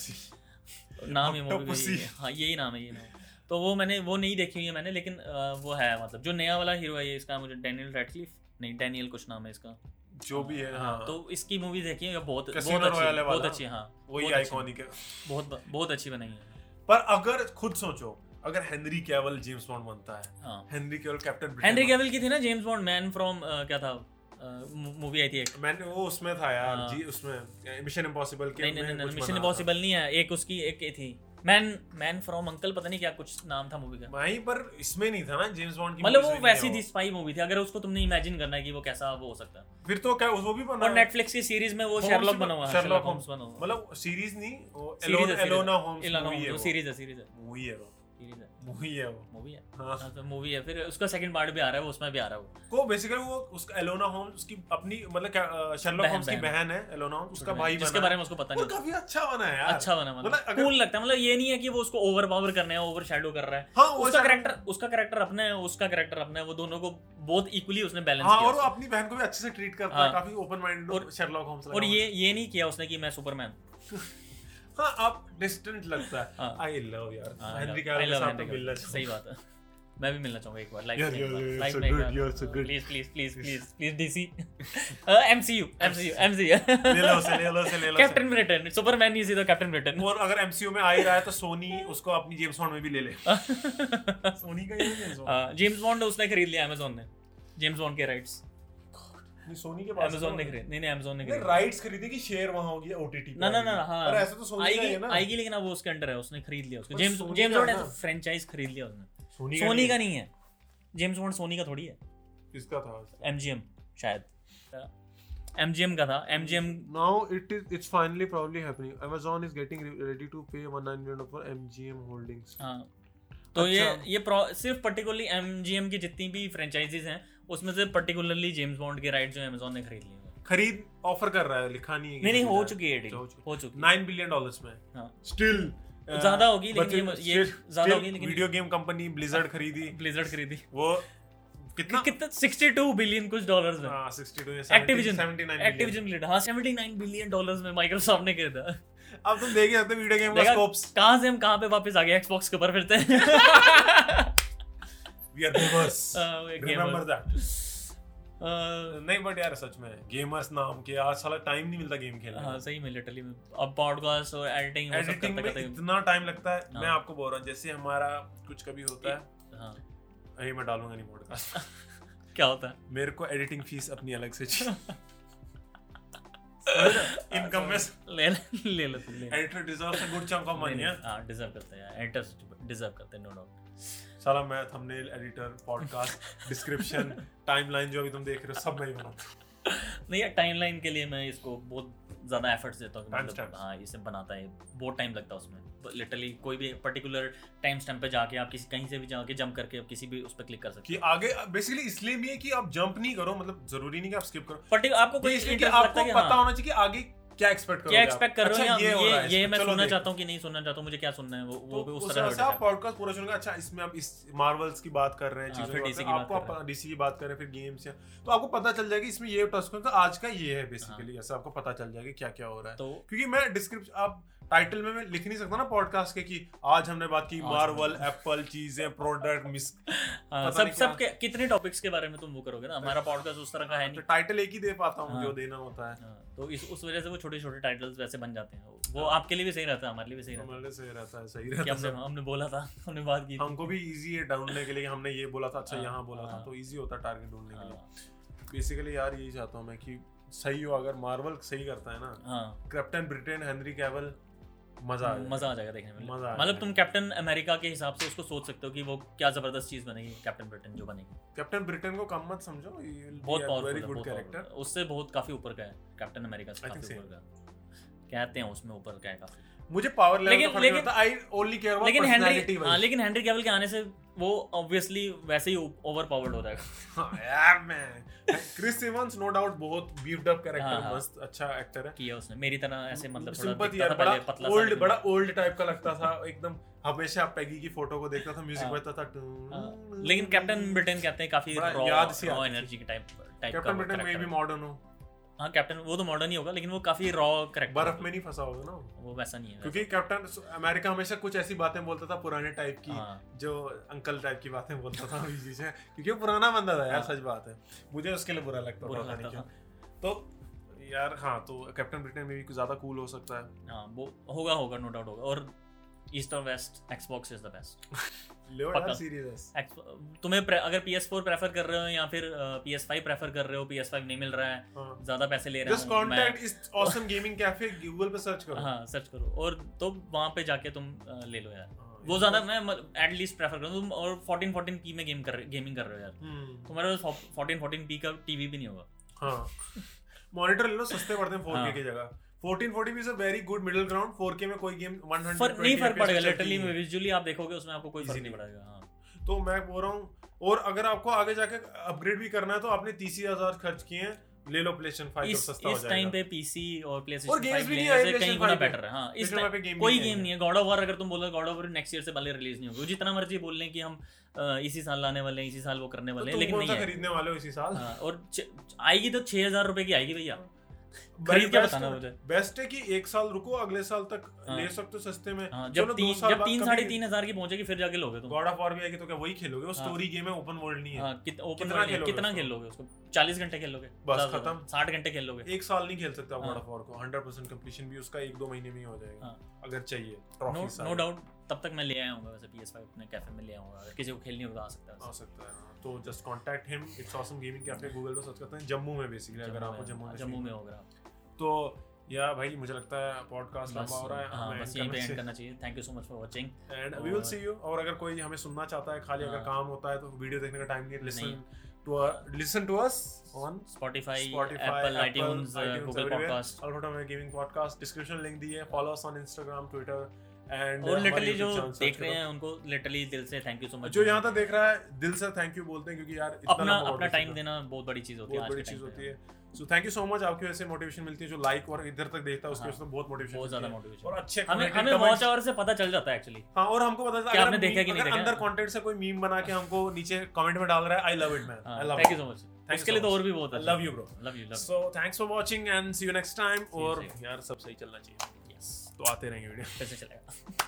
S1: नाम ही मूवी
S2: Octopussy।
S1: हाँ यही नाम है ये नाम तो वो मैंने वो नहीं देखी हुई है मैंने लेकिन अ, वो है मतलब जो नया वाला हीरो है ये इसका मुझे डैनियल रेडक्लिफ नहीं डैनियल कुछ नाम है इसका
S2: जो भी है हाँ
S1: तो इसकी मूवी देखी है बहुत
S2: Casino
S1: बहुत अच्छी
S2: Royale
S1: है, बहुत
S2: वाला।
S1: अच्छी है, हाँ
S2: वही
S1: बहुत अच्छी-
S2: आइकॉनिक है
S1: बहुत बहुत अच्छी बनाई है
S2: पर अगर खुद सोचो अगर हेनरी कैवल जेम्स बॉन्ड बनता है
S1: हाँ
S2: Henry Cavill captain Britain
S1: Henry
S2: बनता
S1: कैवल की थी ना जेम्स बॉन्ड मैन फ्रॉम क्या था मूवी आई थी एक
S2: है। मैंने वो उसमें था यार
S1: हाँ।
S2: जी उसमें मिशन इम्पॉसिबल के
S1: नहीं नहीं
S2: में
S1: नहीं
S2: कुछ
S1: मिशन
S2: बना
S1: इम्पॉसिबल नहीं है एक उसकी एक ये थी मैन मैन फ्रॉम अंकल पता नहीं क्या कुछ नाम था मूवी का
S2: था। भाई पर इसमें नहीं था ना जेम्स बॉन्ड की
S1: मतलब वो
S2: movies में नहीं
S1: वैसी
S2: है
S1: थी स्पाई मूवी थी अगर उसको तुमने इमेजिन करना है कि वो कैसा वो हो सकता है
S2: वो। फिर तो क्या वो भी बना
S1: और
S2: है।
S1: नेटफ्लिक्स की सीरीज में वो
S2: Holmes
S1: शेरलॉक
S2: भी-
S1: बना हुआ है
S2: Sherlock
S1: शेरलॉक
S2: Holmes।
S1: होम्स बना हुआ
S2: मतलब सीरीज नहीं वो
S1: Series है,
S2: एलोना
S1: series
S2: एलोना होम्स
S1: है इलाना
S2: मूवी है
S1: जो
S2: वो।
S1: सीरीज है सीरीज है
S2: मूवी है वो।
S1: सीरीज है
S2: मूवी है वो
S1: मूवी है
S2: हाँ
S1: हाँ तो मूवी है फिर उसका सेकंड पार्ट भी आ रहा है वो उसमें भी आ रहा है वो
S2: को बेसिकली वो उसका एलोना होम्स की अपनी मतलब क्या शर्लॉक
S1: बहन-
S2: होम्स की
S1: बहन।
S2: बहन है एलोना होम्स उसका भाई
S1: जिसके
S2: बना
S1: बारे में उसको पता
S2: वो
S1: नहीं
S2: काफी अच्छा बना है यार
S1: अच्छा बना मतलब
S2: मतलब अगर-
S1: कूल लगता है मतलब ये नहीं है कि वो उसको ओवर पावर करने है ओवर शेडो कर रहा है
S2: हाँ वो
S1: उसका
S2: शायद-
S1: करेक्टर उसका करेक्टर अपना है उसका करेक्टर अपना है वो दोनों को बहुत इक्वली उसने बैलेंस
S2: हाँ
S1: किया
S2: और वो
S1: उसको।
S2: अपनी बहन को भी अच्छे से ट्रीट करता
S1: हाँ।
S2: है काफी ओपन माइंडेड
S1: और-
S2: शर्लॉक होम्स लगा
S1: और
S2: हुआ है।
S1: ये ये नहीं किया उसने कि मैं सुपरमैन
S2: हाँ आप डिस्टेंट लगता है
S1: हाँ।
S2: आई लव यार हेनरी
S1: आई
S2: कैविल के
S1: लव
S2: साथ तो मिलना
S1: सही बात है मैं भी मिलना चाहूंगा एक बार लाइफ
S2: You're-
S1: में
S2: you're- you're
S1: लाइफ
S2: so
S1: में हाँ। एक
S2: good,
S1: बार
S2: you're so good.
S1: Please please please please please DC MCU MCU MCU
S2: ले लो उसे ले लो उसे ले लो उसे।
S1: Captain Britain Superman is the captain Britain
S2: और अगर एमसीयू में आ ही रहा है तो सोनी उसको अपनी जेम्स बॉन्ड में भी ले ले
S1: Uh,
S2: सोनी का ही है James Bond।
S1: जेम्स बॉन्ड उसने खरीद लिया Amazon ने जेम्स बॉन्ड के राइट्स
S2: नहीं सोनी के पास तो
S1: Amazon ने खरीद नहीं नहीं Amazon ने
S2: नहीं
S1: खरीद
S2: राइट्स खरीदी कि शेयर वहां होगी ओटीटी
S1: ना ना ना ना, हाँ
S2: पर ऐसे तो सोनी का ही
S1: आएगी
S2: है ना
S1: आएगी लेकिन अब वो उसके अंडर है उसने खरीद लिया उसको
S2: पर
S1: जेम्स
S2: सोनी
S1: जेम्स
S2: का
S1: बॉन्ड
S2: है
S1: ऐसा
S2: ना।
S1: फ्रेंचाइज तो खरीद लिया उसने
S2: सोनी
S1: सोनी
S2: नहीं
S1: का
S2: है।
S1: नहीं है जेम्स बॉन्ड सोनी का थोड़ी है
S2: किसका था
S1: एमजीएम शायद एमजीएम का था MGM
S2: now it is it's finally probably happening Amazon is getting ready to pay 199 for MGM holdings
S1: हाँ तो ये
S2: अच्छा।
S1: ये pro- सिर्फ पर्टिकुलरली एमजीएम की जितनी भी फ्रेंचाइजीज हैं उसमें से पर्टिकुलरली जेम्स बॉन्ड के राइट जो Amazon ने खरीद लिए हैं।
S2: खरीद ऑफर कर रहा है लिखा नहीं है कि
S1: नहीं नहीं हो
S2: खरीदा
S1: चुकी है डील
S2: हो
S1: हो चुकी है।
S2: 9 बिलियन डॉलर्स में uh,
S1: हाँ।
S2: स्टिल
S1: ज्यादा होगी लेकिन ये ये ज्यादा होगी लेकिन
S2: वीडियो गेम कंपनी ब्लिजर्ड खरीदी
S1: ब्लिजर्ड खरीदी
S2: वो कितना
S1: कितना 62 बिलियन कुछ डॉलर्स में
S2: हाँ, 62 या 70,
S1: एक्टिविजन
S2: 79 बिलियन।
S1: एक्टिविजन खरीदा हाँ 79 बिलियन डॉलर्स में माइक्रोसॉफ्ट ने खरीदा
S2: अब तुम देख ही सकते हो वीडियो गेम का
S1: देखा?
S2: स्कोप्स
S1: कहाँ से हम कहाँ पे वापस आ गए एक्सबॉक्स के ऊपर फिरते हैं
S2: वी आर गेमर्स
S1: हाँ, we are
S2: remember
S1: gamers.
S2: That
S1: uh,
S2: नहीं बट यार सच में गेमर्स नाम के आज साला टाइम नहीं मिलता गेम खेलने
S1: हाँ
S2: का
S1: सही में लिटरली अब पॉडकास्ट और एडिटिंग वो सब
S2: एडिटिंग
S1: करते
S2: में
S1: करते
S2: इतना टाइम लगता है
S1: हाँ।
S2: मैं आपको बोल रहा हूँ जैसे हमारा कुछ कभी होता है
S1: हाँ
S2: अरे मैं डालूंगा नहीं पॉडकास्ट
S1: क्या होता है
S2: मेरे को एडिटिंग फीस अपनी अलग से इनकम में
S1: ले ले ले लो तुम ले लो।
S2: Editor deserves a good chunk of
S1: नहीं,
S2: मनी
S1: नहीं, हाँ डिजर्व करते हैं एडिटर्स डिजर्व करते हैं नो डाउट
S2: साला मैं thumbnail editor podcast description timeline जो अभी तुम देख रहे हो सब मैं ही बनाता हूँ
S1: नहीं यार टाइमलाइन के लिए मैं इसको बहुत ज़्यादा एफर्ट्स देता हूँ
S2: Time
S1: मतलब
S2: stamps.
S1: हाँ इसे बनाता है बहुत टाइम लगता है उसमें लिटरली कोई भी पर्टिकुलर टाइम स्टैम्प पे जाके आप किसी कहीं से भी जाके जंप करके आप किसी भी उस पर क्लिक कर सकते
S2: कि आगे बेसिकली इसलिए भी है कि आप जंप नहीं करो मतलब जरूरी नहीं कि आप स्किप करो
S1: हो पर्टिकुलर आपको
S2: ये
S1: तो कोई
S2: इसलिए कि
S1: interest लगता
S2: आपको
S1: है कि
S2: पता
S1: हाँ,
S2: होना चाहिए कि आगे क्या एक्सपेक्ट करो
S1: क्या एक्सपेक्ट कर रहे हो
S2: अच्छा, ये हो रहा
S1: या
S2: है
S1: ये ये
S2: इसमें,
S1: मैं
S2: चलो
S1: सुनना
S2: देख।
S1: चाहता हूँ कि नहीं सुनना चाहता हूँ मुझे क्या सुनना है वो
S2: तो
S1: वो भी उस
S2: उस
S1: तरह
S2: तरह से आप
S1: का
S2: पॉडकास्ट पूरा सुनोगे अच्छा इसमें आप इस मार्वल्स की बात कर रहे हैं
S1: हाँ,
S2: चीजों
S1: फिर
S2: की बात
S1: DC की बात कर
S2: कर रहे हैं, आपको
S1: रहे
S2: आप डीसी की बात कर रहे हैं फिर गेम्स या तो आपको पता चल जाएगा इसमें ये टच करूंगा आज का ये है बेसिकली
S1: हाँ।
S2: ऐसा आपको पता चल जाएगा क्या क्या हो रहा है
S1: तो
S2: क्योंकि मैं डिस्क्रिप्शन आप टाइटल में मैं लिख नहीं सकता ना पॉडकास्ट के कि आज हमने बात की
S1: आज
S2: मार्वल एप्पल चीजें प्रोडक्ट मिस
S1: हाँ,
S2: पता
S1: सब
S2: नहीं क्या-
S1: सब के कितने टॉपिक्स के बारे में तुम वो करोगे ना हमारा पॉडकास्ट उस तरह का है नहीं
S2: तो टाइटल एक ही दे पाता हूँ
S1: हाँ।
S2: जो देना होता है
S1: हाँ, तो इस उस वजह से वो छोटे छोटे टाइटल्स वैसे बन जाते हैं वो आपके लिए भी सही रहता है हमारे लिए भी सही रहता है
S2: हाँ। हमारे लिए तो सही रहता है सही
S1: कि
S2: रहता है
S1: हमने
S2: सब।
S1: हमने बोला था हमने बात की थी।
S2: हमको भी इजी है ढूंढने के लिए कि हमने ये बोला था अच्छा
S1: हाँ,
S2: यहाँ बोला था
S1: हाँ।
S2: तो इजी होता है टारगेट ढूंढने के लिए
S1: हाँ,
S2: बेसिकली यार यही चाहता हूँ मैं कि सही हो अगर मार्वल सही करता है ना
S1: हाँ
S2: कैप्टन ब्रिटेन हेनरी कैवल मजा आ जाएगा।
S1: मजा आ जाएगा देखने में
S2: मजा आ
S1: मतलब
S2: जाएगा।
S1: तुम कैप्टन अमेरिका के हिसाब से उसको सोच सकते हो कि वो क्या जबरदस्त चीज बनेगी कैप्टन ब्रिटेन जो बनेगी
S2: कैप्टन ब्रिटेन को कम मत समझो
S1: बहुत
S2: वेरी
S1: पावरफुल
S2: गुड
S1: है बहुत
S2: कैरेक्टर
S1: powerful है। उससे बहुत काफी ऊपर का है कैप्टन अमेरिका से
S2: I think
S1: काफी
S2: same.
S1: ऊपर का कहते हैं उसमें ऊपर का है काफी
S2: मुझे पावर लेवल
S1: लेकिन-
S2: का फर्क नहीं
S1: लेकिन-
S2: पड़ता आई ओनली केयर अबाउट
S1: लेकिन
S2: पर्सनालिटी
S1: हेनरी हाँ लेकिन हेनरी कैवल के आने से वो ऑब्वियसली वैसे ही ओवर पावर्ड हो जाएगा
S2: लेकिन हाँ, यार मैं क्रिस इवांस नो डाउट बहुत बीफ्ड अप
S1: हाँ,
S2: कैरेक्टर
S1: हाँ।
S2: मस्त अच्छा एक्टर है
S1: किया उसने मेरी तरह ऐसे मतलब थोड़ा
S2: सिंपथी
S1: दिखता
S2: यार
S1: था
S2: बड़ा
S1: पहले पतला सा
S2: ओल्ड
S1: लेकिन-
S2: बड़ा ओल्ड टाइप का लगता था एकदम हमेशा पैगी की फोटो को देखता था म्यूजिक
S1: हाँ।
S2: बजता था
S1: हाँ, लेकिन कैप्टन ब्रिटेन कहते हैं काफी
S2: बड़ा
S1: रॉ
S2: याद सी आती थी।
S1: एनर्जी के टाइप टाइप का
S2: कैप्टन
S1: वो
S2: ब्रिटेन में
S1: character
S2: भी
S1: है।
S2: मॉडर्न हो
S1: हाँ कैप्टन वो तो मॉडर्न ही होगा लेकिन वो काफी रॉ करेक्ट
S2: बर्फ में नहीं फंसा होगा ना वो।
S1: वो वैसा नहीं है
S2: क्योंकि कैप्टन अमेरिका हमेशा कुछ ऐसी बातें बोलता था पुराने टाइप की
S1: हाँ,
S2: जो अंकल टाइप की बातें बोलता था अभी जी से क्योंकि वो पुराना बंदा था यार
S1: हाँ।
S2: सच बात है मुझे उसके लिए बुरा लगता
S1: बुरा
S2: था
S1: लगता
S2: नहीं क्यों तो यार हाँ तो कैप्टन ब्रिटेन में भी कुछ ज्यादा कूल हो सकता
S1: हाँ वो होगा होगा नो डाउट होगा और ईस्ट और west Xbox is the best
S2: है ले
S1: पक्का।
S2: यार सीरियस
S1: तुम्हें pre- अगर पी एस फोर प्रेफर कर रहे हो या फिर पी एस फाइव प्रेफर कर रहे हो पी एस फाइव नहीं मिल रहा है
S2: जस्ट
S1: ज्यादा पैसे ले रहे हो मैं
S2: कांटेक्ट इस ऑसम गेमिंग कैफे गूगल पे सर्च करो
S1: हाँ सर्च करो और तो वहाँ पे जाके तुम अ, ले लो यार
S2: हाँ,
S1: वो
S2: इस-
S1: ज्यादा मैं एटलीस्ट प्रेफर करूँ तुम और फोर्टीन फोर्टीन पी में गेम कर रहे गेमिंग कर रहे हो यार
S2: हम्म,
S1: तुम्हारे पास फोर्टीन फोर्टीन पी का टीवी भी नहीं होगा
S2: हाँ मॉनिटर ले लो सस्ते पड़ते हैं 4K
S1: हाँ।
S2: की जगह 1440 भी is a very good middle ground 4K में कोई गेम 120
S1: फर्क नहीं फर्क
S2: FPS
S1: पड़ेगा
S2: चलती
S1: लिटरली
S2: नहीं है।
S1: विजुअली आप देखोगे उसमें आपको कोई फर्क
S2: Easy
S1: नहीं
S2: नहीं।
S1: पड़ेगा हाँ
S2: तो मैं बोल रहा हूँ और अगर आपको आगे जाके अपग्रेड भी करना है तो आपने 30000 खर्च किए हैं ले लो प्लेस्टेशन 5 तो
S1: इस
S2: सस्ता
S1: इस
S2: हो
S1: टाइम
S2: जाएगा
S1: पे पीसी और
S2: और
S1: प्लेस्टेशन
S2: games
S1: 5
S2: भी नहीं
S1: लेने
S2: आए
S1: से कई
S2: PlayStation
S1: गुना
S2: 5 पे।
S1: बेटर है हां इस
S2: PlayStation 5 पे
S1: टाइम
S2: game
S1: कोई
S2: नहीं
S1: गेम
S2: आएगा।
S1: नहीं है गॉड ऑफ वॉर अगर तुम बोलो God of War next year से पहले रिलीज नहीं होगी वो जितना मर्जी बोल लें कि हम अ, इसी साल लाने वाले हैं इसी साल वो करने
S2: तो
S1: वाले हैं
S2: तुम
S1: लेकिन
S2: कौन
S1: नहीं
S2: सा
S1: आएगी।
S2: खरीदने वाले हो इसी साल
S1: हाँ, और छ- आएगी तो छह हजार रुपए की आएगी भैया खरीद के बताना मुझे
S2: बेस्ट है कि एक साल रुको अगले साल तक
S1: हाँ।
S2: ले सकते हो सस्ते में
S1: हाँ, जब
S2: चलो दो
S1: तीन
S2: साल
S1: जब
S2: बाद
S1: तीन
S2: कभी-
S1: साढ़े तीन हजार की पहुंचेगी फिर जाके लोगे तुम
S2: गॉड ऑफ वॉर भी आएगी तो क्या वही खेलोगे वो
S1: हाँ।
S2: स्टोरी गेम है ओपन वर्ल्ड नहीं है
S1: हाँ, कित- open
S2: कितना
S1: world है,
S2: खेलोगे
S1: कितना
S2: उसको?
S1: खेल लोगे उसको चालीस घंटे खेल लोगे
S2: बस,
S1: ज्यादा से
S2: खत्म।
S1: ज्यादा, साठ घंटे खेल लोगे
S2: एक साल नहीं खेल सकते आप
S1: हाँ।
S2: गॉड ऑफ वॉर को 100% कंप्लीशन भी उसका एक दो महीने में ही हो जाएगा
S1: हाँ।
S2: अगर चाहिए
S1: नो
S2: ट्रॉफी
S1: नो डाउट तब तक मैं ले आया होगा वैसे PS5 अपने कैफे में ले आऊंगा अगर किसी को खेलनी हो तो आ सकता है
S2: आ
S1: वैसे।
S2: सकता है हाँ। तो just contact him it's awesome gaming cafe Google पे सर्च करते हैं जम्मू में बेसिकली हाँ, अगर आपको
S1: जम्मू
S2: जम्मू
S1: में हाँ,
S2: में
S1: जम्मू में
S2: चाहिए।
S1: होगा आप।
S2: तो या भाई मुझे लगता है पॉडकास्ट
S1: बस
S2: लंबा हो रहा है
S1: हाँ,
S2: हमें
S1: बस
S2: end
S1: यहीं पे
S2: करना
S1: एंड करना चाहिए thank you so much for watching
S2: and we will
S1: और-
S2: सी यू और अगर कोई हमें सुनना चाहता है खाली अगर
S1: हाँ।
S2: काम होता है तो वीडियो देखने का टाइम नहीं listen to listen to us on
S1: Spotify,
S2: Spotify,
S1: Apple,
S2: Apple,
S1: iTunes, uh,
S2: iTunes,
S1: Google
S2: everywhere.
S1: Podcast
S2: अल्फाटा में गेमिंग पॉडकास्ट डिस्क्रिप्शन लिंक दी है follow us on Instagram Twitter and
S1: और लिटरली जो देख रहे हैं उनको लिटरली दिल से थैंक यू सो मच
S2: जो यहाँ तक देख रहा है दिल से थैंक यू बोलते हैं क्योंकि यार इतना
S1: अपना
S2: लंबा
S1: अपना
S2: podcast
S1: टाइम
S2: होता है।
S1: देना बहुत बड़ी चीज होती है
S2: बहुत
S1: आज
S2: बड़ी
S1: के
S2: चीज
S1: टाइम
S2: होती
S1: पे
S2: है so thank you so much आपकी वजह से मोटिवेशन मिलती है जो लाइक और इधर तक देखता है उसके
S1: हाँ,
S2: उसको तो बहुत मोटिवेशन
S1: बहुत ज्यादा
S2: और
S1: मोटिवेशन
S2: अच्छे
S1: हमें
S2: commented
S1: हमें
S2: comments-
S1: वॉच आवर से पता चल जाता है एक्चुअली
S2: हाँ और हमको पता चला
S1: क्या
S2: अगर
S1: आपने
S2: हम
S1: देखा
S2: meme-
S1: कि नहीं
S2: अगर
S1: देखा? हाँ।
S2: अंदर कंटेंट से कोई मीम बना के हमको नीचे कमेंट में डाल रहा है I love it man I love
S1: thank you so much
S2: you
S1: उसके
S2: so
S1: लिए तो
S2: much.
S1: और भी बहुत
S2: I love you, bro.
S1: Love you love
S2: so thanks for watching and see you next time
S1: you
S2: और
S1: soon.
S2: यार सब सही चलना चाहिए
S1: यस
S2: तो आते रहेंगे वीडियो
S1: कैसे चलेगा